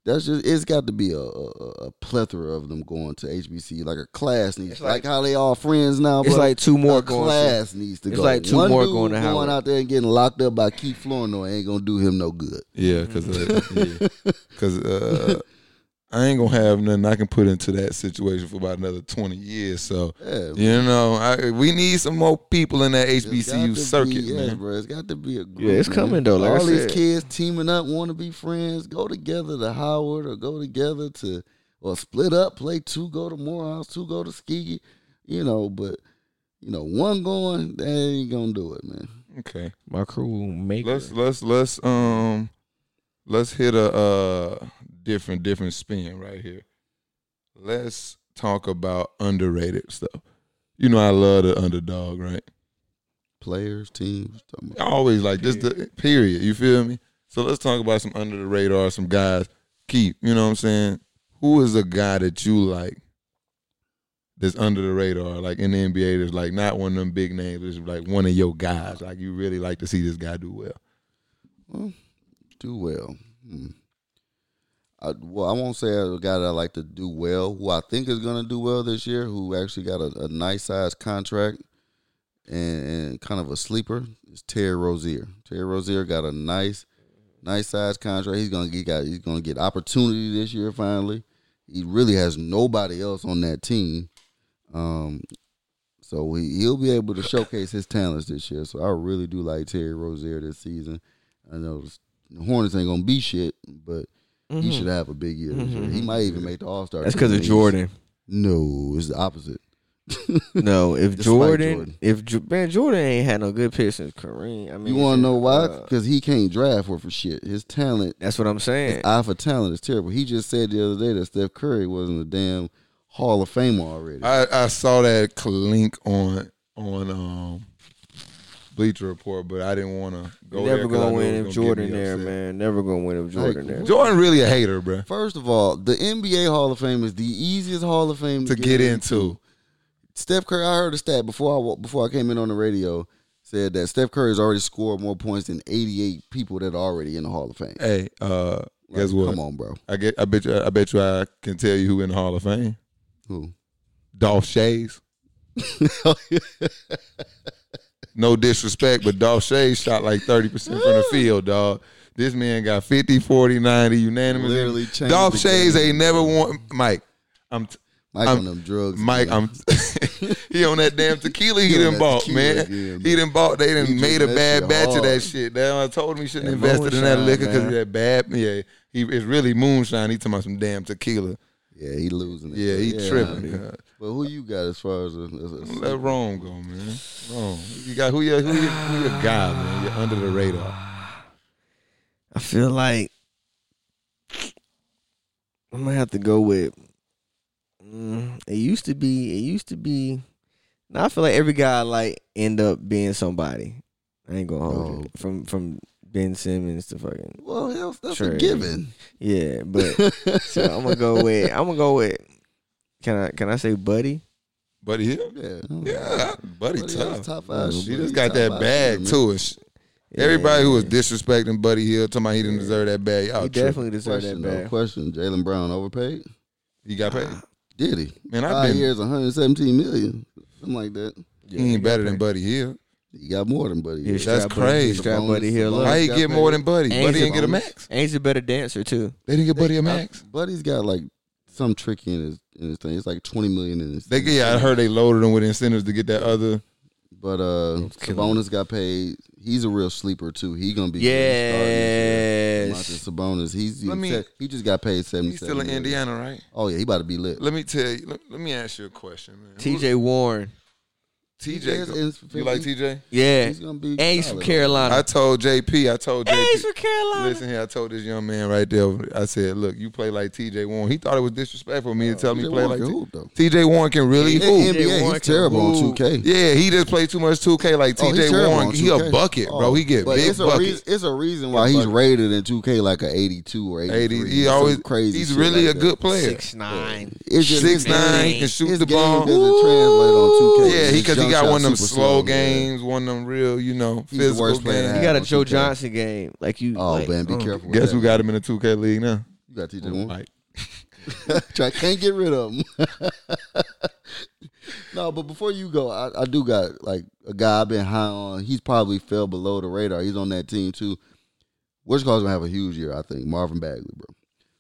[SPEAKER 3] That's just. It's got to be a, a, a plethora of them going to HBC. Like a class needs.
[SPEAKER 4] It's like-
[SPEAKER 3] Like, how they all friends now.
[SPEAKER 4] It's
[SPEAKER 3] bro.
[SPEAKER 4] like two more
[SPEAKER 3] a
[SPEAKER 4] going
[SPEAKER 3] class needs to
[SPEAKER 4] it's
[SPEAKER 3] go.
[SPEAKER 4] like two
[SPEAKER 3] One
[SPEAKER 4] more
[SPEAKER 3] dude
[SPEAKER 4] going to Howard.
[SPEAKER 3] out there and getting locked up by Keith Flournoy ain't gonna do him no good.
[SPEAKER 1] Yeah,
[SPEAKER 3] Mm-hmm.
[SPEAKER 1] because because uh, I ain't gonna have nothing I can put into that situation for about another twenty years. So
[SPEAKER 3] Yeah,
[SPEAKER 1] you know, I, we need some more people in that
[SPEAKER 3] It's got to
[SPEAKER 1] HBCU circuit,
[SPEAKER 3] be, yes,
[SPEAKER 1] man.
[SPEAKER 3] bro. It's got to be a group.
[SPEAKER 4] Yeah, it's
[SPEAKER 3] man.
[SPEAKER 4] coming, though, like I
[SPEAKER 3] all these
[SPEAKER 4] said.
[SPEAKER 3] kids teaming up, want to be friends, go together to Howard or go together to or split up, play two, go to Morehouse, two go to Skeegee, you know. But you know, one going, that ain't gonna do it, man.
[SPEAKER 1] Okay,
[SPEAKER 4] My crew will make.
[SPEAKER 1] let's
[SPEAKER 4] it.
[SPEAKER 1] let's let's um let's hit a uh different different spin right here. Let's talk about underrated stuff. You know, I love the underdog, right?
[SPEAKER 3] Players, teams, talking about
[SPEAKER 1] I always like just the period. You feel me? So let's talk about some under the radar, some guys. Keep, you know what I'm saying? Who is a guy that you like that's under the radar, like in the NBA, that's like not one of them big names, but it's like one of your guys. Like you really like to see this guy do well.
[SPEAKER 3] do well. Hmm. I, well, I won't say a guy that I like to do well, who I think is gonna do well this year, who actually got a, a nice size contract. and, and kind of a sleeper is Terry Rozier. Terry Rozier got a nice, nice size contract. He's gonna get got, he's gonna get opportunity this year finally. He really has nobody else on that team, um, so he he'll be able to showcase his talents this year. So I really do like Terry Rozier this season. I know the Hornets ain't gonna be shit, but
[SPEAKER 4] Mm-hmm.
[SPEAKER 3] he should have a big year. This year. He might even make the All Star.
[SPEAKER 4] That's because of Jordan.
[SPEAKER 3] No, it's the opposite.
[SPEAKER 4] No, if
[SPEAKER 3] Despite
[SPEAKER 4] Jordan,
[SPEAKER 3] Jordan.
[SPEAKER 4] if Ju- man Jordan ain't had no good picks since Kareem. I mean,
[SPEAKER 3] You want to know why?
[SPEAKER 4] uh,
[SPEAKER 3] Because he can't drive for for shit. His talent,
[SPEAKER 4] that's what I'm saying.
[SPEAKER 3] eye for talent, is terrible. He just said the other day that Steph Curry wasn't a damn Hall of Famer already.
[SPEAKER 1] I, I saw that link on on um Bleacher Report, but I didn't want to go.
[SPEAKER 4] You're
[SPEAKER 1] there
[SPEAKER 4] never
[SPEAKER 1] 'cause I
[SPEAKER 4] gonna
[SPEAKER 1] knew it
[SPEAKER 4] win if
[SPEAKER 1] was gonna get
[SPEAKER 4] Jordan
[SPEAKER 1] me
[SPEAKER 4] there,
[SPEAKER 1] upset.
[SPEAKER 4] man. Never gonna win if Jordan
[SPEAKER 3] Like,
[SPEAKER 4] there.
[SPEAKER 1] Jordan really a hater, bro.
[SPEAKER 3] First of all, the NBA Hall of Fame is the easiest Hall of Fame
[SPEAKER 1] To get into,
[SPEAKER 3] Steph Curry, I heard a stat before I wa- before I came in on the radio said that Steph Curry's already scored more points than 88 people that are already in the Hall of Fame.
[SPEAKER 1] hey, uh,
[SPEAKER 3] Like,
[SPEAKER 1] guess what?
[SPEAKER 3] Come on, bro.
[SPEAKER 1] I get. I bet you. I bet you. I can tell you who in the Hall of Fame.
[SPEAKER 3] Who?
[SPEAKER 1] Dolph Shays. No disrespect, but Dolph Shays shot like thirty percent from the field, dog. This man got 50, 40, 90, unanimous.
[SPEAKER 3] Literally changed
[SPEAKER 1] Dolph
[SPEAKER 3] the
[SPEAKER 1] Shays
[SPEAKER 3] game.
[SPEAKER 1] ain't never won. Mike, I'm. T-
[SPEAKER 3] Mike
[SPEAKER 1] I'm-
[SPEAKER 3] on them drugs.
[SPEAKER 1] Mike,
[SPEAKER 3] again.
[SPEAKER 1] I'm. he on that damn tequila he,
[SPEAKER 3] He on
[SPEAKER 1] done
[SPEAKER 3] that
[SPEAKER 1] bought,
[SPEAKER 3] tequila
[SPEAKER 1] man.
[SPEAKER 3] again,
[SPEAKER 1] he done bought. They done
[SPEAKER 3] He
[SPEAKER 1] made a
[SPEAKER 3] drinking
[SPEAKER 1] bad
[SPEAKER 3] that shit
[SPEAKER 1] batch of
[SPEAKER 3] hard.
[SPEAKER 1] that shit. Damn, I told him he shouldn't
[SPEAKER 4] That
[SPEAKER 1] invested in that
[SPEAKER 4] moonshine,
[SPEAKER 1] liquor because
[SPEAKER 4] man.
[SPEAKER 1] that bad. Yeah, he, it's really moonshine. He talking about some damn tequila.
[SPEAKER 3] Yeah, he losing it.
[SPEAKER 1] Yeah, he tripping.
[SPEAKER 3] man.
[SPEAKER 1] God.
[SPEAKER 3] But who you got as far as a, as a
[SPEAKER 1] Let Rome go, man. Rome. You got who your who your, who your guy, man. You're under the radar.
[SPEAKER 4] I feel like I'm gonna have to go with. Mm, it used to be. It used to be. Now I feel like every guy I like end up being somebody. I ain't gonna hold
[SPEAKER 1] Oh.
[SPEAKER 4] it from from Ben Simmons to fucking
[SPEAKER 3] Well, hell, that's a
[SPEAKER 4] Trey.
[SPEAKER 3] given.
[SPEAKER 4] yeah. But so I'm gonna go with. I'm gonna go with. Can I can I say buddy?
[SPEAKER 1] Buddy Hill?
[SPEAKER 3] Yeah,
[SPEAKER 1] Yeah, Buddy,
[SPEAKER 3] Buddy Hill's
[SPEAKER 1] tough.
[SPEAKER 3] top five
[SPEAKER 1] She
[SPEAKER 3] shooter.
[SPEAKER 1] just
[SPEAKER 3] He
[SPEAKER 1] got
[SPEAKER 3] top
[SPEAKER 1] that
[SPEAKER 3] five
[SPEAKER 1] bag
[SPEAKER 3] shooter,
[SPEAKER 1] too. And sh- Everybody who was disrespecting Buddy Hill, talking about he didn't deserve that bag, y'all
[SPEAKER 4] he
[SPEAKER 1] tripping.
[SPEAKER 4] definitely deserved
[SPEAKER 3] Question,
[SPEAKER 4] that
[SPEAKER 3] though,
[SPEAKER 4] bag.
[SPEAKER 3] question. Jalen Brown overpaid?
[SPEAKER 1] He got paid.
[SPEAKER 3] Did he?
[SPEAKER 1] Man, I've
[SPEAKER 3] Five
[SPEAKER 1] been-
[SPEAKER 3] years, 117 million, something like that.
[SPEAKER 1] he ain't better than Buddy Hill.
[SPEAKER 3] He got more than Buddy.
[SPEAKER 4] Yeah,
[SPEAKER 3] Hill.
[SPEAKER 1] That's
[SPEAKER 4] strap buddy-
[SPEAKER 1] crazy.
[SPEAKER 4] Strap buddy Hill.
[SPEAKER 3] Bonus.
[SPEAKER 1] How
[SPEAKER 4] up.
[SPEAKER 1] he
[SPEAKER 3] got
[SPEAKER 1] get more
[SPEAKER 3] paid.
[SPEAKER 1] than Buddy?
[SPEAKER 4] And
[SPEAKER 1] Buddy
[SPEAKER 4] he's
[SPEAKER 1] didn't get a
[SPEAKER 4] a-
[SPEAKER 1] max.
[SPEAKER 4] And he's a better dancer too.
[SPEAKER 1] They didn't get Buddy a
[SPEAKER 3] I-
[SPEAKER 1] max.
[SPEAKER 3] Buddy's got like some tricky in his in his thing. It's like 20 million in his.
[SPEAKER 1] They
[SPEAKER 3] thing.
[SPEAKER 1] yeah, I heard they loaded him with incentives to get that other.
[SPEAKER 3] But uh, Sabonis got paid. He's a real sleeper too. He gonna be
[SPEAKER 4] Yes.
[SPEAKER 3] Monster Sabonis. He's he,
[SPEAKER 1] Let me-
[SPEAKER 3] said- he just got paid 77.
[SPEAKER 1] He's still in
[SPEAKER 3] million.
[SPEAKER 1] Indiana, right?
[SPEAKER 3] Oh yeah, he about to be lit.
[SPEAKER 1] Let me tell you. Let, let me ask you a question, man.
[SPEAKER 4] TJ Warren.
[SPEAKER 1] TJ, go- you like TJ?
[SPEAKER 4] Yeah.
[SPEAKER 3] He's gonna
[SPEAKER 4] And
[SPEAKER 3] be
[SPEAKER 4] he's from
[SPEAKER 3] solid.
[SPEAKER 4] Carolina.
[SPEAKER 1] I told JP, I told
[SPEAKER 4] and he's
[SPEAKER 1] JP.
[SPEAKER 4] from Carolina.
[SPEAKER 1] Listen here, I told this young man right there. I said, "Look, you play like T.J. Warren." He thought it was disrespectful of me to tell him he
[SPEAKER 3] They
[SPEAKER 1] play
[SPEAKER 3] want
[SPEAKER 1] like
[SPEAKER 3] to
[SPEAKER 1] T-
[SPEAKER 3] hoop, though.
[SPEAKER 1] T.J. Warren can really
[SPEAKER 3] In
[SPEAKER 1] hoop.
[SPEAKER 3] NBA,
[SPEAKER 4] Warren
[SPEAKER 3] he's
[SPEAKER 4] can
[SPEAKER 3] terrible on
[SPEAKER 4] hoop.
[SPEAKER 3] two K.
[SPEAKER 1] Yeah, he just played too much 2K. Like
[SPEAKER 3] Oh, he's
[SPEAKER 1] T.J.
[SPEAKER 3] terrible
[SPEAKER 1] Warren,
[SPEAKER 3] on
[SPEAKER 1] he a
[SPEAKER 3] 2K.
[SPEAKER 1] bucket, bro. He get
[SPEAKER 3] But
[SPEAKER 1] big
[SPEAKER 3] it's a,
[SPEAKER 1] buckets.
[SPEAKER 3] reason, it's a reason why he's
[SPEAKER 1] buckets.
[SPEAKER 3] rated in 2K like a 82 or 83.
[SPEAKER 1] 80,
[SPEAKER 3] or
[SPEAKER 1] he
[SPEAKER 3] some
[SPEAKER 1] always
[SPEAKER 3] crazy.
[SPEAKER 1] He's
[SPEAKER 3] shit
[SPEAKER 1] really
[SPEAKER 3] like
[SPEAKER 1] a
[SPEAKER 3] that.
[SPEAKER 1] good player.
[SPEAKER 4] Six nine.
[SPEAKER 3] It's just
[SPEAKER 1] Six
[SPEAKER 3] his
[SPEAKER 1] nine,
[SPEAKER 4] game-
[SPEAKER 1] he can shoot
[SPEAKER 3] his
[SPEAKER 1] the
[SPEAKER 3] game
[SPEAKER 1] ball.
[SPEAKER 3] doesn't translate on 2K.
[SPEAKER 1] Yeah, he because he
[SPEAKER 3] jump
[SPEAKER 1] got
[SPEAKER 3] shot
[SPEAKER 1] one of them
[SPEAKER 3] super
[SPEAKER 1] slow
[SPEAKER 3] man.
[SPEAKER 1] games, one of them real, you know,
[SPEAKER 3] He's the
[SPEAKER 1] physical
[SPEAKER 3] worst player to
[SPEAKER 1] games.
[SPEAKER 4] You
[SPEAKER 3] have.
[SPEAKER 4] got a
[SPEAKER 3] on
[SPEAKER 4] Joe
[SPEAKER 3] 2K.
[SPEAKER 4] Johnson game. Like you.
[SPEAKER 3] Oh
[SPEAKER 4] like,
[SPEAKER 3] man, be
[SPEAKER 4] oh.
[SPEAKER 3] careful. with
[SPEAKER 1] Guess
[SPEAKER 3] that.
[SPEAKER 1] who got him in the 2K league now?
[SPEAKER 3] You got TJ Warren.
[SPEAKER 1] Mike.
[SPEAKER 3] Mm-hmm. Try, can't get rid of him. no, but before you go, I, I do got like a guy I've been high on. He's probably fell below the radar. He's on that team too. Which cause gonna have a huge year, I think. Marvin Bagley, bro.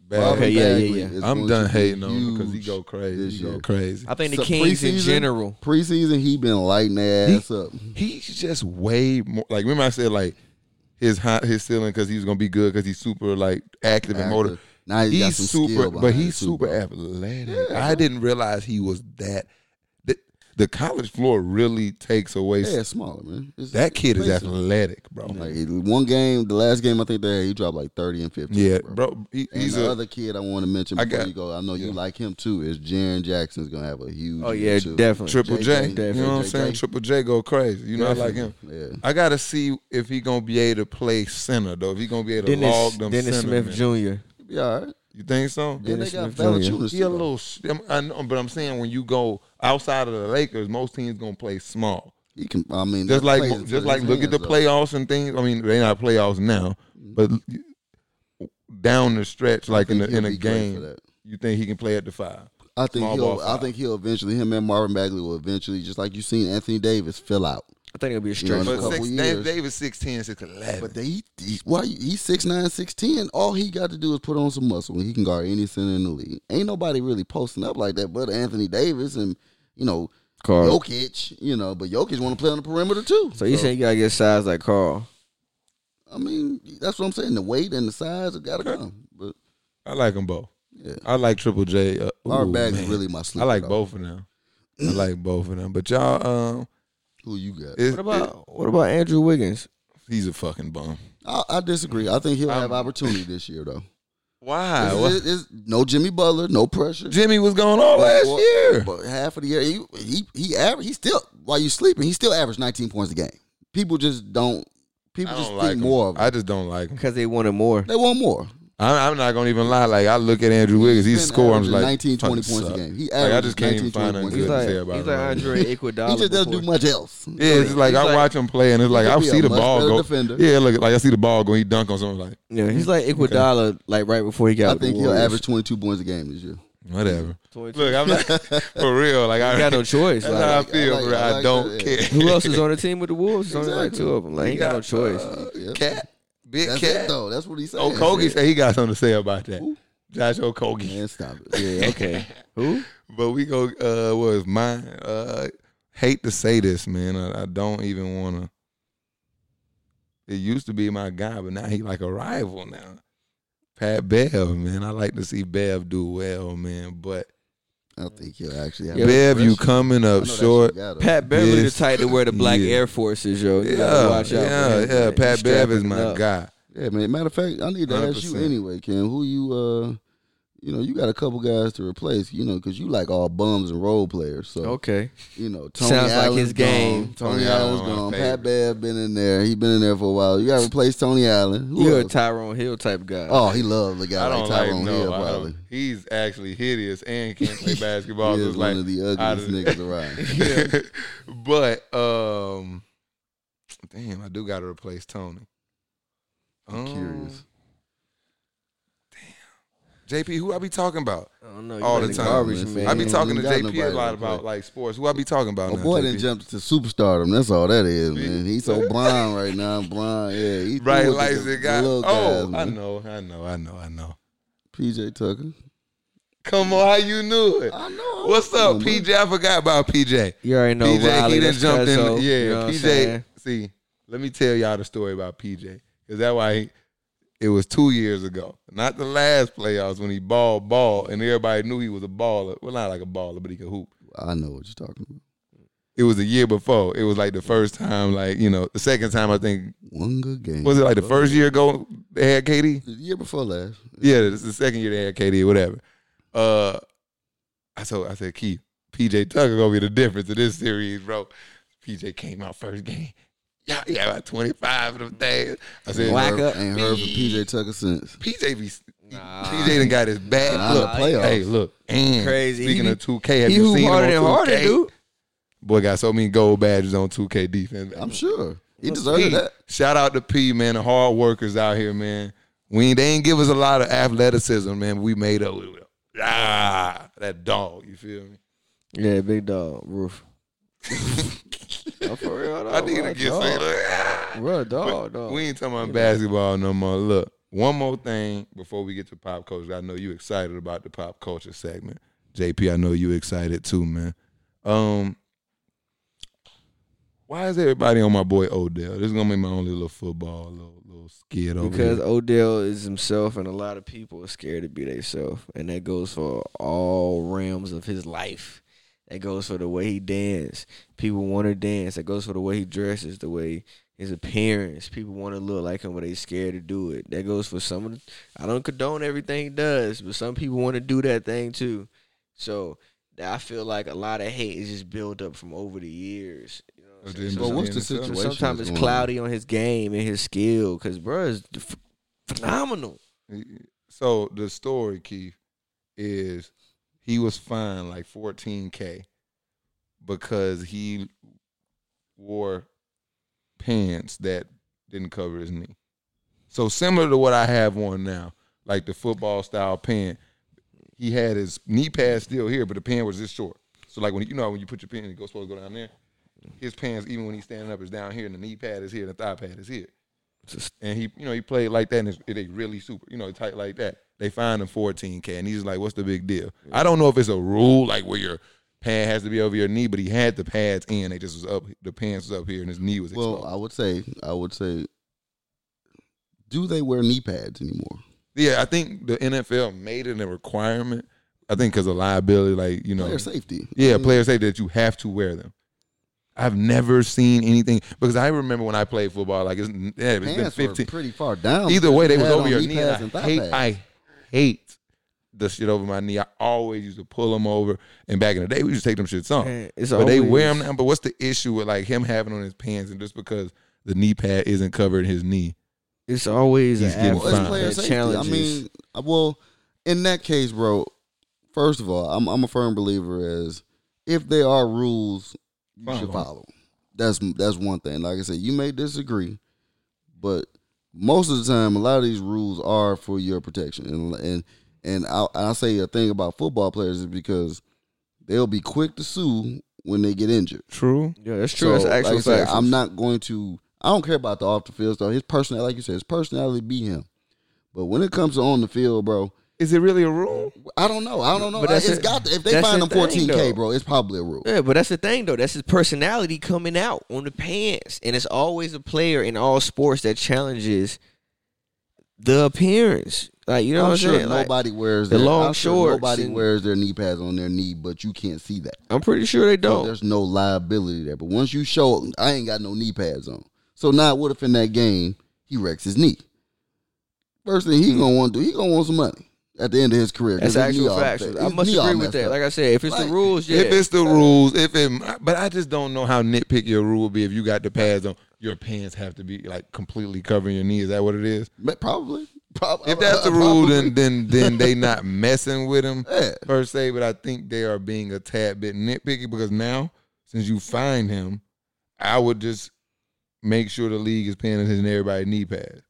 [SPEAKER 1] Bad.
[SPEAKER 4] Okay, yeah, yeah, yeah.
[SPEAKER 3] is
[SPEAKER 1] I'm
[SPEAKER 3] going
[SPEAKER 1] done
[SPEAKER 3] to be
[SPEAKER 1] hating on him because he
[SPEAKER 3] huge.
[SPEAKER 1] go crazy.
[SPEAKER 3] this
[SPEAKER 1] He go
[SPEAKER 3] year.
[SPEAKER 1] crazy.
[SPEAKER 4] I think the
[SPEAKER 3] So
[SPEAKER 4] Kings in
[SPEAKER 3] preseason-
[SPEAKER 4] general.
[SPEAKER 3] Preseason, he been lighting their
[SPEAKER 1] He-
[SPEAKER 3] ass up.
[SPEAKER 1] He's just way more. Like remember I said like his high, his ceiling because he was gonna be good because he's super like active and motor.
[SPEAKER 3] Now he's, got
[SPEAKER 1] He's
[SPEAKER 3] some
[SPEAKER 1] super,
[SPEAKER 3] skill
[SPEAKER 1] but
[SPEAKER 3] behind
[SPEAKER 1] he's
[SPEAKER 3] it, too,
[SPEAKER 1] super
[SPEAKER 3] bro.
[SPEAKER 1] athletic. I didn't realize he was that. The, the college floor really takes away.
[SPEAKER 3] Yeah, it's smaller man. It's-
[SPEAKER 1] That
[SPEAKER 3] it's
[SPEAKER 1] kid is
[SPEAKER 3] basic.
[SPEAKER 1] athleck, bro.
[SPEAKER 3] Like he- one game, the last game I think they had, he dropped like thirty and fifty.
[SPEAKER 1] yeah, bro. He,
[SPEAKER 3] And
[SPEAKER 1] he's
[SPEAKER 3] the
[SPEAKER 1] a
[SPEAKER 3] other kid I want to mention
[SPEAKER 1] I
[SPEAKER 3] before
[SPEAKER 1] got-
[SPEAKER 3] you go. I know you
[SPEAKER 1] yeah.
[SPEAKER 3] like him too. Is Jaron Jackson's gonna have a huge?
[SPEAKER 4] Oh
[SPEAKER 3] year,
[SPEAKER 4] yeah,
[SPEAKER 3] too.
[SPEAKER 4] definitely.
[SPEAKER 1] triple J.
[SPEAKER 3] JJ,
[SPEAKER 1] you know what I'm
[SPEAKER 3] JJ.
[SPEAKER 1] saying? Triple J go crazy. You know, I like him.
[SPEAKER 3] Yeah,
[SPEAKER 1] I gotta see if he gonna be able to play center though. If he gonna be able to log
[SPEAKER 4] Dennis,
[SPEAKER 1] them
[SPEAKER 4] Dennis
[SPEAKER 1] center.
[SPEAKER 4] Smith
[SPEAKER 1] men.
[SPEAKER 4] Jr.
[SPEAKER 3] He'll be all right.
[SPEAKER 1] You think so?
[SPEAKER 3] Then they
[SPEAKER 4] Dennis
[SPEAKER 3] got
[SPEAKER 4] Smith Jr.
[SPEAKER 3] Valanciunas.
[SPEAKER 1] He a
[SPEAKER 3] too, though.
[SPEAKER 1] little, sh- I'm- I know, but I'm saying when you go outside of the Lakers, most teams gonna play small.
[SPEAKER 3] He can. I mean,
[SPEAKER 1] just
[SPEAKER 3] that
[SPEAKER 1] like
[SPEAKER 3] plays is
[SPEAKER 1] just
[SPEAKER 3] for
[SPEAKER 1] like
[SPEAKER 3] his
[SPEAKER 1] look at the
[SPEAKER 3] hands, though.
[SPEAKER 1] playoffs and things. I mean, they not playoffs now, but down the stretch, like in
[SPEAKER 3] Mm-hmm. think
[SPEAKER 1] the in
[SPEAKER 3] he'll
[SPEAKER 1] a
[SPEAKER 3] be great for
[SPEAKER 1] game,
[SPEAKER 3] that.
[SPEAKER 1] you think he can play at the five?
[SPEAKER 3] I think
[SPEAKER 1] small
[SPEAKER 3] he'll.
[SPEAKER 1] ball
[SPEAKER 3] I
[SPEAKER 1] five.
[SPEAKER 3] think he'll eventually. Him and Marvin Bagley will eventually, just like you seen Anthony Davis fill out.
[SPEAKER 4] I think it'll be a
[SPEAKER 3] You know,
[SPEAKER 4] stretch.
[SPEAKER 3] but-
[SPEAKER 4] goal.
[SPEAKER 3] couple
[SPEAKER 1] six,
[SPEAKER 3] years.
[SPEAKER 1] Davis 6'10", 6'11".
[SPEAKER 3] But they, he, why you- he's six nine, six ten. All he got to do is put on some muscle, and he can guard any center in the league. Ain't nobody really posting up like that, but Anthony Davis and you know
[SPEAKER 4] Carl.
[SPEAKER 3] Jokic. You know, but Jokic want to play on the perimeter too.
[SPEAKER 4] So you saying you gotta get size like Carl?
[SPEAKER 3] I mean, that's what I'm saying. The weight and the size have got to come. But
[SPEAKER 1] I like them both.
[SPEAKER 3] yeah,
[SPEAKER 1] I like Triple J. Uh,
[SPEAKER 3] our
[SPEAKER 1] ooh,
[SPEAKER 3] bag's
[SPEAKER 1] man.
[SPEAKER 3] really my sleeper.
[SPEAKER 1] I like
[SPEAKER 3] though.
[SPEAKER 1] both of them. I like both of them. But y'all, um,
[SPEAKER 3] Who you got?
[SPEAKER 1] it's,
[SPEAKER 4] What about what about Andrew Wiggins?
[SPEAKER 1] it- he's a fucking bum.
[SPEAKER 3] I, I disagree. I think he'll have
[SPEAKER 1] I'm-
[SPEAKER 3] opportunity this year, though.
[SPEAKER 1] Why?
[SPEAKER 3] It's-
[SPEAKER 1] Well,
[SPEAKER 3] it's- it's no Jimmy Butler, no pressure.
[SPEAKER 1] Jimmy was going all last
[SPEAKER 3] Well,
[SPEAKER 1] year.
[SPEAKER 3] but half of the year he he he, aver- he still while you sleeping, he still averaged 19 points a game. People just don't. People
[SPEAKER 1] I
[SPEAKER 3] just
[SPEAKER 1] don't
[SPEAKER 3] think
[SPEAKER 1] like him.
[SPEAKER 3] more of. Him.
[SPEAKER 1] I just don't like him.
[SPEAKER 4] Because they wanted more.
[SPEAKER 3] they want more.
[SPEAKER 1] I'm, I'm not gonna even lie. Like I look at Andrew Wiggins, he
[SPEAKER 3] He's been
[SPEAKER 1] score. I'm just
[SPEAKER 3] averaging
[SPEAKER 1] like
[SPEAKER 3] 19, 20
[SPEAKER 1] fucking
[SPEAKER 3] points
[SPEAKER 1] suck.
[SPEAKER 3] a game. He
[SPEAKER 1] I
[SPEAKER 3] averaged
[SPEAKER 1] just can't
[SPEAKER 3] 19,
[SPEAKER 1] even find
[SPEAKER 3] 20
[SPEAKER 1] nothing
[SPEAKER 3] points
[SPEAKER 1] good
[SPEAKER 4] He's
[SPEAKER 1] to
[SPEAKER 3] a
[SPEAKER 4] like
[SPEAKER 1] say
[SPEAKER 3] game.
[SPEAKER 1] about
[SPEAKER 4] he's
[SPEAKER 1] him.
[SPEAKER 4] like Andre Iguodala.
[SPEAKER 3] He just doesn't do
[SPEAKER 4] before.
[SPEAKER 3] much else.
[SPEAKER 1] Yeah, it's just like
[SPEAKER 4] He's
[SPEAKER 1] I
[SPEAKER 4] like-
[SPEAKER 1] watch him play, and it's like
[SPEAKER 3] He
[SPEAKER 1] I
[SPEAKER 3] could be
[SPEAKER 1] see
[SPEAKER 3] a
[SPEAKER 1] the
[SPEAKER 3] much
[SPEAKER 1] ball
[SPEAKER 3] better
[SPEAKER 1] go.
[SPEAKER 3] defender.
[SPEAKER 1] Yeah, look, like I see the ball go. He dunk on something like
[SPEAKER 4] Yeah, he's like Iguodala, like right before he got.
[SPEAKER 3] I
[SPEAKER 4] with the
[SPEAKER 3] think he'll
[SPEAKER 4] Warriors.
[SPEAKER 3] average 22 points a game this year.
[SPEAKER 1] whatever.
[SPEAKER 4] 22.
[SPEAKER 1] Look, I'm not for real. Like I
[SPEAKER 4] He got no choice.
[SPEAKER 1] That's
[SPEAKER 4] Like,
[SPEAKER 1] how I
[SPEAKER 3] like-
[SPEAKER 1] feel.
[SPEAKER 3] I like-
[SPEAKER 1] bro.
[SPEAKER 3] I
[SPEAKER 1] I,
[SPEAKER 3] like
[SPEAKER 1] don't
[SPEAKER 3] that,
[SPEAKER 1] care.
[SPEAKER 3] yeah.
[SPEAKER 4] who else is on the team with the Wolves? There's only like
[SPEAKER 3] Exactly.
[SPEAKER 4] two of them. Like he,
[SPEAKER 1] He
[SPEAKER 4] got,
[SPEAKER 1] got, uh,
[SPEAKER 4] no choice.
[SPEAKER 3] Yeah.
[SPEAKER 1] Cat, big
[SPEAKER 3] That's it
[SPEAKER 1] cat.
[SPEAKER 3] though. That's what he
[SPEAKER 4] Oh,
[SPEAKER 3] said.
[SPEAKER 1] Okogie said he got something to say about that.
[SPEAKER 3] Who?
[SPEAKER 1] Josh Okogie.
[SPEAKER 3] Man, stop it. Yeah.
[SPEAKER 4] okay. Who?
[SPEAKER 1] But we go. Uh, what is mine? Uh, hate to say this, man. I, I don't even want to. It used to be my guy, but now he like a rival now. Pat Bev, man. I like to see Bev do well, man. But
[SPEAKER 3] I don't think he'll actually have
[SPEAKER 1] Bev, you
[SPEAKER 3] pressure.
[SPEAKER 1] coming
[SPEAKER 3] I know
[SPEAKER 1] up
[SPEAKER 3] that's what
[SPEAKER 1] short.
[SPEAKER 3] you got, though.
[SPEAKER 4] Pat Beverly
[SPEAKER 1] Yes.
[SPEAKER 4] the type to wear the black
[SPEAKER 1] Yeah.
[SPEAKER 4] Air Forces, yo. You gotta
[SPEAKER 1] Yeah,
[SPEAKER 4] watch out.
[SPEAKER 1] yeah,
[SPEAKER 4] for him,
[SPEAKER 1] yeah.
[SPEAKER 4] man.
[SPEAKER 1] Pat
[SPEAKER 4] He's
[SPEAKER 1] Bev is
[SPEAKER 4] strapping
[SPEAKER 1] my
[SPEAKER 4] up.
[SPEAKER 1] guy.
[SPEAKER 3] Yeah, man. Matter of fact, I need to ask you
[SPEAKER 1] 100%.
[SPEAKER 3] anyway, Kim. Who you? uh You know, you got a couple guys to replace. You know, because you like all bums and role players. So
[SPEAKER 4] Okay.
[SPEAKER 3] you know, Tony
[SPEAKER 4] Sounds like
[SPEAKER 3] Allen's
[SPEAKER 4] his game.
[SPEAKER 3] Gone. Tony,
[SPEAKER 1] Oh, Tony
[SPEAKER 3] Allen's
[SPEAKER 1] Allen, my
[SPEAKER 3] gone.
[SPEAKER 1] favorite.
[SPEAKER 3] Pat Bev been in there. He been in there for a while. You got to replace Tony Allen. Who
[SPEAKER 4] You're a
[SPEAKER 3] else?
[SPEAKER 4] Tyrone Hill type guy.
[SPEAKER 3] oh, he loved the guy
[SPEAKER 1] I
[SPEAKER 3] like
[SPEAKER 1] don't like,
[SPEAKER 3] Tyrone Hill.
[SPEAKER 1] no. I
[SPEAKER 3] Probably.
[SPEAKER 1] don't, he's actually hideous and can't play basketball. so
[SPEAKER 3] He is
[SPEAKER 1] it's
[SPEAKER 3] one
[SPEAKER 1] like
[SPEAKER 3] of the
[SPEAKER 1] out of-
[SPEAKER 3] ugliest niggas around.
[SPEAKER 1] but um, damn, I do got to replace Tony. Um,
[SPEAKER 3] I'm curious.
[SPEAKER 1] JP, who I be talking about?
[SPEAKER 4] I don't know.
[SPEAKER 1] all
[SPEAKER 4] You
[SPEAKER 1] the
[SPEAKER 4] in
[SPEAKER 1] time,
[SPEAKER 4] Garbage,
[SPEAKER 3] listen.
[SPEAKER 4] man.
[SPEAKER 1] I be
[SPEAKER 3] Man,
[SPEAKER 1] talking to
[SPEAKER 3] you got
[SPEAKER 1] JP a
[SPEAKER 3] nobody
[SPEAKER 1] lot
[SPEAKER 3] to play.
[SPEAKER 1] about like sports. Who I be talking about?
[SPEAKER 3] My
[SPEAKER 1] now,
[SPEAKER 3] boy
[SPEAKER 1] JP?
[SPEAKER 3] didn't jump to superstardom. That's all that is, man. He's so blind right now. Blind, yeah. He
[SPEAKER 1] Right,
[SPEAKER 3] threw it to
[SPEAKER 1] like the guy.
[SPEAKER 3] little
[SPEAKER 1] Oh,
[SPEAKER 3] guys,
[SPEAKER 1] I
[SPEAKER 3] man.
[SPEAKER 1] know, I know, I know, I know.
[SPEAKER 3] PJ Tucker.
[SPEAKER 1] Come on, how you knew it?
[SPEAKER 3] I know.
[SPEAKER 1] What's
[SPEAKER 3] I know,
[SPEAKER 1] up,
[SPEAKER 3] man.
[SPEAKER 1] PJ? I forgot about PJ.
[SPEAKER 4] You already know
[SPEAKER 1] PJ,
[SPEAKER 4] Riley.
[SPEAKER 1] he done
[SPEAKER 4] that's
[SPEAKER 1] jumped in.
[SPEAKER 4] Cuzzo,
[SPEAKER 1] yeah,
[SPEAKER 4] you know what I'm
[SPEAKER 1] PJ.
[SPEAKER 4] saying?
[SPEAKER 1] See, let me tell y'all the story about PJ because that why he, it was two years ago, not the last playoffs when he balled ball and everybody knew he was a baller. Well, not like a baller, but he could hoop.
[SPEAKER 3] I know what you're talking about.
[SPEAKER 1] it was a year before. It was like the first time, like you know, the second time I think
[SPEAKER 3] One good game.
[SPEAKER 1] was it like the first year ago they had KD?
[SPEAKER 3] The year before last.
[SPEAKER 1] Yeah, this is the second year they had KD, whatever. Uh, I told I said, Keith, PJ Tucker gonna be the difference in this series, bro. PJ came out first game. Yeah, yeah, about twenty five of them things. I said,
[SPEAKER 4] Whack
[SPEAKER 3] Ain't
[SPEAKER 4] up.
[SPEAKER 3] heard- Ain't heard from PJ Tucker since.
[SPEAKER 1] PJ be
[SPEAKER 4] Nah.
[SPEAKER 1] PJ done got his back.
[SPEAKER 3] Nah,
[SPEAKER 1] look,
[SPEAKER 3] the playoffs.
[SPEAKER 1] hey, look, and
[SPEAKER 4] Crazy.
[SPEAKER 1] Speaking
[SPEAKER 4] He-
[SPEAKER 1] of two K, have
[SPEAKER 4] He
[SPEAKER 1] you
[SPEAKER 4] who
[SPEAKER 1] seen
[SPEAKER 4] harder than
[SPEAKER 1] him on 2K?
[SPEAKER 4] harder, dude.
[SPEAKER 1] Boy got so many gold badges on two K defense.
[SPEAKER 3] I'm sure he
[SPEAKER 1] P,
[SPEAKER 3] deserved that.
[SPEAKER 1] Shout out to P, man. The hard workers out here, man. We ain't, they ain't give us a lot of athleticism, man. but We made up with it. Ah, that dog. You feel me?
[SPEAKER 4] Yeah, big dog, roof. no, for real,
[SPEAKER 1] I need to get some. ah.
[SPEAKER 4] Real dog, dog.
[SPEAKER 1] We ain't talking about basketball no more. Look, one more thing before we get to pop culture. I know you excited about the pop culture segment. JP, I know you excited too, man. Um, why is everybody on my boy Odell? This is gonna be my only little football little little skit over
[SPEAKER 4] because
[SPEAKER 1] here.
[SPEAKER 4] Odell is himself, and a lot of people are scared to be themselves, and that goes for all realms of his life. That goes for the way he dance. People want to dance. That goes for the way he dresses, the way his appearance. People want to look like him, but they scared to do it. That goes for some. of the, I don't condone everything he does, but some people want to do that thing too. So I feel like a lot of hate is just built up from over the years. You know what I'm
[SPEAKER 1] Of the
[SPEAKER 4] saying? So
[SPEAKER 1] NBA.
[SPEAKER 3] But
[SPEAKER 1] Well,
[SPEAKER 3] what's the
[SPEAKER 1] So
[SPEAKER 3] situation?
[SPEAKER 4] Sometimes it's
[SPEAKER 3] that's going on?
[SPEAKER 4] cloudy on his game and his skill because bro is ph- phenomenal.
[SPEAKER 1] So the story, Keith, is he was fined like 14k because he wore pants that didn't cover his knee. So similar to what I have on now, like the football style pant. He had his knee pad still here, but the pant was this short. So like when you know when you put your pant, it goes supposed to go down there. His pants, even when he's standing up, is down here, and the knee pad is here, and the thigh pad is here and he you know he played like that and it's, they really super you know tight like that they fined him 14k and he's like what's the big deal i don't know if it's a rule like where your pad has to be over your knee but he had the pads in they just was up the pants was up here and his knee was exposed.
[SPEAKER 3] Well, I would say, I would say, do they wear knee pads anymore?
[SPEAKER 1] yeah i think the nfl made it a requirement i think because of liability like you know
[SPEAKER 3] Player safety.
[SPEAKER 1] Yeah, players say that you have to wear them. I've never seen anything because I remember when I played football. Like it's, yeah, it's been
[SPEAKER 3] Pants
[SPEAKER 1] fifteen.
[SPEAKER 3] were pretty far down.
[SPEAKER 1] Either way, they was
[SPEAKER 3] Had
[SPEAKER 1] over
[SPEAKER 3] on
[SPEAKER 1] your
[SPEAKER 3] knee
[SPEAKER 1] knee.
[SPEAKER 3] pads
[SPEAKER 1] and
[SPEAKER 3] and
[SPEAKER 1] I
[SPEAKER 3] thigh
[SPEAKER 1] hate,
[SPEAKER 3] pads.
[SPEAKER 1] I hate the shit over my knee. I always used to pull them over. And back in the day, we used to take them shits off.
[SPEAKER 4] Man,
[SPEAKER 1] Oh. but
[SPEAKER 4] it's
[SPEAKER 1] they wear them
[SPEAKER 4] always-
[SPEAKER 1] now. But what's the issue with like him having on his pants and just because the knee pad isn't covering his knee?
[SPEAKER 4] It's always
[SPEAKER 1] He's getting
[SPEAKER 4] an
[SPEAKER 1] Well,
[SPEAKER 3] Well, it's
[SPEAKER 1] fine.
[SPEAKER 3] player safety.
[SPEAKER 4] challenges.
[SPEAKER 3] I mean, uh, well, in that case, bro. First of all, I'm I'm a firm believer as if there are rules, you
[SPEAKER 1] Follow
[SPEAKER 3] should
[SPEAKER 1] 'em.
[SPEAKER 3] follow. 'em. That's that's one thing. Like I said, you may disagree, but most of the time, a lot of these rules are for your protection. And and and I I say a thing about football players is because they'll be quick to sue when they get injured.
[SPEAKER 1] True.
[SPEAKER 4] yeah, that's true. That's
[SPEAKER 3] So,
[SPEAKER 4] actual
[SPEAKER 3] like I said,
[SPEAKER 4] facts.
[SPEAKER 3] I'm not going to. I don't care about the off the field stuff. His personality, like you said, his personality be him. But when it comes to on the field, bro,
[SPEAKER 1] Is it really a rule?
[SPEAKER 3] I don't know. I don't know.
[SPEAKER 4] But that's
[SPEAKER 3] it's
[SPEAKER 4] it.
[SPEAKER 3] got to, if they
[SPEAKER 4] That's
[SPEAKER 3] find
[SPEAKER 4] the
[SPEAKER 3] him 14k,
[SPEAKER 4] thing, though.
[SPEAKER 3] bro, it's probably a rule.
[SPEAKER 4] yeah, but that's the thing though. That's his personality coming out on the pants, and it's always a player in all sports that challenges the appearance. Like you know
[SPEAKER 3] I'm
[SPEAKER 4] what I'm
[SPEAKER 3] sure
[SPEAKER 4] saying? Like,
[SPEAKER 3] nobody wears
[SPEAKER 4] the
[SPEAKER 3] their,
[SPEAKER 4] long
[SPEAKER 3] I'm sure
[SPEAKER 4] shorts
[SPEAKER 3] Nobody
[SPEAKER 4] and-
[SPEAKER 3] wears their knee pads on their knee, but you can't see that.
[SPEAKER 4] I'm pretty sure they
[SPEAKER 3] So
[SPEAKER 1] Oh.
[SPEAKER 4] don't.
[SPEAKER 3] there's no liability there. But once you show, I ain't got no knee pads on. So now, what if in that game he wrecks his knee? First thing he gonna want to do, he gonna want some money at the end of his career. 'cause
[SPEAKER 4] that's
[SPEAKER 3] his knee
[SPEAKER 4] actual
[SPEAKER 3] all
[SPEAKER 4] facts.
[SPEAKER 3] messed-
[SPEAKER 4] I
[SPEAKER 3] his
[SPEAKER 4] must
[SPEAKER 3] knee all
[SPEAKER 4] agree with
[SPEAKER 3] messed
[SPEAKER 4] that.
[SPEAKER 3] up.
[SPEAKER 4] Like I said, if it's
[SPEAKER 3] Like,
[SPEAKER 4] the rules, yeah.
[SPEAKER 1] If it's the rules, if it, but I just don't know how nitpick your rule would be if you got the pads on. Your pants have to be like completely covering your knee. Is that what it is?
[SPEAKER 3] Ma- Probably. Probably.
[SPEAKER 1] If that's the rule, then then then they not messing with him
[SPEAKER 3] Yeah.
[SPEAKER 1] per se. But I think they are being a tad bit nitpicky because now since you find him, I would just make sure the league is paying attention to everybody knee pads.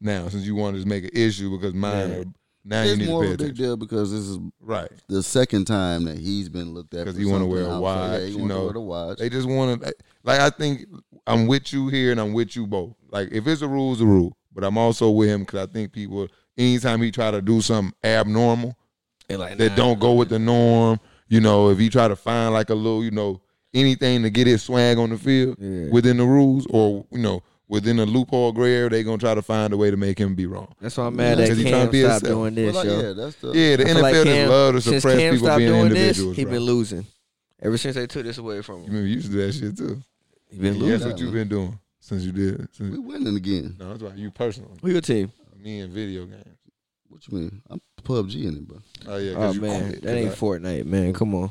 [SPEAKER 1] Now since you want to just make an issue because mine
[SPEAKER 4] Yeah.
[SPEAKER 1] are, now you
[SPEAKER 3] it's
[SPEAKER 1] need to
[SPEAKER 3] more
[SPEAKER 1] pay
[SPEAKER 3] of a big
[SPEAKER 1] attention.
[SPEAKER 3] deal because this is
[SPEAKER 1] Right.
[SPEAKER 3] the second time that he's been looked at
[SPEAKER 1] 'Cause
[SPEAKER 3] for
[SPEAKER 1] he wanna
[SPEAKER 3] something
[SPEAKER 1] wear a
[SPEAKER 3] outside.
[SPEAKER 1] watch,
[SPEAKER 3] Yeah, he
[SPEAKER 1] you
[SPEAKER 3] wanna
[SPEAKER 1] know.
[SPEAKER 3] wear the watch.
[SPEAKER 1] They just want to like I think I'm with you here and I'm with you both. Like if it's a rule, it's a rule. But I'm also with him because I think people anytime he try to do something abnormal.
[SPEAKER 4] They're like,
[SPEAKER 1] that
[SPEAKER 4] nah.
[SPEAKER 1] don't go with the norm. You know, if he try to find like a little, you know, anything to get his swag on the field
[SPEAKER 4] Yeah.
[SPEAKER 1] within the rules or you know within a loophole gray area, they gonna try to find a way to make him be wrong.
[SPEAKER 4] That's why I'm mad
[SPEAKER 1] Because
[SPEAKER 4] at
[SPEAKER 1] he trying
[SPEAKER 4] Cam
[SPEAKER 1] to be
[SPEAKER 4] stop
[SPEAKER 1] himself.
[SPEAKER 4] doing
[SPEAKER 3] But
[SPEAKER 4] this,
[SPEAKER 3] like,
[SPEAKER 4] yo.
[SPEAKER 3] yeah, that's the
[SPEAKER 1] Yeah, the
[SPEAKER 4] I
[SPEAKER 1] NFL
[SPEAKER 4] feel like
[SPEAKER 1] just
[SPEAKER 4] Cam-
[SPEAKER 1] love to suppress
[SPEAKER 4] since Cam
[SPEAKER 1] people
[SPEAKER 4] stopped
[SPEAKER 1] being
[SPEAKER 4] doing
[SPEAKER 1] individuals.
[SPEAKER 4] This, he
[SPEAKER 1] bro.
[SPEAKER 4] been losing. Ever since they took this away from
[SPEAKER 1] You
[SPEAKER 4] him,
[SPEAKER 1] remember you used to do that shit too.
[SPEAKER 4] he been
[SPEAKER 1] That's
[SPEAKER 4] losing.
[SPEAKER 1] what you've been doing since you did. it. Since,
[SPEAKER 3] We winning again.
[SPEAKER 1] no, that's about you personally.
[SPEAKER 4] Who your team?
[SPEAKER 1] Me and video games.
[SPEAKER 3] What you mean? I'm PUBG in it, bro.
[SPEAKER 1] Oh yeah, 'cause
[SPEAKER 4] Oh
[SPEAKER 1] you own
[SPEAKER 4] man,
[SPEAKER 1] it,
[SPEAKER 4] that ain't
[SPEAKER 1] 'cause
[SPEAKER 4] Fortnite, man. Come on,
[SPEAKER 1] I-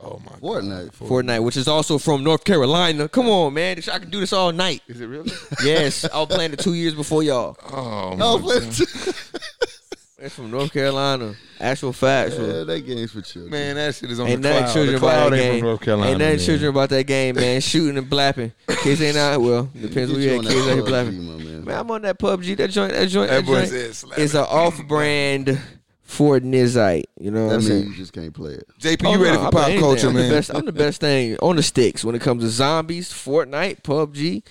[SPEAKER 1] Oh my God.
[SPEAKER 3] Fortnite.
[SPEAKER 4] Fortnite, which is also from North Carolina. Come on, man. This- I can do this all night.
[SPEAKER 1] Is it really?
[SPEAKER 4] Yes, I was playing it two years before y'all.
[SPEAKER 1] oh my
[SPEAKER 3] No,
[SPEAKER 1] God.
[SPEAKER 3] but
[SPEAKER 4] It's from North Carolina. Actual facts.
[SPEAKER 3] yeah, that game's for children.
[SPEAKER 1] man, that shit is on
[SPEAKER 4] Ain't
[SPEAKER 1] the
[SPEAKER 4] nothing
[SPEAKER 1] cloud.
[SPEAKER 4] children
[SPEAKER 1] the
[SPEAKER 4] about
[SPEAKER 1] cloud
[SPEAKER 4] that
[SPEAKER 1] ain't
[SPEAKER 4] game.
[SPEAKER 1] from North Carolina.
[SPEAKER 4] Ain't nothing
[SPEAKER 1] man.
[SPEAKER 4] children about that game, man. Shooting and blapping. Kids ain't out. Well, depends who
[SPEAKER 3] Get
[SPEAKER 4] you
[SPEAKER 3] you
[SPEAKER 4] at.
[SPEAKER 3] on
[SPEAKER 4] Kids
[SPEAKER 3] that
[SPEAKER 4] out here
[SPEAKER 3] PUBG,
[SPEAKER 4] blapping.
[SPEAKER 3] my man.
[SPEAKER 4] Man, I'm on that PUBG. That joint. That joint. That,
[SPEAKER 1] That boy
[SPEAKER 4] joint
[SPEAKER 1] said slap
[SPEAKER 4] is
[SPEAKER 1] it.
[SPEAKER 4] an off-brand Fortnite. You know what I'm
[SPEAKER 3] That
[SPEAKER 4] saying?
[SPEAKER 3] means you just can't play it.
[SPEAKER 1] JP,
[SPEAKER 4] Oh,
[SPEAKER 1] you ready
[SPEAKER 4] no,
[SPEAKER 1] for
[SPEAKER 4] I'm
[SPEAKER 1] pop
[SPEAKER 4] anything.
[SPEAKER 1] culture,
[SPEAKER 4] I'm The
[SPEAKER 1] man?
[SPEAKER 4] best, I'm the best thing on the sticks when it comes to zombies, Fortnite, PUBG.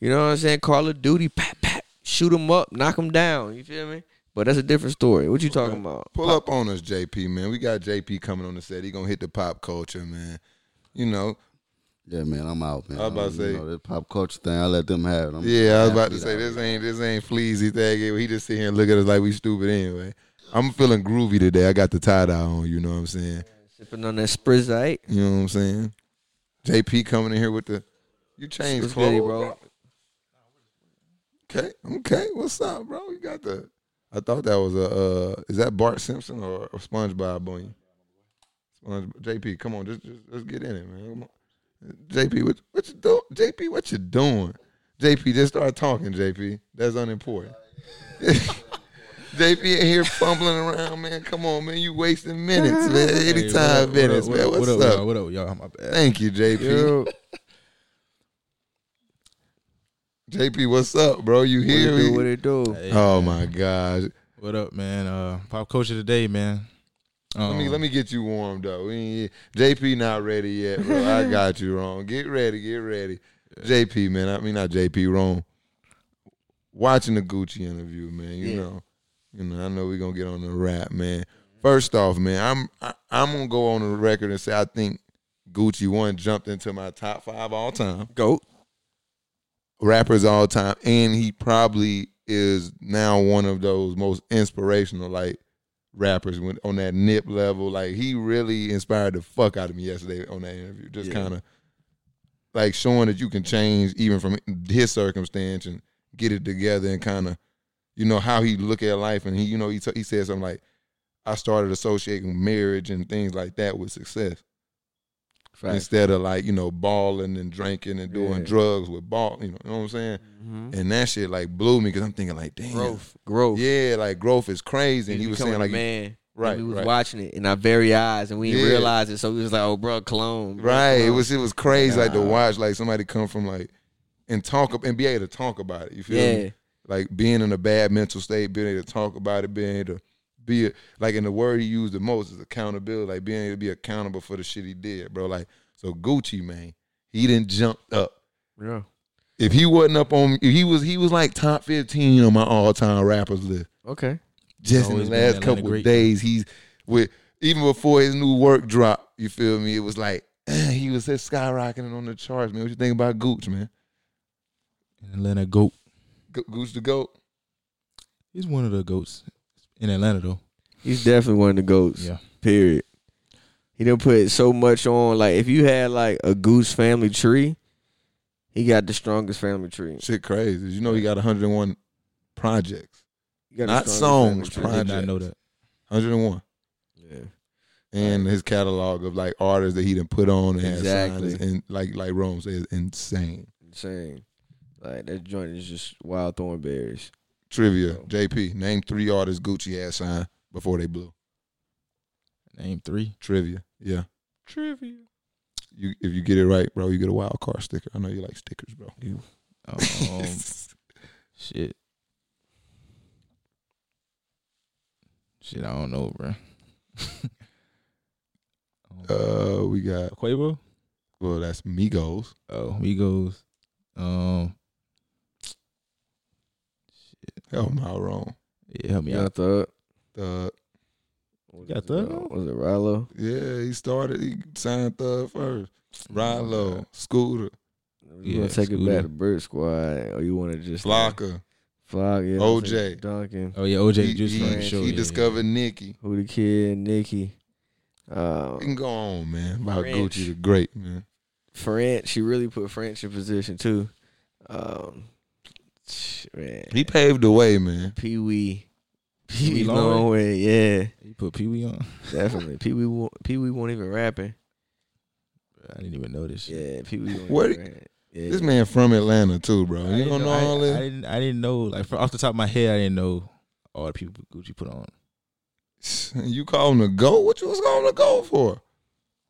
[SPEAKER 4] You know what I'm saying? Call of Duty, pat, pat, shoot them up, knock them down. You feel me? But that's a different story. What you talking about?
[SPEAKER 1] Pull up on us, JP, man. We got JP coming on the set. He gonna hit the pop culture, man. You know,
[SPEAKER 3] Yeah, man, I'm out, man.
[SPEAKER 1] I was about to
[SPEAKER 3] don't- you
[SPEAKER 1] say-
[SPEAKER 3] know, that pop culture thing. I let them have it. I'm
[SPEAKER 1] Yeah, I was about
[SPEAKER 3] happy
[SPEAKER 1] to
[SPEAKER 3] that
[SPEAKER 1] say
[SPEAKER 3] I-
[SPEAKER 1] this ain't this ain't fleazy thing. He just sit here and look at us like we stupid anyway. I'm feeling groovy today. I got the tie dye on. You know what I'm saying?
[SPEAKER 4] Sipping on that Spritzite.
[SPEAKER 1] You know what I'm saying? JP coming in here with the you changed
[SPEAKER 4] What's
[SPEAKER 1] clothes,
[SPEAKER 4] good, bro?
[SPEAKER 1] Okay, okay. What's up, bro? You got the. I thought that was a. Uh, is that Bart Simpson or, or SpongeBob on you? Sponge, JP, come on, just, just let's get in it, man. Come on. JP, what what you doing? JP, what you doing? JP, just start talking, JP. That's unimportant. JP in here fumbling around, man. Come on, man. You wasting minutes, man.
[SPEAKER 5] Hey, what
[SPEAKER 1] Anytime
[SPEAKER 5] up,
[SPEAKER 1] minutes,
[SPEAKER 5] what
[SPEAKER 1] man.
[SPEAKER 5] up,
[SPEAKER 1] What's
[SPEAKER 5] what
[SPEAKER 1] up?
[SPEAKER 5] y'all? What up, y'all? Oh, My bad.
[SPEAKER 1] Thank you, JP.
[SPEAKER 4] Yo,
[SPEAKER 1] JP, what's up, bro? You
[SPEAKER 4] what
[SPEAKER 1] here?
[SPEAKER 4] it do? What it do?
[SPEAKER 5] Hey,
[SPEAKER 1] oh
[SPEAKER 5] man.
[SPEAKER 1] my gosh.
[SPEAKER 5] What up, man? Uh, pop culture today, man. Um,
[SPEAKER 1] Let
[SPEAKER 4] Um,
[SPEAKER 1] me let me get you warmed up. We ain't, JP not ready yet, bro. I got you wrong. Get ready, get ready. JP, man. I mean not JP wrong. Watching the Gucci interview, man. You
[SPEAKER 4] Yeah.
[SPEAKER 1] know, you know. I know we're gonna get on the rap, man. First off, man, I'm I, I'm gonna go on the record and say I think Gucci one jumped into my top five all time
[SPEAKER 4] Goat.
[SPEAKER 1] rappers all time, and he probably is now one of those most inspirational like rappers when, on that nip level. Like he really inspired the fuck out of me yesterday on that interview. Just
[SPEAKER 5] Yeah.
[SPEAKER 1] kind of like showing that you can change even from his circumstance and get it together and kind of you know how he look at life and he you know he t- he said something like I started associating marriage and things like that with success instead of like you know balling and drinking and doing
[SPEAKER 4] Yeah. Mm-hmm.
[SPEAKER 1] drugs with ball you know, you know what i'm saying and that shit like blew me because i'm thinking like damn
[SPEAKER 4] Growth. Growth.
[SPEAKER 1] yeah like growth is crazy and
[SPEAKER 4] And
[SPEAKER 1] he was
[SPEAKER 4] becoming
[SPEAKER 1] saying
[SPEAKER 4] a
[SPEAKER 1] like
[SPEAKER 4] man.
[SPEAKER 1] right
[SPEAKER 4] we was
[SPEAKER 1] right,
[SPEAKER 4] watching it in our very eyes, and we didn't
[SPEAKER 1] Yeah.
[SPEAKER 4] realize it. So we was like, "Oh, bro, clone." bro,
[SPEAKER 1] right it
[SPEAKER 4] clone.
[SPEAKER 1] was it was crazy like to
[SPEAKER 4] Nah.
[SPEAKER 1] watch like somebody come from like and talk ab- and be able to talk about it you feel me
[SPEAKER 4] Yeah.
[SPEAKER 1] like being in a bad mental state, being able to talk about it, being able to be like, in the word he used the most is accountability, like being able to be accountable for the shit he did, bro. Like, so Gucci, man, he didn't jump up.
[SPEAKER 4] Yeah.
[SPEAKER 1] If he wasn't up on, if he was, he was like top fifteen on my all time rappers list.
[SPEAKER 4] Okay.
[SPEAKER 1] Just in the
[SPEAKER 5] Always been
[SPEAKER 1] last
[SPEAKER 5] Atlanta
[SPEAKER 1] couple of
[SPEAKER 5] great.
[SPEAKER 1] days, he's with even before his new work dropped. You feel me? It was like he was just skyrocketing on the charts, man. What you think about Gucci, man?
[SPEAKER 5] Atlanta goat.
[SPEAKER 1] Gu- Gucci the goat.
[SPEAKER 5] He's one of the goats in Atlanta, though.
[SPEAKER 4] He's definitely one of the goats.
[SPEAKER 5] Yeah.
[SPEAKER 4] Period. He done put so much on. Like if you had like a goose family tree, he got the strongest family tree.
[SPEAKER 1] Shit, crazy. You know he got 101 projects.
[SPEAKER 4] He got the
[SPEAKER 1] Not
[SPEAKER 4] strongest
[SPEAKER 1] songs,
[SPEAKER 4] family
[SPEAKER 5] I
[SPEAKER 1] project.
[SPEAKER 5] did not know that.
[SPEAKER 4] tree.
[SPEAKER 1] 101.
[SPEAKER 4] Yeah.
[SPEAKER 1] And his catalog of like artists that he done put on and
[SPEAKER 4] Exactly.
[SPEAKER 1] has signed is in, like like Rome says insane.
[SPEAKER 4] Insane. Like that joint is just wild thornberries.
[SPEAKER 1] Trivia, JP, name three artists Gucci had signed before they blew.
[SPEAKER 5] Name three.
[SPEAKER 1] Trivia. Yeah.
[SPEAKER 5] Trivia.
[SPEAKER 1] You if you get it right, bro, you get a wild card sticker. I know you like stickers, bro.
[SPEAKER 5] Um, shit. Shit, I don't know, bro.
[SPEAKER 1] Uh we got
[SPEAKER 5] Quavo.
[SPEAKER 1] well that's Migos.
[SPEAKER 5] Oh, he goes. Um,
[SPEAKER 1] Hell am I wrong?
[SPEAKER 5] yeah, help me
[SPEAKER 4] Yeah.
[SPEAKER 5] out.
[SPEAKER 4] Got Thug.
[SPEAKER 1] Thug.
[SPEAKER 4] Was
[SPEAKER 5] Got
[SPEAKER 4] it,
[SPEAKER 5] Thug
[SPEAKER 4] uh,
[SPEAKER 5] on?
[SPEAKER 4] Was it Rilo?
[SPEAKER 1] Yeah, he started he signed Thug first. Rod Lowe, Scooter,
[SPEAKER 4] You
[SPEAKER 5] Oh, Yeah,
[SPEAKER 4] want to take it
[SPEAKER 5] Scooter.
[SPEAKER 4] back to Bird Squad, or you want to just like,
[SPEAKER 1] Blocker.
[SPEAKER 4] Flock, yeah,
[SPEAKER 1] OJ.
[SPEAKER 4] like Duncan,
[SPEAKER 5] Oh yeah, OJ
[SPEAKER 1] He-
[SPEAKER 5] just
[SPEAKER 1] he-
[SPEAKER 5] on the
[SPEAKER 4] he
[SPEAKER 5] show.
[SPEAKER 1] he
[SPEAKER 5] yeah,
[SPEAKER 1] discovered Nicki.
[SPEAKER 4] who the kid, Nikki, Uh,
[SPEAKER 1] You can go on, man. About
[SPEAKER 4] French.
[SPEAKER 1] Gucci the Great, man.
[SPEAKER 4] French, he really put French in position too. Um, man,
[SPEAKER 1] He paved the way, man.
[SPEAKER 4] Pee Wee,
[SPEAKER 5] Pee
[SPEAKER 4] Pee
[SPEAKER 5] Wee
[SPEAKER 4] Wee
[SPEAKER 5] Longway.
[SPEAKER 4] Longway, yeah,
[SPEAKER 5] You put Pee Wee on?
[SPEAKER 4] definitely. Pee Wee, wa- Pee Wee won't even rapping.
[SPEAKER 5] I didn't even notice.
[SPEAKER 4] Yeah, Pee Wee.
[SPEAKER 1] Where-
[SPEAKER 4] Yeah,
[SPEAKER 1] This man from Atlanta too, bro.
[SPEAKER 5] I
[SPEAKER 1] You
[SPEAKER 5] didn't
[SPEAKER 1] don't know
[SPEAKER 5] I,
[SPEAKER 1] all
[SPEAKER 5] I
[SPEAKER 1] this?
[SPEAKER 5] didn't. I didn't know. Like from off the top of my head, I didn't know all the people Gucci put on.
[SPEAKER 1] You call him to go? What you was calling to go for?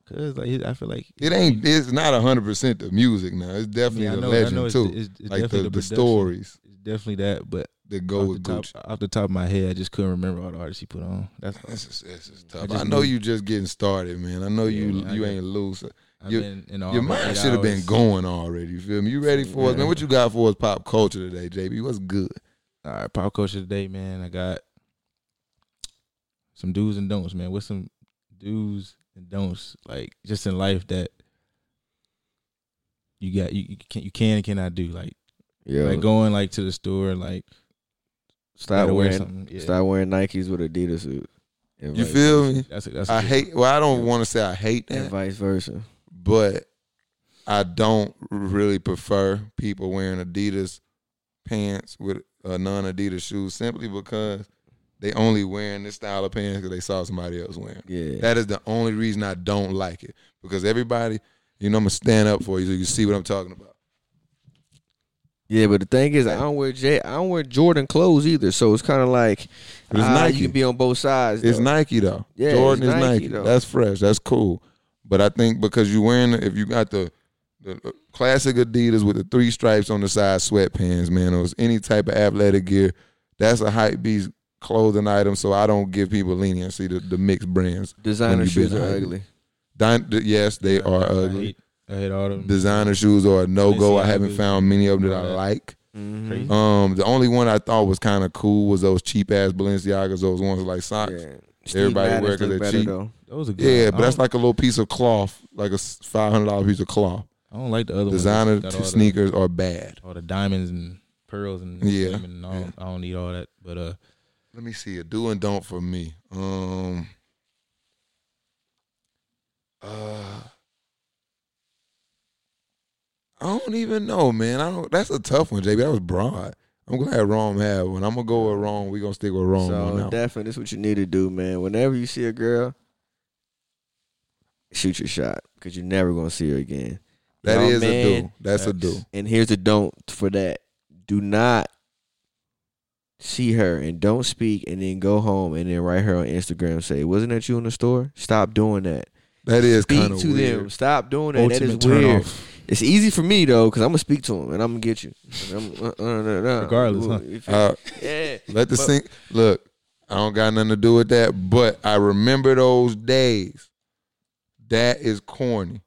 [SPEAKER 5] Cause like I feel like
[SPEAKER 1] It ain't. It's not hundred percent the music now. It's definitely
[SPEAKER 5] I
[SPEAKER 1] the
[SPEAKER 5] know- I
[SPEAKER 1] legend
[SPEAKER 5] know it's-
[SPEAKER 1] too.
[SPEAKER 5] it's- it's
[SPEAKER 1] like
[SPEAKER 5] definitely
[SPEAKER 1] the,
[SPEAKER 5] the
[SPEAKER 1] the,
[SPEAKER 5] production.
[SPEAKER 1] stories
[SPEAKER 5] it's definitely that, but
[SPEAKER 1] that go
[SPEAKER 5] off
[SPEAKER 1] with
[SPEAKER 5] the top,
[SPEAKER 1] Gucci.
[SPEAKER 5] off the top of my head, I just couldn't remember all the artists he put on. That's all.
[SPEAKER 1] This is, this is tough. I,
[SPEAKER 5] just
[SPEAKER 1] know
[SPEAKER 5] knew-
[SPEAKER 1] you just getting started, man. I know you
[SPEAKER 5] Yeah, I
[SPEAKER 1] you
[SPEAKER 5] get-
[SPEAKER 1] ain't loose.
[SPEAKER 5] I've
[SPEAKER 1] Your-
[SPEAKER 5] been in all
[SPEAKER 1] Your
[SPEAKER 5] for
[SPEAKER 1] mind
[SPEAKER 5] eight
[SPEAKER 1] should have been
[SPEAKER 5] hours.
[SPEAKER 1] going already. You feel me? You ready for us, man? What you got for us? Pop culture today, JB. What's good?
[SPEAKER 5] All right, pop culture today, man. I got some do's and don'ts, man. What's some do's and don'ts like just in life that you got you, you can you can and cannot do like
[SPEAKER 4] Yo,
[SPEAKER 5] like going like to the store and like
[SPEAKER 4] stop
[SPEAKER 5] gotta wear
[SPEAKER 4] wearing,
[SPEAKER 5] something. Yeah.
[SPEAKER 4] stop wearing Nikes with Adidas suit. And
[SPEAKER 1] You
[SPEAKER 4] vice
[SPEAKER 1] feel
[SPEAKER 4] versa.
[SPEAKER 1] me?
[SPEAKER 5] That's a, that's a
[SPEAKER 1] I
[SPEAKER 5] good-
[SPEAKER 1] hate. Well, I don't want to say I hate
[SPEAKER 4] And
[SPEAKER 1] that,
[SPEAKER 4] vice versa.
[SPEAKER 1] but I don't really prefer people wearing Adidas pants with uh, non-Adidas shoes simply because they only wearing this style of pants because they saw somebody else wearing.
[SPEAKER 4] Yeah.
[SPEAKER 1] That is the only reason I don't like it because everybody, you know, I'm gonna stand up for you so you see what I'm talking about.
[SPEAKER 4] Yeah, but the thing is, I don't wear J. I don't wear Jordan clothes either. So it's kind of like
[SPEAKER 1] But it's
[SPEAKER 4] ah,
[SPEAKER 1] Nike.
[SPEAKER 4] You can be on both sides.
[SPEAKER 1] It's
[SPEAKER 4] though.
[SPEAKER 1] Nike though.
[SPEAKER 4] Yeah, it's
[SPEAKER 1] Jordan is
[SPEAKER 4] Nike,
[SPEAKER 1] Nike.
[SPEAKER 4] though.
[SPEAKER 1] That's fresh. That's cool. But I think because you wearing the- if you got the, the the classic Adidas with the three stripes on the side sweatpants, man, or any type of athletic gear, that's a hype beast clothing item. So I don't give people leniency to the mixed brands.
[SPEAKER 4] Designer
[SPEAKER 1] when you
[SPEAKER 4] shoes
[SPEAKER 1] been
[SPEAKER 4] are
[SPEAKER 1] ugly.
[SPEAKER 4] ugly.
[SPEAKER 1] Dine, yes, they are
[SPEAKER 5] I
[SPEAKER 1] ugly.
[SPEAKER 5] hate, I hate all of them.
[SPEAKER 1] Designer shoes are a no go. I haven't
[SPEAKER 5] Balenciagas.
[SPEAKER 1] found many of them that I
[SPEAKER 5] All that.
[SPEAKER 1] like.
[SPEAKER 4] Mhm.
[SPEAKER 1] Um, the only one I thought was kind of cool was those cheap ass Balenciagas, those ones like socks. Yeah,
[SPEAKER 4] Yeah.
[SPEAKER 1] Everybody wear
[SPEAKER 4] Madden's
[SPEAKER 1] 'cause
[SPEAKER 4] look
[SPEAKER 1] they're
[SPEAKER 4] better,
[SPEAKER 1] cheap.
[SPEAKER 4] Though.
[SPEAKER 5] Those are good.
[SPEAKER 1] but that's
[SPEAKER 5] I don't-
[SPEAKER 1] like a little piece of cloth, like a five hundred dollar piece of cloth.
[SPEAKER 5] I don't like the other
[SPEAKER 1] Designer
[SPEAKER 5] ones. Got all the-
[SPEAKER 1] sneakers are bad.
[SPEAKER 5] all the diamonds and pearls and
[SPEAKER 1] Yeah.
[SPEAKER 5] yeah, and all, I don't need all that. But uh,
[SPEAKER 1] Let me see a do and don't for me. Um, uh, I don't even know, man. I don't. That's a tough one, JB. That was broad. I'm glad Rome had one. I'm gonna go with Rome. We gonna stick with Rome. on
[SPEAKER 4] So
[SPEAKER 1] that one.
[SPEAKER 4] definitely, that's what you need to do, man. Whenever you see a girl, shoot your shot because you're never gonna see her again.
[SPEAKER 1] That
[SPEAKER 4] Y'all
[SPEAKER 1] is a
[SPEAKER 4] oh, man,
[SPEAKER 1] do. That's a
[SPEAKER 5] Facts.
[SPEAKER 1] do.
[SPEAKER 4] And here's the don't for that: do not see her and don't speak, and then go home and then write her on Instagram. Say, wasn't that you in the store? Stop doing that.
[SPEAKER 1] That is
[SPEAKER 4] Speak
[SPEAKER 1] kind of
[SPEAKER 4] to
[SPEAKER 1] weird.
[SPEAKER 4] them. Stop doing that.
[SPEAKER 5] ultimate
[SPEAKER 4] that is
[SPEAKER 5] turn
[SPEAKER 4] weird.
[SPEAKER 5] off.
[SPEAKER 4] It's easy for me though, cause I'm gonna speak to him and I'm gonna get you. And I'm- uh, uh, uh, uh,
[SPEAKER 5] Regardless, huh?
[SPEAKER 4] If-
[SPEAKER 1] Uh,
[SPEAKER 4] Yeah.
[SPEAKER 1] Let the
[SPEAKER 4] But-
[SPEAKER 1] sink. Look, I don't got nothing to do with that, but I remember those days. That is corny.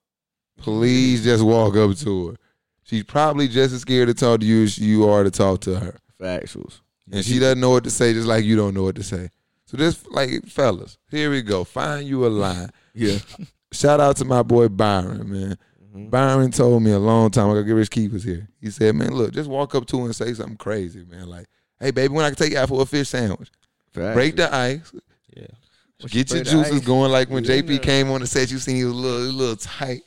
[SPEAKER 1] Please just walk up to her. She's probably just as scared to talk to you as you are to talk to her.
[SPEAKER 4] Factuals.
[SPEAKER 1] And she doesn't know what to say, just like you don't know what to say. So just like fellas, here we go. Find you a line.
[SPEAKER 4] Yeah.
[SPEAKER 1] Shout out to my boy Byron, man.
[SPEAKER 4] Mm-hmm.
[SPEAKER 1] Byron told me a long time ago, Rich Keith was here. He said, man, look, just walk up to her and say something crazy, man. Like, hey, baby, when I can take you out for a fish sandwich?
[SPEAKER 4] Factuals.
[SPEAKER 1] break the ice.
[SPEAKER 5] Yeah.
[SPEAKER 1] Get your
[SPEAKER 4] break the
[SPEAKER 1] juices
[SPEAKER 4] ice.
[SPEAKER 1] going. Like when
[SPEAKER 4] Yeah. Oh,
[SPEAKER 1] JP came on the set, you seen he was a little, a little tight.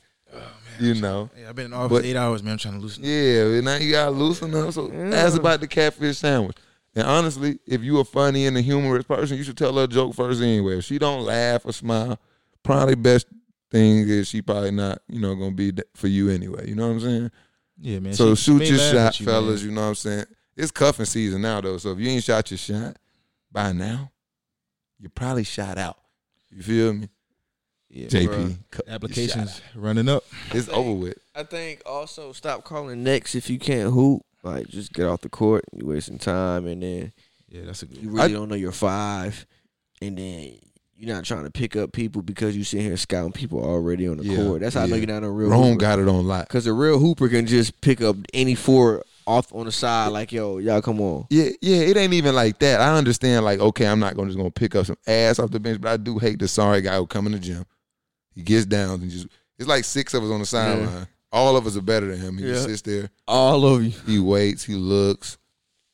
[SPEAKER 1] you know.
[SPEAKER 5] Yeah, I've been in office
[SPEAKER 1] But-
[SPEAKER 5] eight hours, man. I'm trying to loosen.
[SPEAKER 1] Yeah, but now you gotta loosen up. So ask about the catfish sandwich. And honestly, if you a funny and a humorous person, you should tell her a joke first anyway. If she don't laugh or smile, probably best thing is she probably not, you know, gonna be th- for you anyway. You know what I'm saying?
[SPEAKER 5] Yeah, man.
[SPEAKER 1] so
[SPEAKER 5] she- she
[SPEAKER 1] shoot
[SPEAKER 5] may
[SPEAKER 1] your
[SPEAKER 5] laugh
[SPEAKER 1] shot,
[SPEAKER 5] at you, man.
[SPEAKER 1] fellas. You know what I'm saying? It's cuffing season now though. So if you ain't shot your shot by now, you probably shot out. You feel me?
[SPEAKER 5] Yeah,
[SPEAKER 1] JP. cut your shot
[SPEAKER 5] applications running up.
[SPEAKER 1] out. It's over with.
[SPEAKER 4] I think also stop calling next if you can't hoop. Like just get off the court. You wasting time, and then
[SPEAKER 5] Yeah, that's a
[SPEAKER 4] you
[SPEAKER 5] good.
[SPEAKER 4] really don't know your five, and then you're not trying to pick up people because you sit here scouting people already on the
[SPEAKER 1] Yeah,
[SPEAKER 4] court. That's how I know
[SPEAKER 1] yeah.
[SPEAKER 4] you're not a real.
[SPEAKER 1] Rome
[SPEAKER 4] hooper.
[SPEAKER 1] got it on lock.
[SPEAKER 4] Cause a real hooper can just pick up any four off on the side, like yo, y'all come on.
[SPEAKER 1] Yeah, yeah, it ain't even like that. I understand, like, okay, I'm not gonna just gonna pick up some ass off the bench, but I do hate the sorry guy who come in the gym. He gets down and just it's like six of us on the sideline. All of us are better than him. He just
[SPEAKER 4] Yeah.
[SPEAKER 1] sits there,
[SPEAKER 4] All of you.
[SPEAKER 1] he waits, he looks,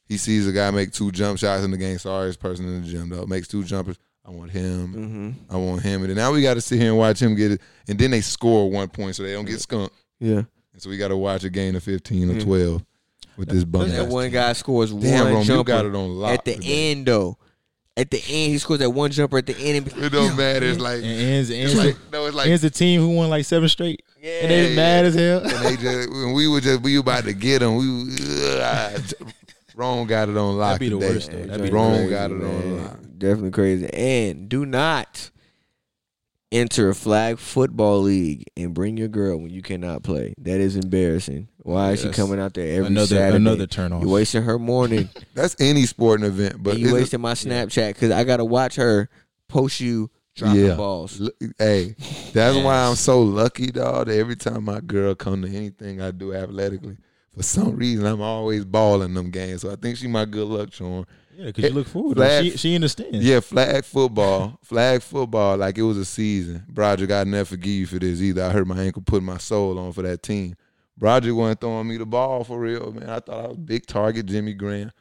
[SPEAKER 1] he sees a guy make two jump shots in the game. Sorriest person in the gym though. Makes two jumpers. I want him.
[SPEAKER 4] Mm-hmm.
[SPEAKER 1] I want him. And then now we got to sit here and watch him get it. And then they score one point, so they don't get skunked.
[SPEAKER 4] Yeah.
[SPEAKER 1] And so we got to watch a gain of fifteen or
[SPEAKER 4] Mhm.
[SPEAKER 1] twelve with this bum.
[SPEAKER 4] That one guy scores
[SPEAKER 1] Damn,
[SPEAKER 4] one
[SPEAKER 1] Rome, you
[SPEAKER 4] jumper
[SPEAKER 1] got it on lock.
[SPEAKER 4] at the
[SPEAKER 1] today.
[SPEAKER 4] end though. At the end, he scores that one jumper at the end. And be
[SPEAKER 1] it
[SPEAKER 4] like,
[SPEAKER 1] don't matter. It's like,
[SPEAKER 5] And ends
[SPEAKER 1] it's
[SPEAKER 5] ends,
[SPEAKER 1] like no, it's like
[SPEAKER 5] ends a team who won like seven straight.
[SPEAKER 4] yeah.
[SPEAKER 5] And they mad as hell.
[SPEAKER 1] and they just when we were just we about to get him. We uh, Rome got it on lock.
[SPEAKER 5] That'd be the
[SPEAKER 1] today.
[SPEAKER 5] worst, though. That'd
[SPEAKER 4] be
[SPEAKER 1] Rome
[SPEAKER 4] crazy,
[SPEAKER 1] got it on
[SPEAKER 4] man.
[SPEAKER 1] lock.
[SPEAKER 4] Definitely crazy. And do not enter a flag football league and bring your girl when you cannot play. That is embarrassing. Why is she
[SPEAKER 5] Yes.
[SPEAKER 4] coming out there every
[SPEAKER 5] another
[SPEAKER 4] Saturday?
[SPEAKER 5] another turn off.
[SPEAKER 4] You're wasting her morning.
[SPEAKER 1] That's any sporting event, but
[SPEAKER 4] and you
[SPEAKER 1] it's-
[SPEAKER 4] wasting my Snapchat because I gotta watch her post you dropping
[SPEAKER 1] Yeah.
[SPEAKER 4] balls.
[SPEAKER 1] Look, hey, that's why I'm
[SPEAKER 5] Yes.
[SPEAKER 1] so lucky, dog. That every time my girl come to anything I do athletically, for some reason I'm always balling them games. So I think she my good luck charm.
[SPEAKER 5] Yeah, because you look forward. to it.
[SPEAKER 1] Flag-
[SPEAKER 5] She she understands.
[SPEAKER 1] Yeah, flag football, flag football. Like it was a season. Broderick, I never forgive you for this either. I hurt my ankle putting my soul on for that team. Broderick wasn't throwing me the ball for real, man. I thought I was big target, Jimmy Graham.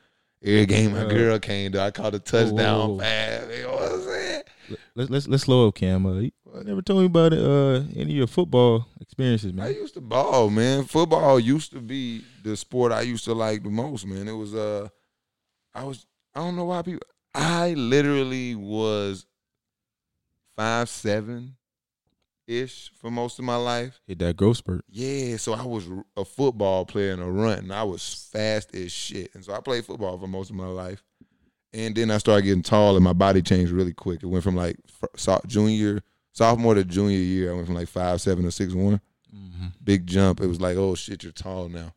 [SPEAKER 1] Every game my
[SPEAKER 5] Uh,
[SPEAKER 1] girl came to, I caught a
[SPEAKER 5] whoa,
[SPEAKER 1] touchdown
[SPEAKER 5] whoa.
[SPEAKER 1] pass. You know what I'm saying?
[SPEAKER 5] Let's let's let's slow up, Cam. Uh, you never told me about uh any of your football experiences,
[SPEAKER 1] I
[SPEAKER 5] man.
[SPEAKER 1] used to ball, man. Football used to be the sport I used to like the most, man. It was uh I was I don't know why people I literally was five seven ish for most of my life.
[SPEAKER 5] Hit that growth spurt.
[SPEAKER 1] Yeah, so I was a football player and a run, and I was fast as shit. And so I played football for most of my life. And then I started getting tall, and my body changed really quick. It went from like fr- so- junior, sophomore to junior year. I went from like five seven to six one
[SPEAKER 5] Mm-hmm.
[SPEAKER 1] big jump, it was like, oh shit, you're tall now.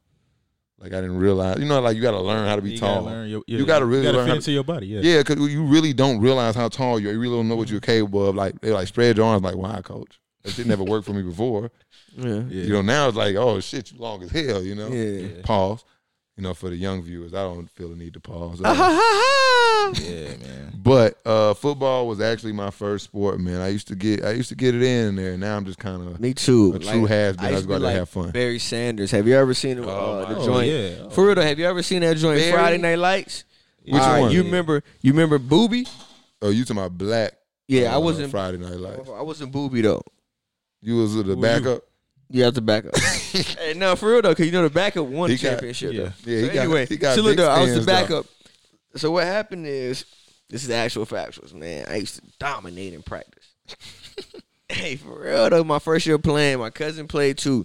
[SPEAKER 1] Like I didn't realize, you know, like you got to learn how to be
[SPEAKER 5] You gotta
[SPEAKER 1] tall.
[SPEAKER 5] learn your- yeah,
[SPEAKER 1] You gotta really learn
[SPEAKER 5] fit
[SPEAKER 1] how to-
[SPEAKER 5] into your body. Yeah.
[SPEAKER 1] yeah, because you really don't realize how tall you are. You really don't know what you're
[SPEAKER 5] Mm-hmm.
[SPEAKER 1] capable of. Like they like spread your arms, like wow, coach, that shit never worked for me before.
[SPEAKER 4] Yeah.
[SPEAKER 5] Yeah.
[SPEAKER 1] You know, now it's like, oh shit, you long as hell. You know,
[SPEAKER 4] Yeah.
[SPEAKER 1] pause. You know, for the young viewers, I don't feel the need to pause.
[SPEAKER 5] Yeah, man.
[SPEAKER 1] But uh, football was actually my first sport, man. I used to get, I used to get it in there. Now I'm just kind of
[SPEAKER 4] Me too.
[SPEAKER 1] a true has been. I
[SPEAKER 4] used
[SPEAKER 1] just
[SPEAKER 4] to be
[SPEAKER 1] got to
[SPEAKER 4] like
[SPEAKER 1] have fun.
[SPEAKER 4] Barry Sanders. Have you ever seen uh,
[SPEAKER 1] Oh,
[SPEAKER 4] the
[SPEAKER 5] Oh,
[SPEAKER 4] joint?
[SPEAKER 5] yeah. Oh,
[SPEAKER 4] For real though, have you ever seen that joint
[SPEAKER 1] Barry?
[SPEAKER 4] Friday Night Lights?
[SPEAKER 1] Which
[SPEAKER 5] Oh,
[SPEAKER 4] All right,
[SPEAKER 1] one?
[SPEAKER 4] You remember? You remember Booby?
[SPEAKER 1] Oh, you talking about black?
[SPEAKER 4] Yeah, I
[SPEAKER 1] uh,
[SPEAKER 4] wasn't.
[SPEAKER 1] Friday Night Lights.
[SPEAKER 4] I wasn't Booby though.
[SPEAKER 1] You was the backup.
[SPEAKER 4] You have to back up. hey, no, for real though, because you know the backup won
[SPEAKER 1] He
[SPEAKER 4] the
[SPEAKER 1] got-
[SPEAKER 4] championship.
[SPEAKER 5] yeah.
[SPEAKER 4] though.
[SPEAKER 1] Yeah,
[SPEAKER 4] So anyway, so look,
[SPEAKER 1] big
[SPEAKER 4] though, I was the
[SPEAKER 1] stands, though.
[SPEAKER 4] backup. So what happened is, this is the actual factuals, man. I used to dominate in practice. hey, for real though, my first year playing, my cousin played too.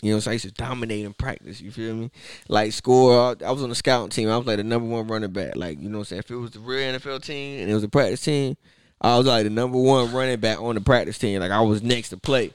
[SPEAKER 4] You know, so I used to dominate in practice. You feel me? Like score. I was on the scouting team. I was like the number one running back. Like you know, what I'm saying if it was the real NFL team and it was a practice team, I was like the number one running back on the practice team. Like I was next to play.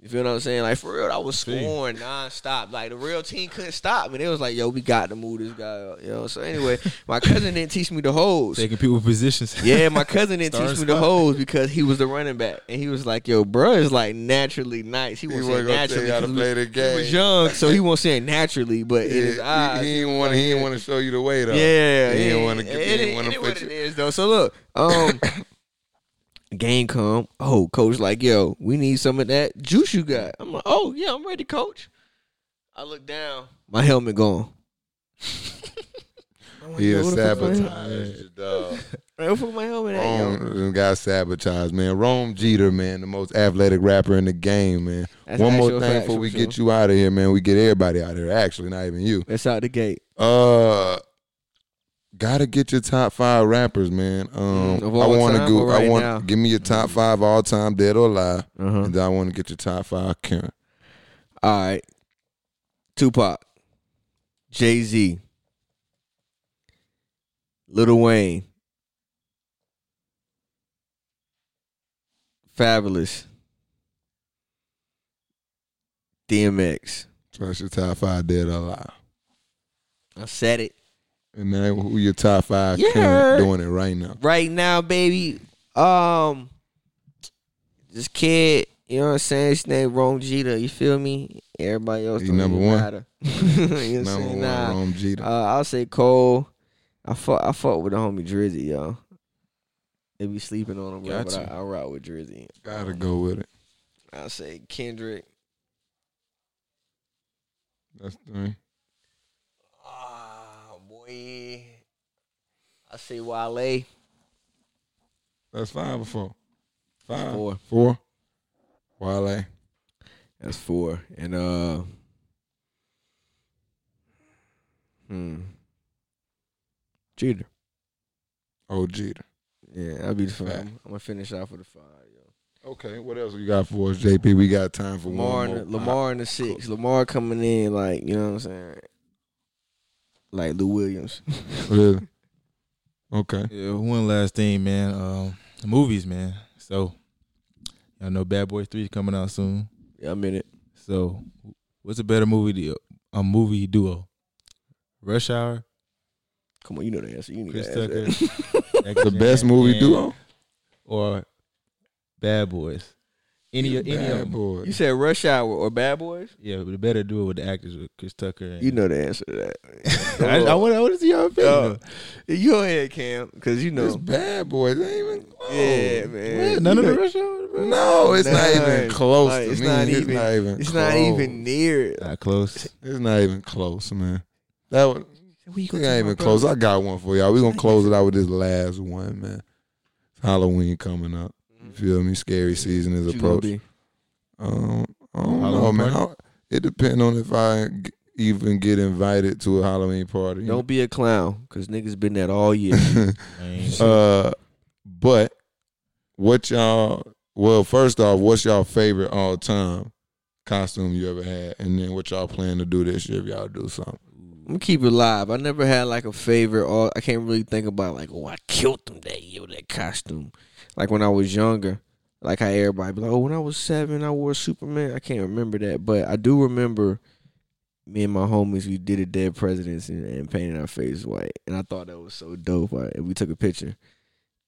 [SPEAKER 4] You feel what I'm saying? Like for real, I was scoring nonstop. Like the real team couldn't stop me. They was like, "Yo, we got to move this guy up." You know. So anyway, my cousin didn't teach me the holds.
[SPEAKER 5] Taking people positions.
[SPEAKER 4] Yeah, my cousin didn't
[SPEAKER 5] Star
[SPEAKER 4] teach me the
[SPEAKER 5] spot.
[SPEAKER 4] holds because he was the running back, and he was like, "Yo, bro, is like naturally nice. He,
[SPEAKER 1] He
[SPEAKER 4] wasn't
[SPEAKER 1] wasn't
[SPEAKER 4] saying
[SPEAKER 1] gonna tell
[SPEAKER 4] naturally.
[SPEAKER 1] you how to
[SPEAKER 4] 'cause
[SPEAKER 1] play the
[SPEAKER 4] he was- he was
[SPEAKER 1] game.
[SPEAKER 4] young, so he won't say it naturally, but in his
[SPEAKER 1] Yeah,
[SPEAKER 4] eyes,
[SPEAKER 1] he, he didn't want. He didn't want to show you the way though.
[SPEAKER 4] yeah,
[SPEAKER 1] he didn't
[SPEAKER 4] yeah,
[SPEAKER 1] want to.
[SPEAKER 4] it-
[SPEAKER 1] He didn't
[SPEAKER 4] it-
[SPEAKER 1] want
[SPEAKER 4] it
[SPEAKER 1] to
[SPEAKER 4] what
[SPEAKER 1] put
[SPEAKER 4] it
[SPEAKER 1] you.
[SPEAKER 4] is though. So look, um, game come. Oh, coach, like yo, we need some of that juice you got. I'm like, oh yeah, I'm ready, coach. I look down, my helmet gone. I'm like,
[SPEAKER 1] He
[SPEAKER 4] yo,
[SPEAKER 1] is
[SPEAKER 4] where the fuck my hel-
[SPEAKER 1] sabotaged, dog.
[SPEAKER 4] Where the fuck my helmet at, yo?
[SPEAKER 1] Rome this guy sabotaged, man. Rome Jeter, man, the most athletic rapper in the game, man.
[SPEAKER 4] That's
[SPEAKER 1] One more
[SPEAKER 4] actual
[SPEAKER 1] thing
[SPEAKER 4] fact,
[SPEAKER 1] before we
[SPEAKER 4] for
[SPEAKER 1] get you out of here, man. We get everybody out of here. Actually, not even you.
[SPEAKER 4] That's out the gate.
[SPEAKER 1] Uh, gotta get your top five rappers, man. Um,
[SPEAKER 4] Mm, of all
[SPEAKER 1] I want to
[SPEAKER 4] time
[SPEAKER 1] go.
[SPEAKER 4] or
[SPEAKER 1] I
[SPEAKER 4] right
[SPEAKER 1] want
[SPEAKER 4] now? Mm.
[SPEAKER 1] give me your top five all time, dead or alive,
[SPEAKER 4] Uh-huh.
[SPEAKER 1] and then I want to get your top five current.
[SPEAKER 4] All right. Tupac, Jay Z, Little Wayne, Fabulous, DMX.
[SPEAKER 1] So that's your top five, dead or alive.
[SPEAKER 4] I said it
[SPEAKER 1] And now who your top five
[SPEAKER 4] Yeah.
[SPEAKER 1] current doing it right now?
[SPEAKER 4] right now, baby. Um, this kid, you know what I'm saying? His name Rome Jeter. You feel me? Everybody else
[SPEAKER 1] He
[SPEAKER 4] don't
[SPEAKER 1] number
[SPEAKER 4] even
[SPEAKER 1] one.
[SPEAKER 4] matter. you know what I'm
[SPEAKER 1] Number
[SPEAKER 4] saying?
[SPEAKER 1] one,
[SPEAKER 4] Nah.
[SPEAKER 1] Rome Jeter.
[SPEAKER 4] Uh, I'll say Cole. I fuck I fuck with the homie Drizzy, y'all. They be sleeping on him, bro,
[SPEAKER 5] Got
[SPEAKER 4] but
[SPEAKER 5] to.
[SPEAKER 4] I, I rock with Drizzy.
[SPEAKER 1] Gotta go with it.
[SPEAKER 4] I'll say Kendrick.
[SPEAKER 1] That's three.
[SPEAKER 4] Ah, boy. I say Wale.
[SPEAKER 1] That's five or four. Five.
[SPEAKER 4] Four.
[SPEAKER 1] Four. Wale.
[SPEAKER 4] That's four. And uh Hmm. Jeter.
[SPEAKER 1] Oh, Jeter.
[SPEAKER 4] Yeah, I'll be the five.
[SPEAKER 1] Fact.
[SPEAKER 4] I'm gonna finish off with the five, yo.
[SPEAKER 1] Okay, what else we got for us, JP? We got time for
[SPEAKER 4] Lamar
[SPEAKER 1] one
[SPEAKER 4] in
[SPEAKER 1] more.
[SPEAKER 4] the, Lamar in the six. Lamar coming in like, you know what I'm saying? Like Lou Williams.
[SPEAKER 1] Really? Okay.
[SPEAKER 5] Yeah, one last thing, man. Um, movies, man. So, I know Bad Boys Three is coming out soon.
[SPEAKER 4] yeah, I'm in it.
[SPEAKER 5] So, what's a better movie? To, a movie duo, Rush Hour,
[SPEAKER 4] Come on, you know the answer. You need
[SPEAKER 5] Chris
[SPEAKER 4] to answer
[SPEAKER 5] Tucker,
[SPEAKER 4] that.
[SPEAKER 1] The best movie duo.
[SPEAKER 5] or Bad Boys. Any, any of
[SPEAKER 1] Bad
[SPEAKER 5] them.
[SPEAKER 1] boy.
[SPEAKER 4] You said Rush Hour or Bad Boys?
[SPEAKER 5] Yeah, but the better duo with the actors with Chris Tucker. And,
[SPEAKER 4] You know the answer to that.
[SPEAKER 5] I, I want, I want to see y'all opinion.
[SPEAKER 1] Oh,
[SPEAKER 4] Uh, you go ahead, Cam, because you know.
[SPEAKER 1] It's bad boys. It ain't even close.
[SPEAKER 4] yeah, man.
[SPEAKER 5] Yeah, none
[SPEAKER 4] You
[SPEAKER 5] of the
[SPEAKER 4] know-
[SPEAKER 5] Rush Hour. bro.
[SPEAKER 1] No, it's not even
[SPEAKER 4] Nah,
[SPEAKER 1] close
[SPEAKER 4] like,
[SPEAKER 1] to
[SPEAKER 4] it's
[SPEAKER 1] me.
[SPEAKER 4] Not
[SPEAKER 1] it's
[SPEAKER 4] even,
[SPEAKER 1] not even.
[SPEAKER 4] It's
[SPEAKER 1] close.
[SPEAKER 4] not even near. it.
[SPEAKER 5] Not close.
[SPEAKER 1] It's not even close, man. That was.
[SPEAKER 4] Where you
[SPEAKER 1] It
[SPEAKER 4] gonna take
[SPEAKER 1] ain't
[SPEAKER 4] my
[SPEAKER 1] even
[SPEAKER 4] brother?
[SPEAKER 1] close. I got one for y'all. We gonna close it out with this last one, man. Halloween coming up. You feel me? Scary season is
[SPEAKER 4] Mm-hmm. What you gonna be?
[SPEAKER 1] approaching. Um, I don't know,
[SPEAKER 5] Halloween
[SPEAKER 1] man. I- it depends on if I g- even get invited to a Halloween party.
[SPEAKER 4] Don't be a clown, because niggas been that all year.
[SPEAKER 5] I ain't-
[SPEAKER 1] uh, but what y'all? Well, first off, what's y'all favorite all time costume you ever had, and then what y'all plan to do this year if y'all do something?
[SPEAKER 4] I'm gonna keep it live. I never had like a favorite. All I can't really think about like, oh, I killed them that year with that costume. Like when I was younger, like how everybody be like, oh, when I was seven, I wore Superman. I can't remember that, but I do remember me and my homies. We did a dead presidents and, and painted our face white, and I thought that was so dope. Like, and we took a picture.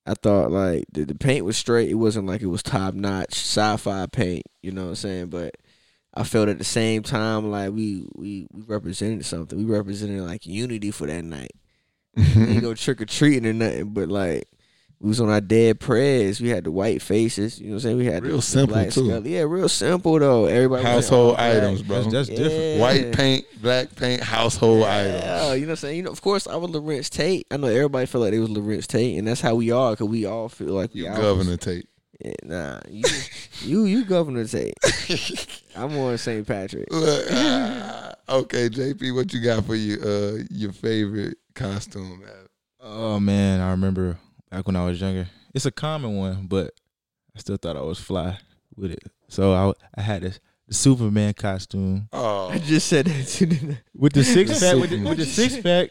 [SPEAKER 4] I thought like the, the paint was straight. It wasn't like it was top notch sci-fi paint. You know what I'm saying? But I felt at the same time like we we, we represented something. We represented like unity for that night. We
[SPEAKER 1] Mm-hmm.
[SPEAKER 4] didn't go trick or treating or nothing, but like we was on our dead prayers. We had the white faces. You know what I'm saying? We had the-
[SPEAKER 1] Real
[SPEAKER 4] the
[SPEAKER 1] simple,
[SPEAKER 4] black
[SPEAKER 1] too.
[SPEAKER 4] skull. Yeah, real simple though. Everybody was "Oh, in all
[SPEAKER 1] Household
[SPEAKER 4] black.
[SPEAKER 1] items, bro.
[SPEAKER 5] That's, that's different.
[SPEAKER 4] Yeah.
[SPEAKER 1] White paint, black paint, household
[SPEAKER 4] Yeah,
[SPEAKER 1] items.
[SPEAKER 4] you know what I'm saying? You know, of course, I was Lawrence Tate. I know everybody felt like they was Lawrence Tate, and that's how we are, because we all feel like we
[SPEAKER 1] You
[SPEAKER 4] all
[SPEAKER 1] governor tape.
[SPEAKER 4] Yeah, nah, you, you, you Governor Tate. I'm on St. Patrick.
[SPEAKER 1] Look, ah, okay, JP, what you got for you? Uh, your favorite costume? ever?
[SPEAKER 5] Oh man, I remember back when I was younger. It's a common one, but I still thought I was fly with it. So I I had this the Superman costume
[SPEAKER 4] I
[SPEAKER 1] Oh
[SPEAKER 4] just said that to the
[SPEAKER 5] with the six pack with the,
[SPEAKER 1] Superman.
[SPEAKER 5] with the six pack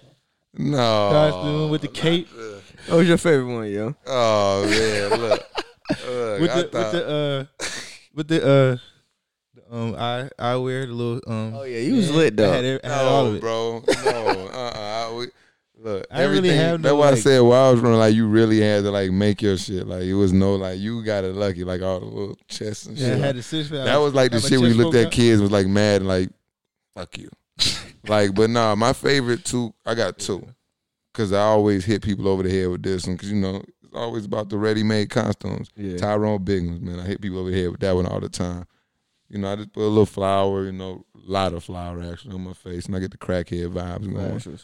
[SPEAKER 1] no,
[SPEAKER 5] costume with the cape
[SPEAKER 4] What was your favorite one, yo?
[SPEAKER 1] Oh man, look, look
[SPEAKER 5] with
[SPEAKER 1] I
[SPEAKER 5] the with
[SPEAKER 1] thought,
[SPEAKER 5] the uh with the uh the, um I I wear the little um.
[SPEAKER 4] Oh yeah, you was
[SPEAKER 5] yeah,
[SPEAKER 4] lit though.
[SPEAKER 5] I had, every- I had
[SPEAKER 1] no,
[SPEAKER 5] all of it.
[SPEAKER 1] bro, no, uh, uh we look.
[SPEAKER 5] I really
[SPEAKER 1] everything.
[SPEAKER 5] have
[SPEAKER 1] that's
[SPEAKER 5] no,
[SPEAKER 1] why I
[SPEAKER 5] like-
[SPEAKER 1] said while I was running, like you really had to like make your shit. Like it was no like you got it lucky, like all the little chests and
[SPEAKER 5] Yeah, I
[SPEAKER 1] shit.
[SPEAKER 5] had the six pack.
[SPEAKER 1] that was like the
[SPEAKER 5] had my
[SPEAKER 1] shit we
[SPEAKER 5] chest
[SPEAKER 1] looked
[SPEAKER 5] poke
[SPEAKER 1] at
[SPEAKER 5] out.
[SPEAKER 1] kids was like mad and like fuck you like but nah my favorite two i got two because i always hit people over the head with this one because you know it's always about the ready-made costumes
[SPEAKER 4] Yeah.
[SPEAKER 1] tyrone biggins man i hit people over the head with that one all the time you know i just put a little flower you know a lot of flour actually on my face and i get the crackhead vibes going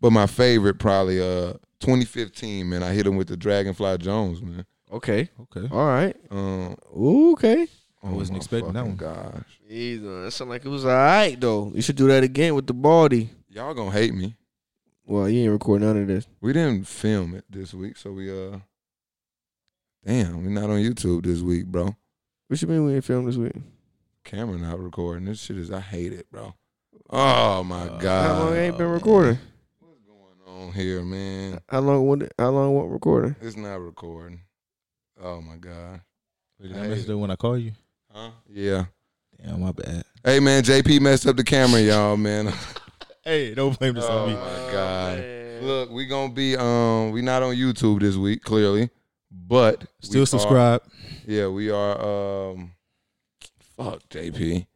[SPEAKER 1] but my favorite probably uh 2015 man i hit him with the dragonfly jones man
[SPEAKER 4] Okay.
[SPEAKER 5] Okay,
[SPEAKER 4] All right.
[SPEAKER 1] um
[SPEAKER 4] Okay.
[SPEAKER 1] i
[SPEAKER 5] wasn't expecting that one.
[SPEAKER 1] gosh
[SPEAKER 4] Either that sounded like it was all right though. You should do that again with the baldy.
[SPEAKER 1] y'all gonna hate me
[SPEAKER 4] Well, you ain't record none of this.
[SPEAKER 1] We didn't film it this week, so we uh Damn, we not on YouTube this week, bro.
[SPEAKER 4] What you mean we ain't filmed this week?
[SPEAKER 1] Camera not recording. This shit is I hate it, bro. Oh my
[SPEAKER 4] How long
[SPEAKER 1] god.
[SPEAKER 4] Uh, ain't been recording?
[SPEAKER 1] What's going on here, man?
[SPEAKER 4] How long? What? How long? What recording?
[SPEAKER 1] It's not recording. Oh my god.
[SPEAKER 5] Did I messed up when I call you.
[SPEAKER 1] Huh? Yeah.
[SPEAKER 5] Damn, my bad.
[SPEAKER 1] Hey man, JP messed up the camera, y'all, man.
[SPEAKER 5] Hey, don't blame this
[SPEAKER 1] Oh
[SPEAKER 5] on me.
[SPEAKER 1] my god. Look, we gonna be um we not on YouTube this week, clearly. But we
[SPEAKER 5] Still
[SPEAKER 1] are-
[SPEAKER 5] subscribe.
[SPEAKER 1] Yeah, we are. Um, fuck JP.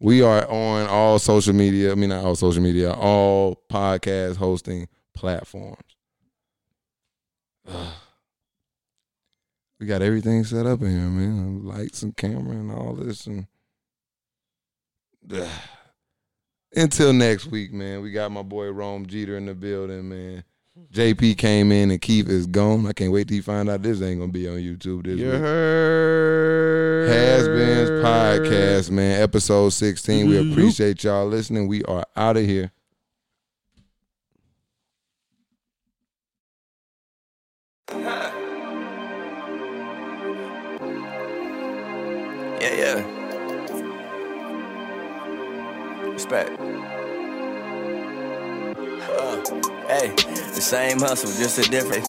[SPEAKER 1] We are on all social media. I mean, not all social media. All podcast hosting platforms. Ugh. We got everything set up in here, man. Lights and camera and all this. And Ugh. until next week, man. We got my boy Rome Jeter in the building, man. JP came in and Keith is gone. I can't wait till he find out this ain't gonna be on YouTube this week.
[SPEAKER 4] heard.
[SPEAKER 1] Has Been's podcast, man, episode 16. We
[SPEAKER 4] Loop.
[SPEAKER 1] appreciate y'all listening. We are out of here.
[SPEAKER 2] Yeah, yeah. Respect. Uh, hey, the same hustle, just a different.